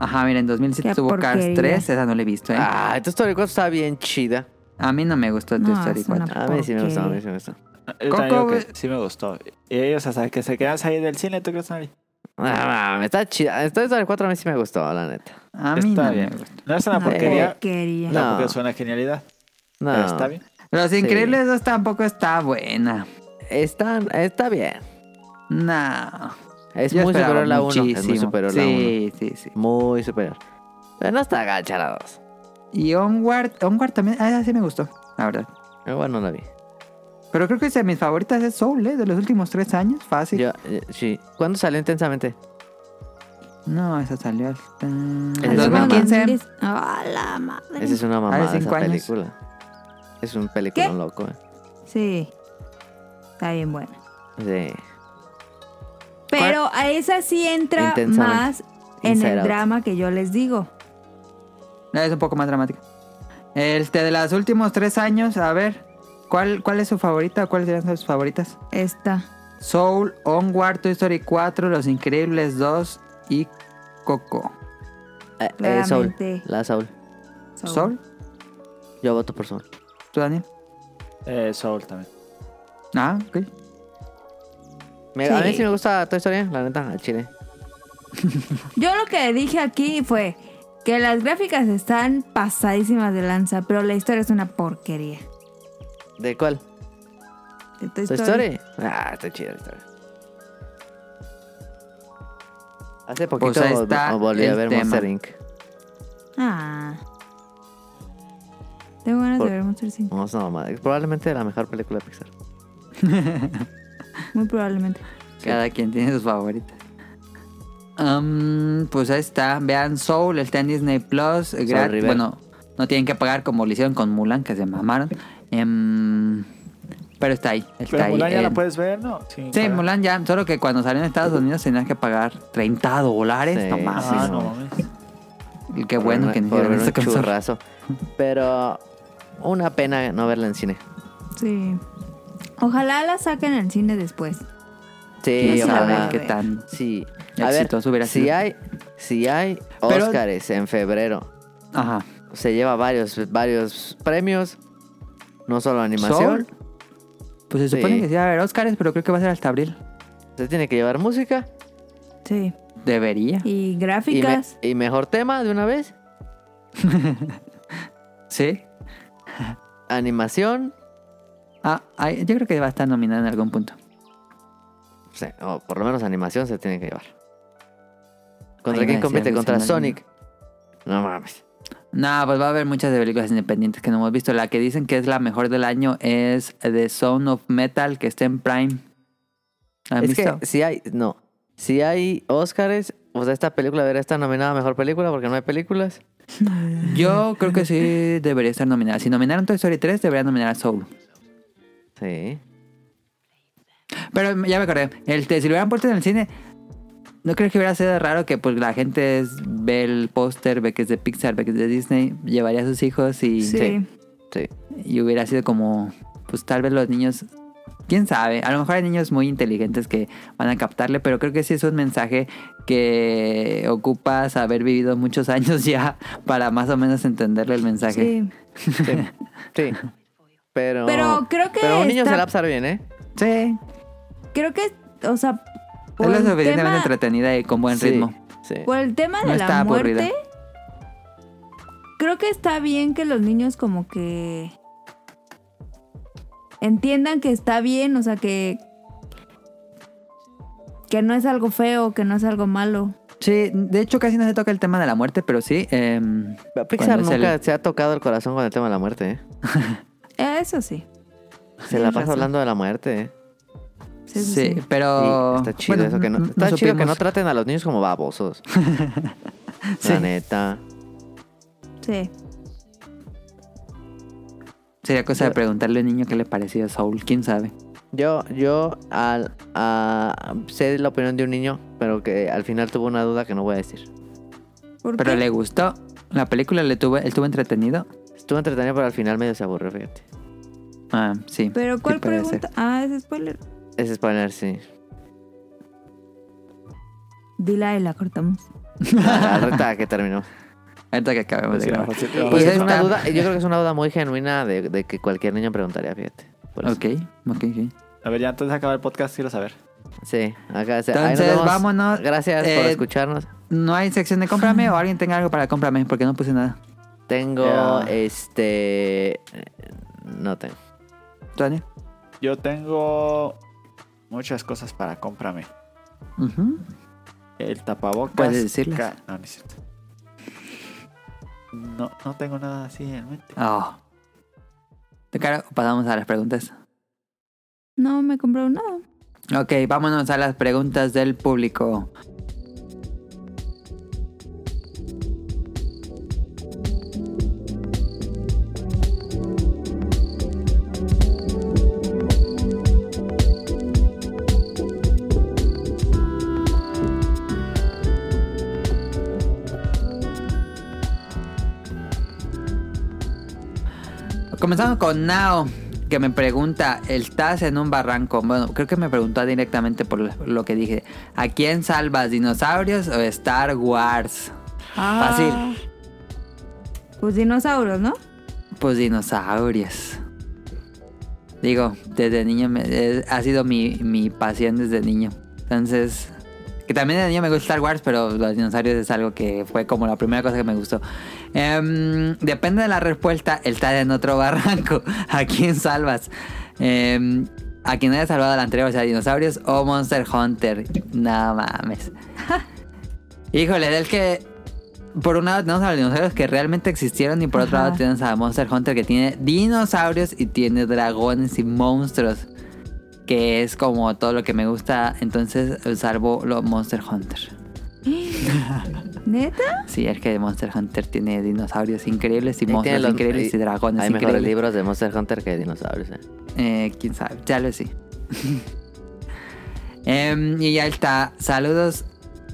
S1: Ajá, mira, en 2007
S3: Qué
S1: tuvo Cars
S3: porquería.
S1: 3, esa no la he visto, ¿eh?
S2: Ah, Toy Story 4 está bien chida.
S1: A mí no me gustó Toy
S3: No,
S1: Story
S3: es una
S1: 4.
S2: A mí sí me gustó, a mí sí me gustó.
S4: Yo también digo
S1: Coco,
S4: que
S1: güey.
S4: sí me gustó. Y ellos hasta que se quedan salir del cine, ¿tú crees, Nari?
S2: Ah, mames, está chida. Toy Story 4 a mí sí me gustó, la neta.
S1: A mí
S4: está
S1: no
S4: bien.
S1: me gustó.
S4: No es una
S3: Una
S4: porquería,
S3: porquería.
S2: No.
S4: tampoco es una genialidad,
S2: No,
S4: pero está bien.
S1: Los
S2: Sí.
S1: Increíbles 2 tampoco está buena.
S2: Está, está bien.
S1: No.
S2: Es
S1: Yo
S2: muy
S1: esperaba
S2: superior a la 1. Es muy
S1: muchísimo.
S2: superior a la 1.
S1: Sí, sí, sí.
S2: Muy superior. Pero no está gacha la 2.
S1: Y Onward, Onward también, ah, esa sí me gustó, la verdad.
S2: Eh, Bueno, no vi.
S1: Pero creo que es de mis favoritas es Soul, ¿eh? De los últimos tres años, fácil.
S2: Yo, eh, sí. ¿Cuándo salió intensamente?
S1: No, esa salió al-
S2: ¿En
S1: en
S2: el
S1: 2015.
S3: ¡Ah, la madre!
S2: Esa es una mamada
S1: cinco
S2: esa
S1: años.
S2: película. Es un película
S3: ¿Qué?
S2: loco, eh.
S3: Sí. Está bien buena.
S2: Sí.
S3: Pero a esa sí entra
S2: Intensamente.
S3: más en
S2: Inside
S3: el
S2: Out.
S3: drama que yo les digo.
S1: Es un poco más dramática. Este, de los últimos tres años, a ver, ¿cuál, cuál es su favorita? o ¿Cuáles serían sus favoritas?
S3: Esta.
S1: Soul, Onward, Toy Story 4, Los Increíbles 2 y Coco.
S2: Eh, eh, Soul.
S3: Claramente.
S2: La Soul.
S3: Soul.
S1: ¿Soul?
S2: Yo voto por Soul.
S1: ¿Tú, Daniel?
S4: Eh, Soul también.
S1: Ah, ok.
S2: Me- A mí
S3: Sí.
S2: sí me gusta Toy Story, la neta, al chile.
S3: Yo lo que dije aquí fue que las gráficas están pasadísimas de lanza, pero la historia es una porquería.
S2: ¿De cuál?
S3: De Toy
S2: ¿Toy
S3: Story.
S2: Story? Ah, está chida la historia. Hace poquito
S1: ahí
S2: vol-
S1: está
S2: volví a
S1: el
S2: ver
S1: tema.
S2: Monster Inc.
S3: Ah. Tengo ganas
S2: Por-
S3: de ver Monster Inc.
S2: No, es una mamada. Es Probablemente la mejor película de Pixar.
S3: Muy probablemente.
S1: Cada quien tiene sus favoritas. Am, pues ahí está. Vean Soul, está en Disney Plus. Gratis.
S2: River.
S1: Bueno, no tienen que pagar como lo hicieron con Mulan, que se mamaron. Em, pero está ahí. Está
S4: Pero
S1: ahí.
S4: Mulan ya la
S1: en-
S4: puedes ver, ¿no? Sin
S1: Sí,
S4: pagar.
S1: Mulan ya. Solo que cuando salió en Estados Unidos tenías que pagar 30 dólares.
S2: Sí,
S1: no mames.
S4: Ah,
S2: sí,
S4: no
S2: no.
S4: mames.
S1: Qué bueno
S2: Por
S1: que no
S2: ver- por
S1: hicieron
S2: ver
S1: eso
S2: un
S1: con Soul.
S2: churrazo. Pero una pena no verla en cine.
S3: Sí. Ojalá la saquen al cine después.
S2: Sí,
S1: Quién
S3: Yo sí la
S2: ojalá.
S1: sabe
S3: veo.
S1: qué tan.
S2: Sí. A ver,
S1: Exitoso hubiera
S2: si
S1: sido.
S2: hay, si hay
S1: Pero-
S2: Óscares en febrero,
S1: Ajá.
S2: se lleva varios, varios premios. No solo
S1: Soul.
S2: animación.
S1: Pues se supone
S2: Sí.
S1: que sí va a haber Oscars, pero creo que va a ser hasta abril.
S2: Se tiene que llevar música
S3: Sí.
S1: Debería.
S2: y,
S3: Y
S2: me-
S3: gráficas.
S2: y mejor tema de una vez.
S1: Sí.
S2: Animación.
S1: Ah, ay, yo creo que va a estar nominada en algún punto.
S2: se- o por lo menos animación se tiene que llevar. ¿Contra
S1: Ahí
S2: quién
S1: va,
S2: compite?
S1: sí,
S2: Contra
S1: animación,
S2: Sonic. No mames.
S1: No, pues va a haber muchas de películas independientes que no hemos visto. La que dicen que es la mejor del año es The Sound of Metal, que está en Prime. ¿La ¿Han
S2: Es
S1: visto?
S2: que si hay, no. Si hay Óscares, o sea, esta película debería estar nominada a mejor película porque no hay películas.
S1: Yo creo que sí debería estar nominada. Si nominaron Toy Story 3, deberían nominar a Soul.
S2: Sí.
S1: Pero ya me acordé. El, te- si lo hubieran puesto en el cine, ¿no crees que hubiera sido raro que pues la gente es- ve el póster, ve que es de Pixar, ve que es de Disney, llevaría a sus hijos y...
S3: sí.
S2: sí. Sí.
S1: Y hubiera sido como, pues tal vez los niños, quién sabe, a lo mejor hay niños muy inteligentes que van a captarle, pero creo que sí es un mensaje que ocupas haber vivido muchos años ya para más o menos entenderle el mensaje.
S3: Sí.
S2: Sí. sí. Pero,
S3: Pero creo que
S2: pero un niño se
S3: está-
S2: la va a pasar bien, ¿eh?
S1: Sí,
S3: Creo que, o sea,
S1: es
S3: por,
S1: lo
S3: el
S1: suficientemente
S3: tema,
S1: entretenida y con buen
S2: Sí,
S1: ritmo.
S2: Sí.
S3: por el tema de
S1: No está
S3: la muerte,
S1: aburrida.
S3: creo que está bien que los niños como que entiendan que está bien, o sea, que que no es algo feo, que no es algo malo.
S1: Sí, de hecho casi no se toca el tema de la muerte, pero sí. em,
S2: Pixar
S1: cuando es el-
S2: nunca se ha tocado el corazón con el tema de la muerte, ¿eh?
S3: Eso sí.
S2: Se la
S3: Tienes
S2: pasa
S3: razón.
S2: hablando de la muerte, ¿eh?
S1: sí,
S3: Sí, eso sí.
S1: pero...
S2: Sí, está chido
S1: bueno,
S2: eso que no, está chido que no
S1: supimos.
S2: traten a los niños como babosos. La
S1: Sí.
S2: neta.
S3: Sí.
S1: Sería cosa de preguntarle a un niño qué le pareció Soul, quién sabe.
S2: Yo, yo al, a- sé la opinión de un niño, pero que al final tuvo una duda que no voy a decir.
S3: ¿Por
S1: Pero
S3: qué?
S1: le gustó. La película le tuvo, él tuvo entretenido.
S2: Estuvo entretenido, pero al final medio se aburrió, fíjate.
S1: Ah, sí.
S3: Pero
S1: sí
S3: ¿cuál
S1: puede ser.
S3: pregunta? Ah, es spoiler.
S2: Ese spoiler, sí.
S3: Dila y la cortamos.
S2: La reta que terminó.
S1: Ahorita que acabemos de
S4: Sí,
S1: grabar.
S4: sí,
S1: Pues
S2: Y
S1: ahí
S2: es una
S1: está.
S2: duda, yo creo que es una duda muy genuina de, de que cualquier niño preguntaría, fíjate. Por eso.
S1: Ok, ok, ok.
S4: A ver, ya antes de acabar el podcast quiero saber.
S2: Sí, acá se
S1: Entonces, vámonos.
S2: Gracias por
S1: Eh,
S2: escucharnos.
S1: No hay sección de cómprame o alguien tenga algo para cómprame porque no puse nada.
S2: Tengo
S4: Ya.
S2: este. eh, No tengo.
S1: ¿Tú, Daniel?
S4: Yo tengo muchas cosas para cómprame.
S1: Ujú.
S4: El tapabocas.
S1: Puedes decirlas.
S4: ca- No, no es cierto. No, no tengo nada así en mente.
S1: Ah. Oh. De cara, pasamos a las preguntas.
S3: No me compró nada.
S1: Ok, vámonos a las preguntas del público. Comenzando con Nao, que me pregunta, ¿estás en un barranco? Bueno, creo que me preguntó directamente por lo que dije. ¿A quién salvas, dinosaurios o Star Wars? Fácil.
S3: Ah. Pues dinosaurios, ¿no?
S1: Pues dinosaurios. Digo, desde niño me- eh, ha sido mi, mi pasión desde niño. Entonces, que también de niño me gusta Star Wars, pero los dinosaurios es algo que fue como la primera cosa que me gustó. Em, depende de la respuesta, el estar en otro barranco. ¿A quién salvas? Em, a quien haya salvado al anterior, o sea, dinosaurios o Monster Hunter. No mames. Híjole, del que por un lado tenemos a los dinosaurios que realmente existieron y por otro
S3: Ajá.
S1: lado tenemos a Monster Hunter que tiene dinosaurios y tiene dragones y monstruos. Que es como todo lo que me gusta. Entonces salvo lo Monster Hunter.
S3: ¿Neta?
S1: Sí, es que Monster Hunter tiene dinosaurios increíbles y
S2: Ahí tiene
S1: monstruos
S2: los-
S1: increíbles y
S2: ahí-
S1: dragones
S2: Hay mejores
S1: increíbles.
S2: libros de Monster Hunter que de dinosaurios, ¿eh?
S1: Eh, quién sabe, ya lo sí. Em, y ya está. Saludos.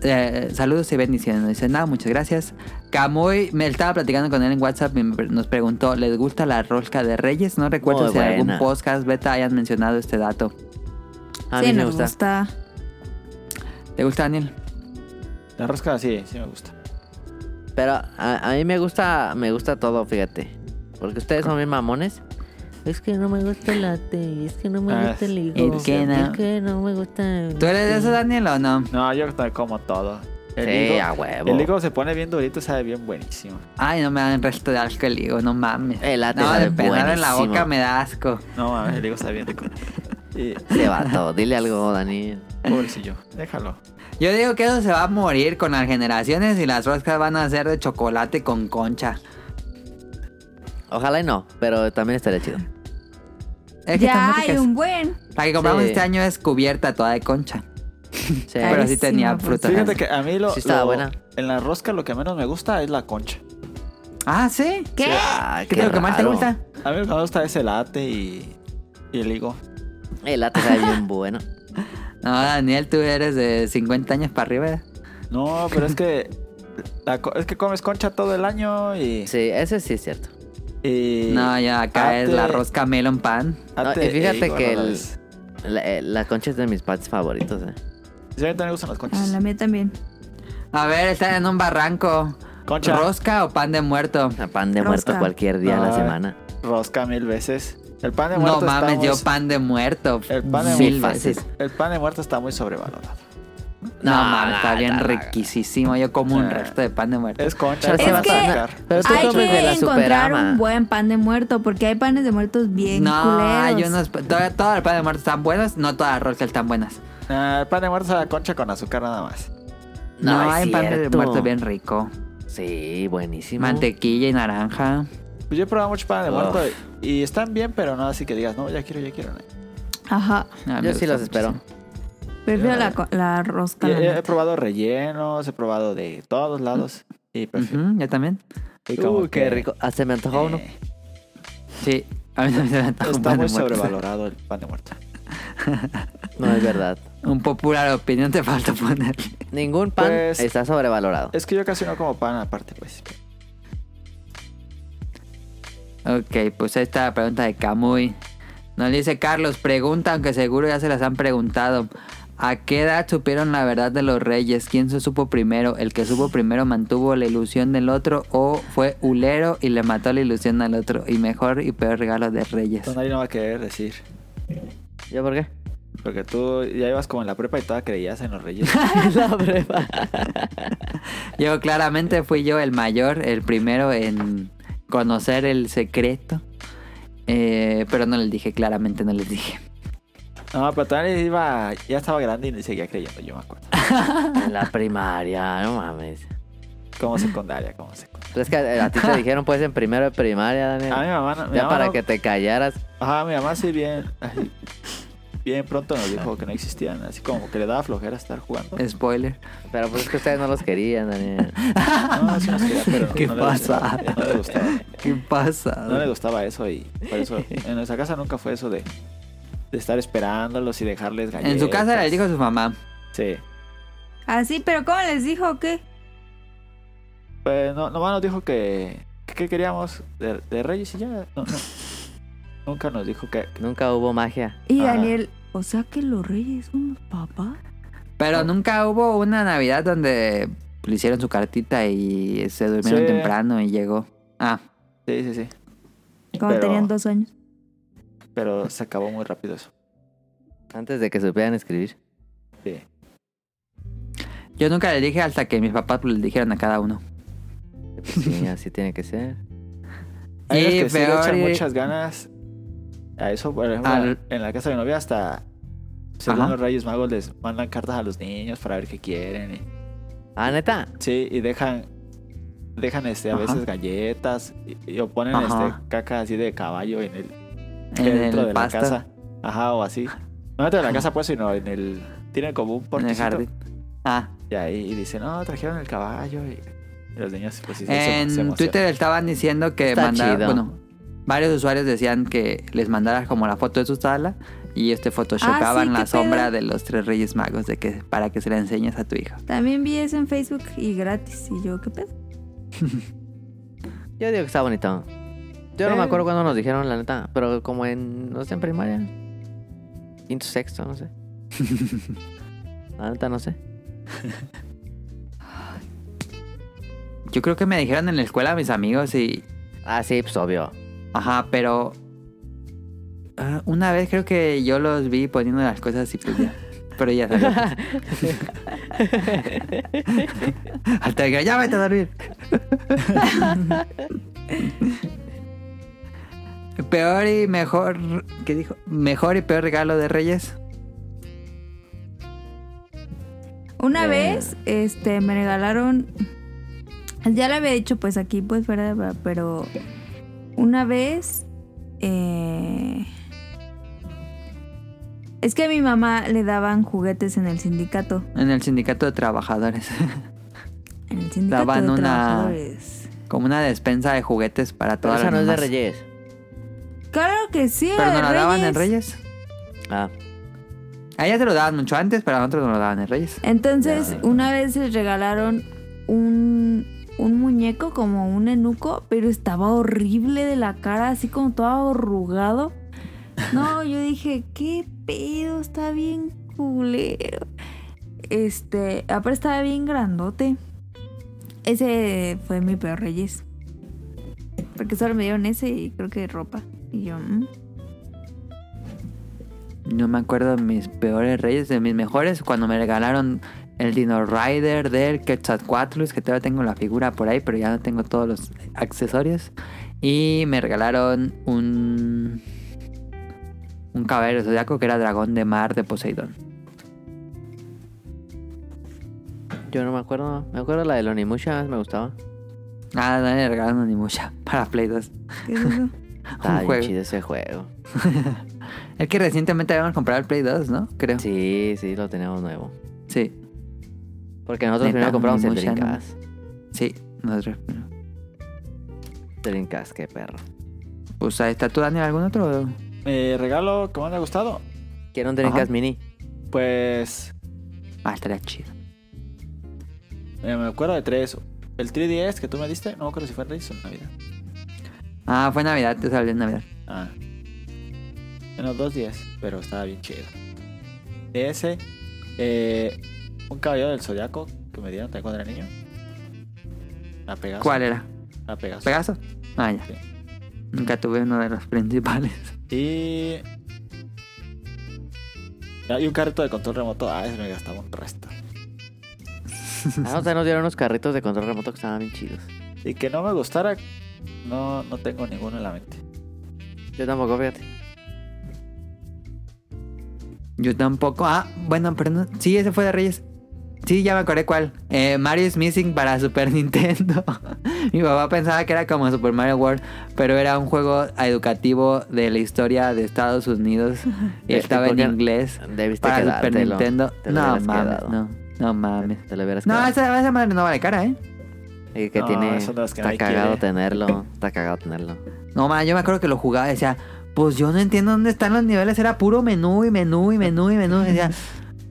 S1: eh, saludos y bendiciones. No dice nada, muchas gracias. Camuy, me estaba platicando con él en WhatsApp y me pre- nos preguntó, ¿les gusta la rosca de Reyes? No recuerdo
S2: Muy
S1: si en algún
S2: buena.
S1: podcast beta hayan mencionado este dato.
S2: A
S3: sí,
S2: mí me
S3: nos
S2: gusta.
S3: gusta.
S1: ¿Te gusta, Daniel?
S4: La rosca sí, sí me gusta.
S2: Pero a, a mí me gusta, me gusta todo, fíjate. Porque ustedes son bien mamones. Es que no me gusta el latte, es que no me
S4: Ah,
S2: gusta el
S4: es-
S2: higo,
S1: es que no.
S2: es que no me gusta... el-
S1: ¿Tú eres de eso, Daniel, o no?
S4: No, yo te como todo. El
S2: Sí,
S4: higo-
S2: a huevo.
S4: El higo se pone bien durito, sabe bien buenísimo.
S1: Ay, no me dan resto de asco el higo, no mames.
S2: El latte
S1: no,
S2: sabe
S1: de penar en la
S2: buenísimo.
S1: boca me da asco.
S4: No mames, el higo sabe bien rico. Y,
S2: Este vato, dile algo, Dani.
S4: pobrecillo, déjalo.
S1: Yo digo que eso se va a morir con las generaciones y las roscas van a ser de chocolate con concha.
S2: Ojalá y no, pero también estaría chido.
S1: Es que están
S3: Ya
S1: muy
S3: hay
S1: ricas.
S3: un buen.
S1: La que compramos
S2: Sí.
S1: este año es cubierta toda de concha.
S2: Sí.
S1: Pero sí
S3: Carísima,
S1: tenía
S3: pues.
S1: fruta.
S4: Fíjate que a mí lo,
S2: Sí estaba
S4: lo-
S2: buena.
S4: en la rosca lo que menos me gusta es la concha.
S1: Ah, ¿sí?
S3: ¿Qué?
S2: Ah,
S1: ¿Qué es lo que más te
S2: raro.
S1: gusta?
S4: A mí lo que me gusta es el ate y, y el higo.
S2: El latte sabe bien bueno.
S1: No, Daniel, tú eres de 50 años para arriba.
S4: No, pero es que la co- es que comes concha todo el año y,
S2: Sí, ese sí es cierto.
S4: y
S1: No, ya acá
S4: ate-
S1: es la rosca melon pan.
S4: ate
S2: No, y fíjate
S4: e higo
S2: que
S4: a la
S2: el-
S4: vez.
S2: La, eh, la concha es de mis patis favoritos, eh.
S4: Sí, a mí también me gustan las
S3: A
S4: conchas.
S3: Ah, la mía también.
S1: A ver, están en un barranco.
S4: Concha,
S1: ¿Rosca o pan de muerto?
S2: O sea, Pan de
S3: Rosca.
S2: muerto cualquier día de la
S4: Ay.
S2: semana.
S4: rosca mil veces. El pan de
S1: No
S4: muerto está
S1: mames,
S4: muy-
S1: yo pan de muerto.
S4: El pan de
S1: mil
S2: muerto.
S1: veces.
S4: El pan de muerto está muy sobrevalorado.
S1: No,
S2: No,
S1: mames, está
S2: no,
S1: bien
S2: no, no.
S1: riquísimo. Yo como un
S4: Eh.
S1: resto de pan de muerto.
S4: Es concha,
S2: Es
S4: se va a
S3: que-
S4: sacar.
S2: Pero tú
S3: hay
S2: comes de
S3: que
S2: la
S3: encontrar
S2: Superama.
S3: un buen pan de muerto, porque hay panes de muertos bien
S1: no,
S3: culeros.
S1: hay unos. Todas todas las pan de muerto están buenas, no todas las roscas están buenas.
S4: Ah, el pan de muerto es la concha con azúcar nada más.
S1: No,
S2: es
S1: hay pan de
S2: cierto.
S1: muerto bien rico.
S2: Sí, buenísimo.
S1: Mantequilla y naranja.
S4: Pues yo he probado mucho pan de muerto y y están bien, pero no así que digas, no, ya quiero, ya quiero.
S3: Ajá.
S1: Ah, me
S2: Yo sí
S1: gusta
S2: los espero.
S1: muchísimo.
S3: Prefiero la, co- la rosca.
S4: Y
S3: la
S4: he, he
S3: neta.
S4: probado rellenos, he probado de todos lados. Y pues, eh, prefiero.
S1: Ujú, yo también.
S4: y como
S2: Uh, qué
S4: que,
S2: rico. Ah, se me
S4: eh,
S2: antojó uno.
S1: Sí, a mí también se me antoja un
S4: está
S1: pan de
S4: muy
S1: muerto.
S4: sobrevalorado el pan de muerto.
S2: No es verdad.
S1: Un popular opinión te falta poner.
S2: Ningún pan
S4: Pues-
S2: está sobrevalorado.
S4: Es que yo casi no como pan aparte, pues.
S1: Ok, pues esta es la pregunta de Camuy. Nos dice Carlos, pregunta, aunque seguro ya se las han preguntado. ¿A qué edad supieron la verdad de los reyes? ¿Quién se supo primero? ¿El que supo primero mantuvo la ilusión del otro o fue ulero y le mató la ilusión al otro? Y mejor y peor regalo de reyes.
S4: Entonces nadie no va a querer decir.
S2: ¿Yo por qué?
S4: Porque tú ya ibas como en la prepa y toda creías en los reyes.
S2: la prepa.
S1: Yo claramente fui yo el mayor, el primero en conocer el secreto. Eh, pero no les dije, claramente no les dije.
S4: No, pero también iba, ya estaba grande y seguía creyendo, yo me acuerdo.
S2: En la primaria, no mames.
S4: Como secundaria, como secundaria.
S2: Pero es que a a ti te dijeron pues en primero de primaria,
S4: A mi
S2: Daniel.
S4: mamá, no- mi
S2: Ya
S4: mamá
S2: para
S4: no-
S2: que te callaras.
S4: Ajá, mi mamá sí bien. así, Bien pronto nos dijo que no existían, así como que le daba flojera estar jugando.
S1: Spoiler.
S2: Pero pues es que ustedes no los querían, Daniel.
S4: No, sí nos quería, pero
S1: ¿Qué
S4: no le
S1: pasa?
S4: gustaba, no le gustaba.
S1: ¿Qué pasa?
S4: No le gustaba eso y por eso en nuestra casa nunca fue eso de, de estar esperándolos y dejarles galletas.
S1: en su casa le dijo a su mamá.
S4: Sí.
S3: Así, Ah, pero ¿cómo les dijo o qué?
S4: Pues no, nomás nos dijo que, que, qué queríamos de, de Reyes y ya. no, no. Nunca nos dijo que...
S2: Nunca hubo magia.
S3: Y
S4: Ajá.
S3: Daniel, o sea que los reyes son los papás.
S1: Pero nunca hubo una Navidad donde le hicieron su cartita y se durmieron
S4: Sí.
S1: temprano y llegó. Ah,
S4: Sí, sí, sí.
S3: Cuando
S4: Pero-
S3: tenían dos años.
S4: Pero se acabó muy rápido eso.
S2: Antes de que supieran escribir.
S4: Sí.
S1: yo nunca le dije hasta que mis papás le dijeron a cada uno.
S2: Pues, Sí, así tiene que ser.
S4: Hay
S1: Y
S4: unos que sí le
S1: peor
S4: echan
S1: y-
S4: muchas ganas a eso. Por ejemplo,
S1: Al-
S4: en la casa de mi novia hasta... Según
S1: Ajá.
S4: los Reyes Magos les mandan cartas a los niños para ver qué quieren. y-
S2: Ah, neta.
S4: sí, y dejan... Dejan este, a
S1: Ajá.
S4: veces galletas y, y- o ponen
S1: Ajá.
S4: este, caca así de caballo en el,
S1: En
S4: dentro
S1: el
S4: de
S1: pasto,
S4: la casa. Ajá, o así. No dentro de la casa, pues, sino en el. Tienen como un
S1: en el
S4: porticito.
S1: jardín. Ah,
S4: Y ahí dicen, no, trajeron el caballo. Y, y los niños, pues, sí, se- se,
S1: en
S4: se emocionan.
S1: Twitter estaban diciendo que
S2: Está
S1: mandar-
S2: chido.
S1: bueno, varios usuarios decían que les mandaras como la foto de su sala y este photoshopaban
S3: Ah, sí,
S1: la
S3: qué
S1: sombra
S3: pedo.
S1: de los tres Reyes Magos de que para que se la enseñes a tu hijo.
S3: También vi eso en Facebook y gratis. Y yo, ¿qué pedo?
S2: Yo digo que está bonito. Yo no me acuerdo cuándo nos dijeron, la neta, pero como en, no sé, en primaria. Quinto, sexto, no sé. La neta, no sé.
S1: Yo creo que me dijeron en la escuela mis amigos y
S2: Ah, sí, pues obvio.
S1: ajá, pero ah, una vez creo que yo los vi poniendo las cosas y pues ya. Pero ya salió. Hasta que ya vete a dormir. peor y mejor. ¿Qué dijo? Mejor y peor regalo de Reyes.
S3: Una
S2: Eh.
S3: vez, este, me regalaron. Ya lo había dicho, pues aquí, pues fuera de. Pero. Una vez. eh, es que a mi mamá le daban juguetes en el sindicato.
S1: En el sindicato de trabajadores.
S3: En el sindicato
S1: Daban
S3: de
S1: una-
S3: trabajadores.
S1: Como una despensa de juguetes para
S2: Pero
S1: todas
S2: esa
S1: las
S2: no es de
S1: mamás.
S2: Reyes.
S3: Claro que sí,
S1: Pero
S3: era
S1: nos
S3: de
S1: la daban en Reyes.
S2: Ah,
S1: A ellas se lo daban mucho antes, pero a nosotros nos lo daban en Reyes.
S3: Entonces,
S2: Ya.
S3: una vez les regalaron un, un muñeco como un enuco, pero estaba horrible de la cara, así como todo arrugado. No, yo dije, qué pedo, está bien culero. Este, aparte estaba bien grandote. Ese fue mi peor reyes. Porque solo me dieron ese y creo que ropa. Y yo, mm.
S1: No me acuerdo de mis peores Reyes, de mis mejores, cuando me regalaron el Dino Rider del Quetzalcoatlus, que todavía tengo la figura por ahí, pero ya no tengo todos los accesorios. Y me regalaron un. Un caballero zodiaco que era dragón de mar de Poseidón.
S2: yo no me acuerdo. Me acuerdo la de Lonimusha, me gustaba.
S1: Ah, no le regalaron ni mucha para Play 2.
S3: ¿qué es eso?
S2: Estaba bien
S1: juego.
S2: chido ese juego.
S1: Es que recientemente habíamos comprado el Play 2, ¿no?
S2: Ah.
S1: Creo.
S2: Sí, sí, lo teníamos nuevo.
S1: Sí,
S2: Porque nosotros
S1: Neta,
S2: primero compramos el
S1: Lonimusha, no.
S2: Dreamcast.
S1: sí, nosotros.
S2: Dreamcast, qué perro.
S1: Pues ahí está tú, Daniel, ¿algún otro?
S4: Mi regalo que más me ha gustado,
S2: Quiero un Dreamcast
S1: Ajá.
S2: mini.
S4: pues.
S1: Ah, estaría chido.
S4: eh, me acuerdo de tres. El 3DS que tú me diste, no me acuerdo si fue en Reyes o en Navidad.
S1: Ah, fue Navidad, te salió en Navidad.
S4: Ah. Bueno, dos días, pero estaba bien chido. De ese, eh, un caballero del zodiaco que me dieron también cuando era niño. A Pegaso.
S1: ¿Cuál era?
S4: A Pegaso.
S1: ¿Pegaso? Ah, ya.
S4: Sí.
S1: Nunca tuve uno de los principales.
S4: Y. Ah, Y un carrito de control remoto. Ah, ese me gastaba un resto.
S2: Ah, o sea, nos dieron unos carritos de control remoto que estaban bien chidos.
S4: Y que no me gustara, no, no tengo ninguno en la mente.
S2: Yo tampoco, fíjate.
S1: Yo tampoco. Ah, bueno, pero no. Sí, ese fue de Reyes. Sí, ya me acordé cuál. Eh, Mario is Missing para Super Nintendo. Mi papá pensaba que era como Super Mario World, pero era un juego educativo de la historia de Estados Unidos. Y
S2: Es que
S1: estaba en
S2: porque
S1: inglés.
S2: Debiste
S1: Para Super
S2: quedártelo.
S1: Nintendo.
S2: este Te lo
S1: No
S2: hubieras
S1: mames,
S2: quedado.
S1: no. No mames.
S2: Te lo hubieras
S1: No,
S2: quedado.
S1: esa, esa madre no vale cara, ¿eh?
S2: Y que
S4: No,
S2: tiene.
S4: eso no es que
S2: está
S4: nadie
S2: cagado
S4: quiere.
S2: tenerlo. Está cagado tenerlo.
S1: No, man, yo me acuerdo que lo jugaba y decía, pues yo no entiendo dónde están los niveles, era puro menú y menú y menú y menú. Y decía,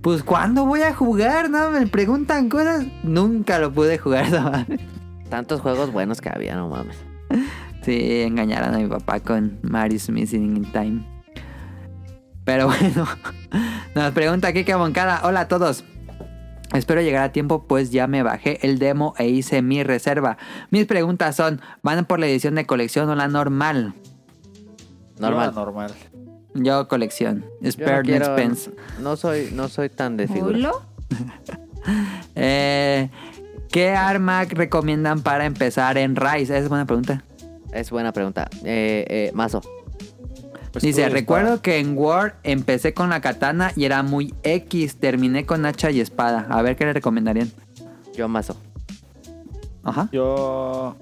S1: pues ¿cuándo voy a jugar? No, me preguntan cosas. Nunca lo pude jugar, esa madre.
S2: Tantos juegos buenos que había, no mames.
S1: Sí, engañaron a mi papá con Mario's Missing in Time. Pero bueno, nos pregunta Kike Moncada. Hola a todos. Espero llegar a tiempo, pues ya me bajé el demo e hice mi reserva. Mis preguntas son, ¿van por la edición de colección o la normal?
S2: Normal.
S4: Yo, normal.
S1: Yo colección.
S2: Yo
S1: Spare no
S2: quiero-
S1: expense.
S2: No soy, no soy tan de figura.
S3: ¿Polo?
S1: Eh, ¿Qué arma recomiendan para empezar en Rise? Esa es buena pregunta.
S2: Es buena pregunta. Eh, eh, mazo.
S4: Pues
S1: Dice,
S4: tú y
S1: recuerdo
S4: espada.
S1: que en War empecé con la katana y era muy X. Terminé con hacha y espada. A ver qué le recomendarían.
S2: Yo mazo.
S1: Ajá.
S4: Yo.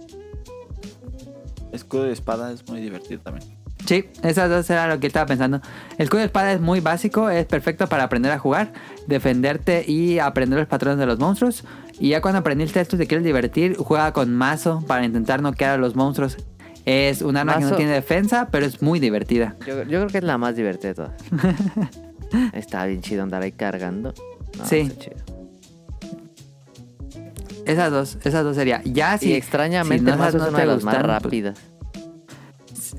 S4: Escudo y espada es muy divertido también.
S1: Sí, esas dos era lo que estaba pensando. El escudo de espada es muy básico, es perfecto para aprender a jugar, defenderte y aprender los patrones de los monstruos. Y ya cuando aprendiste esto y te quieres divertir, juega con mazo para intentar noquear a los monstruos. Es un arma que no
S2: Mazo.
S1: tiene defensa, pero es muy divertida.
S2: Yo, yo creo que es la más divertida de todas. está bien chido andar ahí cargando. No,
S1: Sí.
S2: está chido.
S1: Esas dos, esas dos sería. Ya si,
S2: y extrañamente,
S1: si no,
S2: mazo
S1: esas
S2: es
S1: no
S2: una de
S1: te
S2: las más
S1: gustan, pues.
S2: rápidas.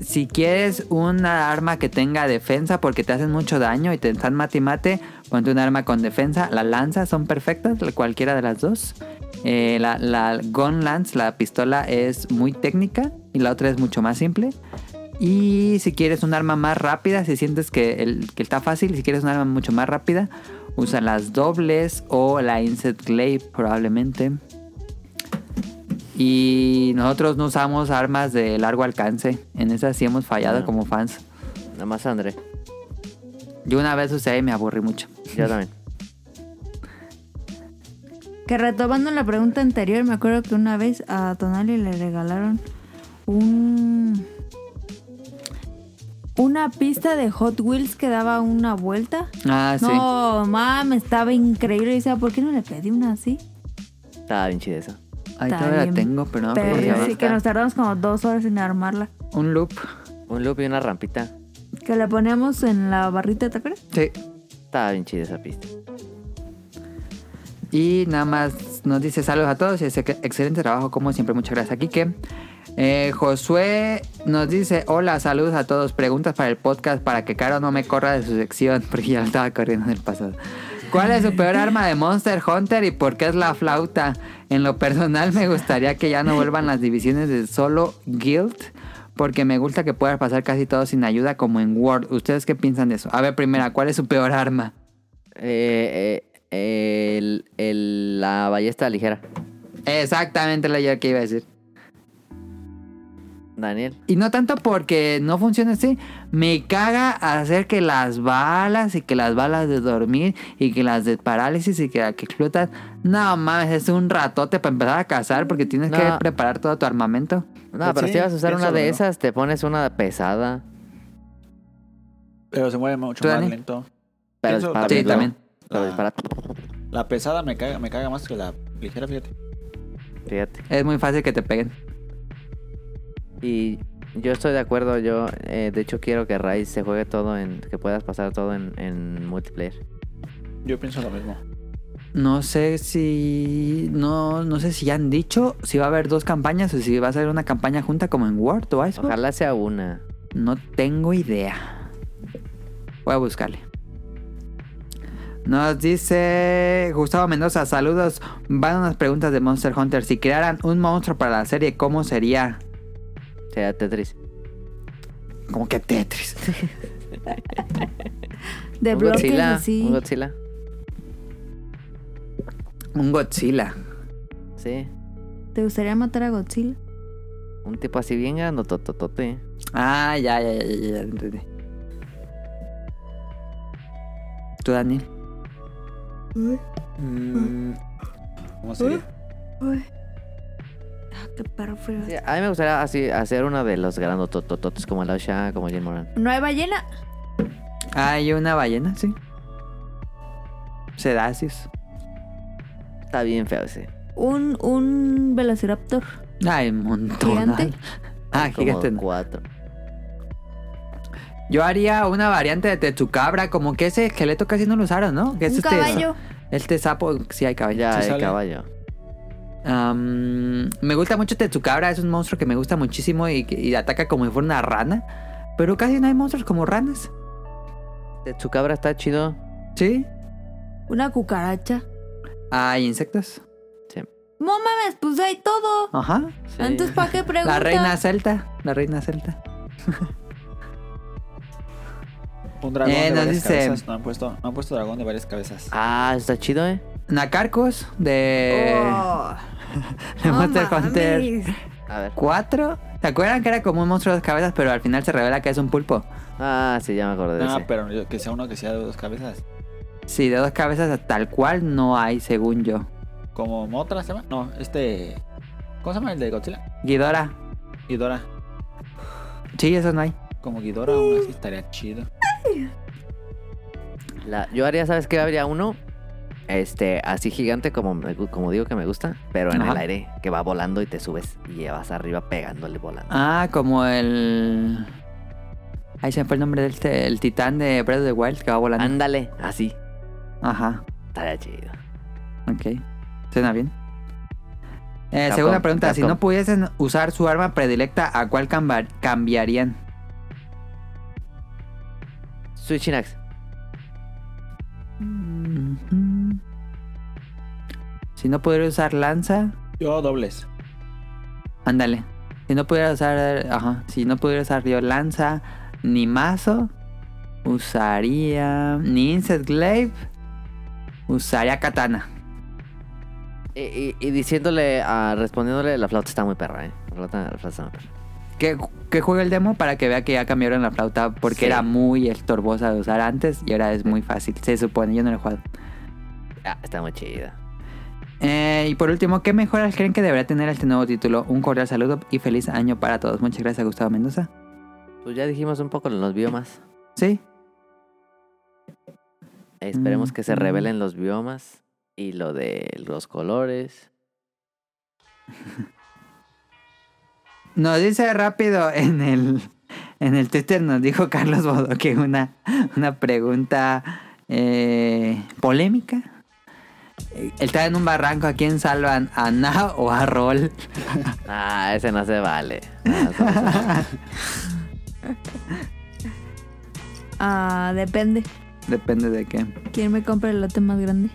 S1: si quieres una arma que tenga defensa porque te hacen mucho daño y te están mate y mate, ponte un arma con defensa. Las lanzas son perfectas, cualquiera de las dos. Eh, la, la Gun Lance, la pistola, es muy técnica y la otra es mucho más simple. Y si quieres un arma más rápida, si sientes que, el, que está fácil, si quieres un arma mucho más rápida, usa las dobles o la Inset Glaive probablemente. Y nosotros no usamos armas de largo alcance. En esas sí hemos fallado
S2: No.
S1: como fans.
S2: Nada más André.
S1: Yo una vez usé y me aburrí mucho.
S2: Yo también.
S3: Que retomando la pregunta anterior, me acuerdo que una vez a Tonali le regalaron un una pista de Hot Wheels que daba una vuelta.
S1: Ah, sí.
S3: No, mames, estaba increíble. Y decía, ¿por qué no le pedí una así?
S2: Estaba bien chido eso.
S1: Ahí
S3: Está
S1: todavía la
S3: bien
S1: tengo, pero no pues, me acuerdo
S3: Pero
S1: cómo se llama.
S3: sí, que nos tardamos como dos horas en armarla.
S1: Un loop.
S2: Un loop y una rampita.
S3: Que la poníamos en la barrita, ¿te acuerdas?
S1: Sí.
S2: Estaba bien chida esa pista.
S1: Y nada más nos dice saludos a todos y dice que excelente trabajo, como siempre. Muchas gracias, Kike. Eh, Josué nos dice: Hola, saludos a todos. Preguntas para el podcast para que Caro no me corra de su sección, porque ya lo estaba corriendo en el pasado. ¿Cuál es su peor arma de Monster Hunter y por qué es la flauta? En lo personal, me gustaría que ya no vuelvan las divisiones de solo Guild, porque me gusta que puedas pasar casi todo sin ayuda, como en World. ¿Ustedes qué piensan de eso? A ver, primera, ¿cuál es su peor arma?
S2: Eh, eh, el- el- la ballesta ligera.
S1: Exactamente la idea que iba a decir.
S2: Daniel.
S1: Y no tanto porque no funciona así. Me caga hacer que las balas y que las balas de dormir y que las de parálisis y que, que explotan. No mames, es un ratote para empezar a cazar porque tienes
S2: No.
S1: que preparar todo tu armamento.
S2: No,
S4: Pues
S2: pero
S4: sí,
S2: si vas a usar una
S4: piénsalo,
S2: de
S4: ¿no?
S2: esas, te pones una pesada.
S4: Pero se mueve mucho
S1: ¿Tú,
S4: más
S1: Dani?
S4: lento.
S2: Pero
S4: Pienso-
S2: dispara
S4: Sí,
S2: bien, ¿no?
S1: también.
S2: Pero
S4: Ah.
S2: dispara,
S4: La pesada me caga, me caga más que la ligera, fíjate.
S2: fíjate.
S1: Es muy fácil que te peguen.
S2: Y yo estoy de acuerdo, yo eh, de hecho quiero que Rise se juegue todo en. que puedas pasar todo en, en multiplayer.
S4: Yo pienso lo mismo.
S1: No sé si. No, no sé si ya han dicho si va a haber dos campañas o si va a ser una campaña junta como en Word o Iceberg.
S2: Ojalá sea una.
S1: No tengo idea. Voy a buscarle. Nos dice Gustavo Mendoza, saludos. Van unas preguntas de Monster Hunter. Si crearan un monstruo para la serie, ¿cómo sería?
S2: Sea Tetris.
S1: Como que Tetris.
S3: De
S2: un
S3: bloques
S2: Godzilla.
S3: así.
S2: Un Godzilla.
S1: Un Godzilla.
S2: Sí.
S3: ¿Te gustaría matar a Godzilla?
S2: Un tipo así bien grandotototote.
S1: Ah, ya, ya, ya, ya, ya, entendí. ¿Tú, Daniel?
S2: Mm,
S1: ¿Cómo sería?
S3: Uy. Ah, qué perro frío.
S2: sí, a mí me gustaría así hacer uno de los grandototototes como la Osha, como Jim Moran.
S3: ¿No hay ballena?
S1: Hay una ballena, sí. Sedacios.
S2: Está bien feo ese.
S3: Un, un velociraptor.
S1: Ay, un montón.
S3: ¿Gigante?
S1: Ah,
S2: Como
S1: gigante. no.
S2: cuatro.
S1: Yo haría una variante de Tetsucabra, como que ese esqueleto casi no lo usaron, ¿no? Que es
S3: Un
S1: este,
S3: caballo.
S1: Este sapo, sí hay caballo.
S2: Ya,
S4: Sí
S2: el
S4: sale.
S2: caballo.
S1: Am, me gusta mucho Tetsucabra, es un monstruo que me gusta muchísimo y, que- y ataca como si fuera una rana. Pero casi no hay monstruos como ranas.
S2: Su cabra está chido.
S1: ¿Sí?
S3: Una cucaracha.
S1: Hay insectos.
S3: No mames, pues hay todo.
S1: Ajá.
S2: Sí.
S3: Entonces, ¿para qué preguntas?
S1: La reina celta. La reina celta.
S4: Un dragón
S1: Eh,
S4: de
S1: nos
S4: varias
S1: dice-
S4: cabezas. No han, puesto, no han puesto dragón de varias cabezas.
S2: Ah, está chido, ¿eh?
S1: Nacarcos de,
S3: Oh,
S1: de
S3: no
S1: Monster Hunter
S3: mames.
S2: A ver.
S1: 4. ¿Se acuerdan que era como un monstruo de dos cabezas, pero al final se revela que es un pulpo?
S2: Ah, sí, ya me acordé de
S4: No,
S2: ese.
S4: pero yo- que sea uno que sea de dos cabezas.
S1: Sí, de dos cabezas tal cual no hay, según yo.
S4: Como Motra se llama. No, este. ¿Cómo se llama el de Godzilla?
S1: Guidora.
S4: Ghidorah.
S1: Sí, eso no hay.
S4: Como Ghidorah, aún así estaría chido.
S2: La- yo haría, ¿sabes qué? Habría uno, este, así gigante como, me gu- como digo que me gusta, pero en
S1: Ajá.
S2: el aire, que va volando y te subes y llevas arriba pegándole volando.
S1: Ah, como el. Ahí se me fue el nombre del este, el titán de Breath of the Wild que va volando.
S2: Ándale, así.
S1: Ah, Ajá,
S2: Estaría chido.
S1: ok. Suena bien. Eh,
S2: Capcom,
S1: segunda pregunta: si
S2: Capcom.
S1: no pudiesen usar su arma predilecta, ¿a cuál camba- cambiarían?
S2: Switching Axe.
S1: Mm. Si no pudiera usar lanza,
S4: Yo dobles.
S1: ándale. Si no pudiera usar, ajá, si no pudiera usar yo lanza ni mazo, usaría ni Incest Glaive, usaría katana.
S2: Y, y- y diciéndole, a, respondiéndole, la flauta está muy perra, ¿eh? La flauta, la flauta está muy perra.
S1: Que, que juegue el demo para que vea que ya cambiaron la flauta porque
S2: Sí.
S1: era muy estorbosa de usar antes y ahora es muy fácil, se supone, yo no lo he jugado.
S2: Ah, está muy chida.
S1: Eh, y por último, ¿qué mejoras creen que debería tener este nuevo título? Un cordial saludo y feliz año para todos. Muchas gracias, Gustavo Mendoza.
S2: Pues ya dijimos un poco los biomas.
S1: Sí,
S2: Esperemos
S1: Mm.
S2: que se revelen los biomas y lo de los colores.
S1: Nos dice rápido en el, en el Twitter, nos dijo Carlos Bodo que una, una pregunta eh, polémica. Eh, Está en un barranco, ¿a quién salvan? ¿A Na o a Rol?
S2: Ah, ese no se vale. Ah, eso no se vale.
S3: Ah, depende.
S1: Depende de qué.
S3: ¿Quién me compra el lote más grande?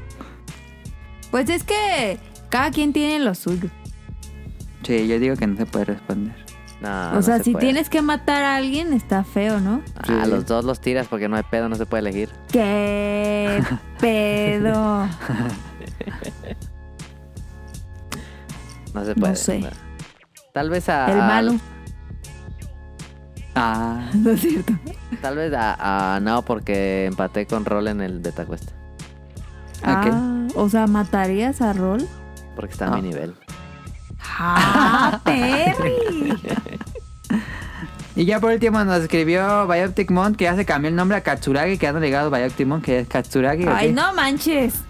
S3: Pues es que cada quien tiene lo suyo.
S1: Sí, yo digo que no se puede responder.
S2: Ah, No,
S3: o
S2: no
S3: sea,
S2: se
S3: si
S2: puede. Ah,
S3: tienes que matar a alguien, está feo, ¿no?
S2: A
S1: Sí.
S2: los dos los tiras porque no hay pedo, no se puede elegir.
S3: ¿Qué pedo?
S2: No se
S3: No
S2: puede.
S3: sé.
S2: Tal vez a.
S3: El
S2: al-
S3: malo.
S1: Ah,
S3: No es cierto.
S2: Tal vez a, a Nao porque empaté con Rol en el de Tacuesta.
S3: Ah, o sea, ¿matarías a Rol?
S2: Porque está a
S1: Ah.
S2: mi nivel.
S3: ¡Ah, Perry!
S1: Y ya por último nos escribió Bioptic Mon que ya se cambió el nombre a Katsuragi, que han legado Bioptic Mon, que es Katsuragi. ¿o
S3: ¡Ay,
S1: qué?
S3: no manches!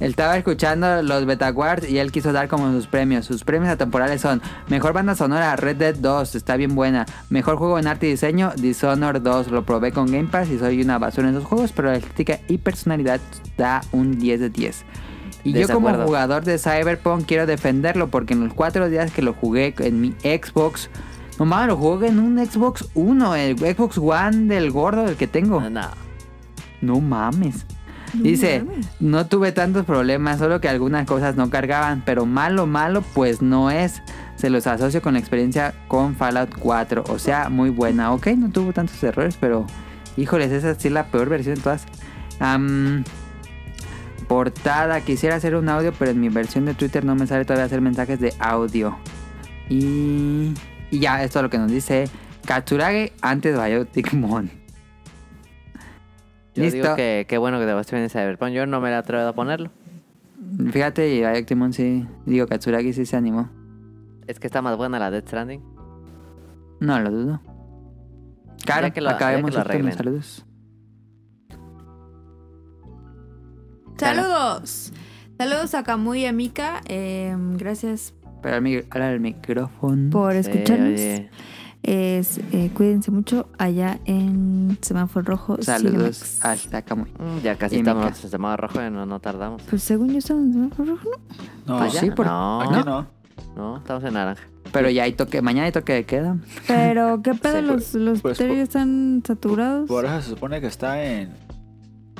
S1: Él estaba escuchando los Betaguards y él quiso dar como sus premios. Sus premios atemporales son Mejor banda sonora, Red Dead 2, está bien buena. Mejor juego en arte y diseño, Dishonored 2. Lo probé con Game Pass y soy una basura en esos juegos, pero la estética y personalidad da un 10 de 10. Y yo como
S2: Desacuerdo.
S1: jugador de Cyberpunk quiero defenderlo porque en los cuatro días que lo jugué en mi Xbox... No mames, lo jugué en un Xbox 1, el Xbox One del gordo, el que tengo.
S3: Oh.
S2: No.
S1: No mames. Dice, no tuve tantos problemas, solo que algunas cosas no cargaban, pero malo, malo, pues no es. Se los asocio con la experiencia con Fallout 4, o sea, muy buena. Ok, no tuvo tantos errores, pero híjoles, esa sí es la peor versión de todas. Am, portada, quisiera hacer un audio, pero en mi versión de Twitter no me sale todavía hacer mensajes de audio. Y, y ya, esto es lo que nos dice Katsurage antes Biotic Mon.
S2: Yo
S1: Listo.
S2: digo que qué bueno que te vas a venir Cyberpunk. Yo no me la atrevo a ponerlo.
S1: Fíjate, y Ayactimon sí. Digo, Katsuragi sí se animó.
S2: Es que está más buena la Death Stranding.
S1: No lo dudo. Claro,
S2: Ya que lo- ya
S1: acabemos
S2: que lo
S1: esto con los
S2: arreglen.
S1: saludos.
S3: Saludos. Saludos a Camu y a Mika. eh, gracias
S1: Pero al mic- habla al micrófono.
S3: por
S2: Sí,
S3: escucharnos.
S2: Eh, oye.
S3: Es, eh, cuídense mucho allá en Semáforo Rojo.
S1: Saludos
S3: Cinemex.
S1: hasta Kamui.
S2: Mm, Ya casi
S1: Y
S2: estamos
S1: Mica.
S2: en Semáforo rojo y no, no tardamos.
S3: Pues según yo estamos en Semáforo Rojo, ¿no?
S4: No,
S1: Pues sí, por-
S2: no,
S4: aquí no.
S2: no, estamos en naranja.
S1: Pero ya hay toque, mañana hay toque de queda.
S3: Pero qué pedo,
S2: Sí,
S3: los, los
S4: pues,
S3: criterios están saturados.
S4: Por eso se supone que está en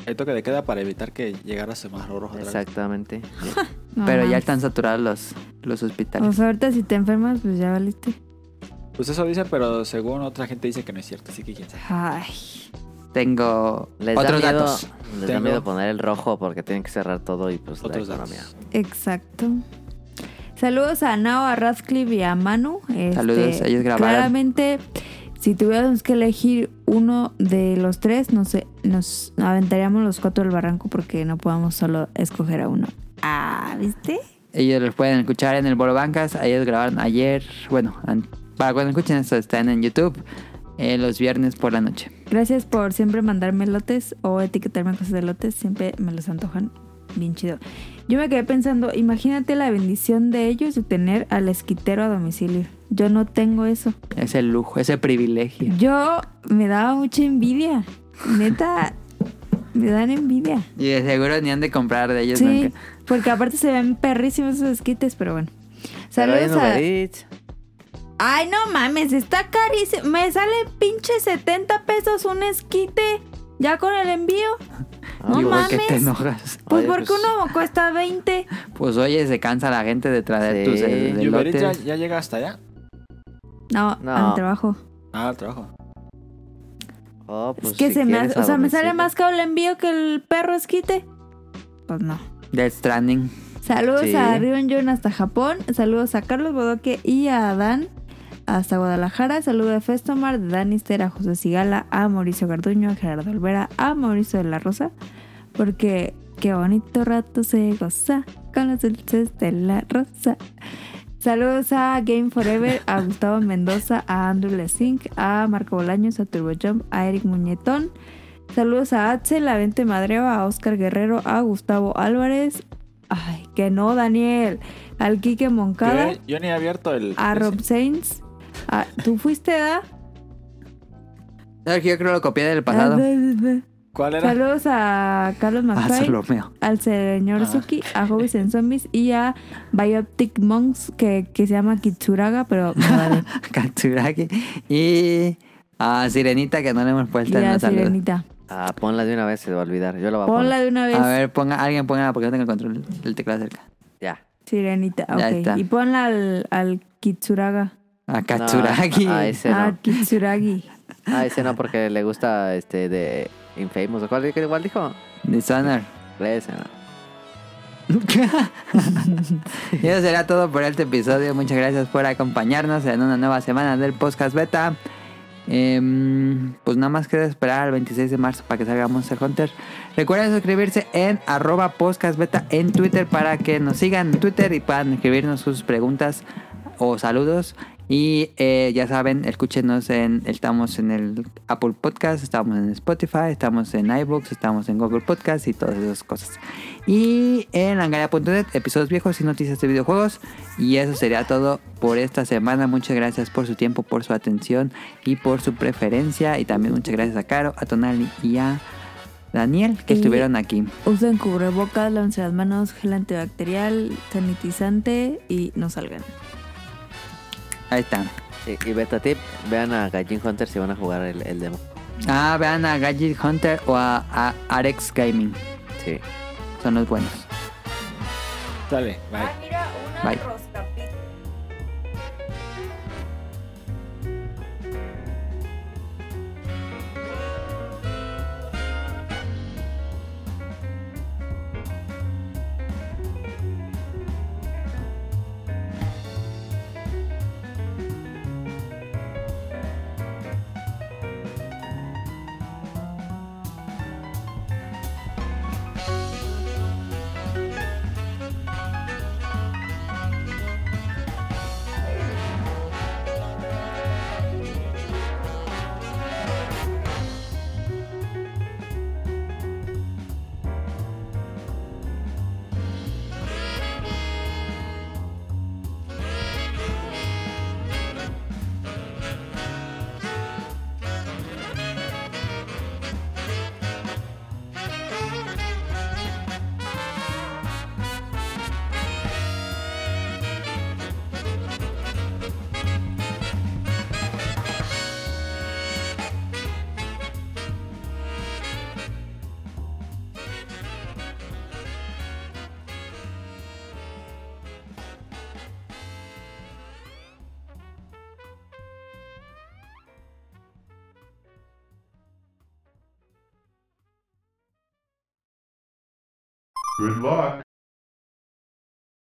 S4: el toque de queda para evitar que llegara Semáforo Rojo. otra vez.
S2: Exactamente. Sí.
S3: No
S1: pero ya
S3: mames.
S1: están saturados los, los hospitales.
S3: O sea, ahorita si te enfermas, pues ya valiste.
S4: Pues eso dicen, pero según otra gente dice que no es cierto, así que quién sabe.
S3: Ay.
S1: Tengo
S2: Les da
S1: otros
S2: miedo-
S1: datos.
S2: Les da
S4: Tengo-
S2: miedo poner el rojo porque tienen que cerrar todo y pues
S4: Otros
S2: la
S4: datos.
S2: economía.
S3: Exacto. Saludos a Nao, a Radcliffe y a Manu. Este,
S1: Saludos, ellos grabaron.
S3: Claramente, si tuviéramos que elegir uno de los tres, no sé, nos aventaríamos los cuatro del barranco porque no podemos solo escoger a uno. Ah, ¿viste?
S1: Ellos los pueden escuchar en el Bolo Bancas. Ellos grabaron ayer. Bueno, an- para cuando escuchen esto, están en YouTube eh, los viernes por la noche.
S3: Gracias por siempre mandarme lotes o etiquetarme cosas de lotes. Siempre me los antojan bien chido. Yo me quedé pensando, imagínate la bendición de ellos de tener al esquitero a domicilio. Yo no tengo eso.
S1: Ese lujo, ese privilegio.
S3: Yo me daba mucha envidia. Neta, me dan envidia.
S1: Y de seguro ni han de comprar de ellos
S3: Sí,
S1: nunca.
S3: porque aparte se ven perrísimos esos esquites, pero bueno.
S2: Pero hay en
S3: Saludos a...
S2: Uber Eats.
S3: Ay, no mames, está carísimo. Me sale pinche 70 pesos un esquite ya con el envío. No
S1: y
S3: mames.
S1: que te enojas.
S3: Pues
S2: Oye,
S3: porque
S2: pues-
S3: uno cuesta 20.
S1: Pues oye, se cansa la gente de traer
S2: Sí.
S1: tus eh,
S4: ¿Y Uber Eats ya,
S1: elotes.
S4: ya llega hasta allá?
S3: No,
S2: No.
S3: al trabajo.
S4: Ah, al trabajo.
S2: Oh, pues
S3: es que
S2: si
S3: se me
S2: quieres
S3: hace, o
S2: a
S3: sea, me sale
S2: domicilio.
S3: más caro el envío que el perro esquite. Pues no.
S1: Death Stranding.
S3: Saludos
S2: Sí.
S3: a Rion John hasta Japón. Saludos a Carlos Bodoque y a Adán hasta Guadalajara. Saludos a Festomar, de Danister, a José Sigala, a Mauricio Garduño, a Gerardo Olvera, a Mauricio de la Rosa. Porque qué bonito rato se goza con los dulces de la rosa. Saludos a Game Forever, a Gustavo Mendoza, a Andrew Lesink, a Marco Bolaños, a Turbo Jump, a Eric Muñetón. Saludos a Axel, a Vente Madreo, a Oscar Guerrero, a Gustavo Álvarez. Ay, que no, Daniel. Al Quique Moncada,
S4: Yo, yo ni he abierto el...
S3: a Ah,
S1: pues
S3: Rob
S4: ese.
S3: Sainz. a- ¿Tú fuiste, da?
S1: Sergio, creo que lo copié del
S3: Ah,
S1: pasado.
S4: ¿Cuál era?
S3: Saludos a Carlos
S1: Ah,
S3: McFly,
S1: Solomeo.
S3: al señor
S4: Ah.
S3: Suki, a Hobbies and Zombies y a Bioptic Monks, que, que se llama Kitsuraga, pero no vale.
S1: Katsuragi. Y a Sirenita, que no le hemos
S3: Y
S1: puesto en
S3: a
S1: los saludos.
S3: Sirenita. pues.
S2: Ah, ponla de una vez, se te va a olvidar. Yo la voy a
S3: Ponla
S2: poner.
S3: de una vez.
S1: A ver, ponga, alguien póngala porque no tengo el control del teclado cerca.
S2: Ya.
S3: Sirenita,
S1: Ya
S3: ok.
S1: está.
S3: Y ponla al, al Kitsuraga.
S1: A
S2: No,
S1: Katsuragi.
S2: a ese
S3: ah,
S2: no.
S3: Kitsuragi.
S2: Ah, ese no, porque le gusta este de Infamous. ¿Cuál, cuál dijo?
S1: Dishonor.
S2: Ese no.
S1: Y eso será todo por este episodio. Muchas gracias por acompañarnos en una nueva semana del podcast beta. Em, pues nada más queda esperar al 26 de marzo para que salga Monster Hunter. Recuerden suscribirse en arroba podcast beta en Twitter para que nos sigan en Twitter y puedan escribirnos sus preguntas o saludos. Y eh, ya saben, escúchenos en, estamos en el Apple Podcast, estamos en Spotify, estamos en iVoox, estamos en Google Podcast y todas esas cosas. Y en langaria.net, episodios viejos y noticias de videojuegos. Y eso sería todo por esta semana. Muchas gracias por su tiempo, por su atención y por su preferencia. Y también muchas gracias a Caro, a Tonali y a Daniel que
S3: Y-
S1: estuvieron aquí.
S3: Usen cubrebocas, lávense las manos, gel antibacterial, sanitizante y no salgan.
S1: Ahí están.
S2: Sí, y beta tip, vean a Gallin Hunter si van a jugar el, el demo.
S1: Ah, vean a Gadget Hunter o a, a Arex Gaming.
S2: Sí.
S1: Son los buenos.
S4: Dale, bye.
S5: Ah, mira, una
S1: Bye.
S5: roscapita.
S7: Good luck.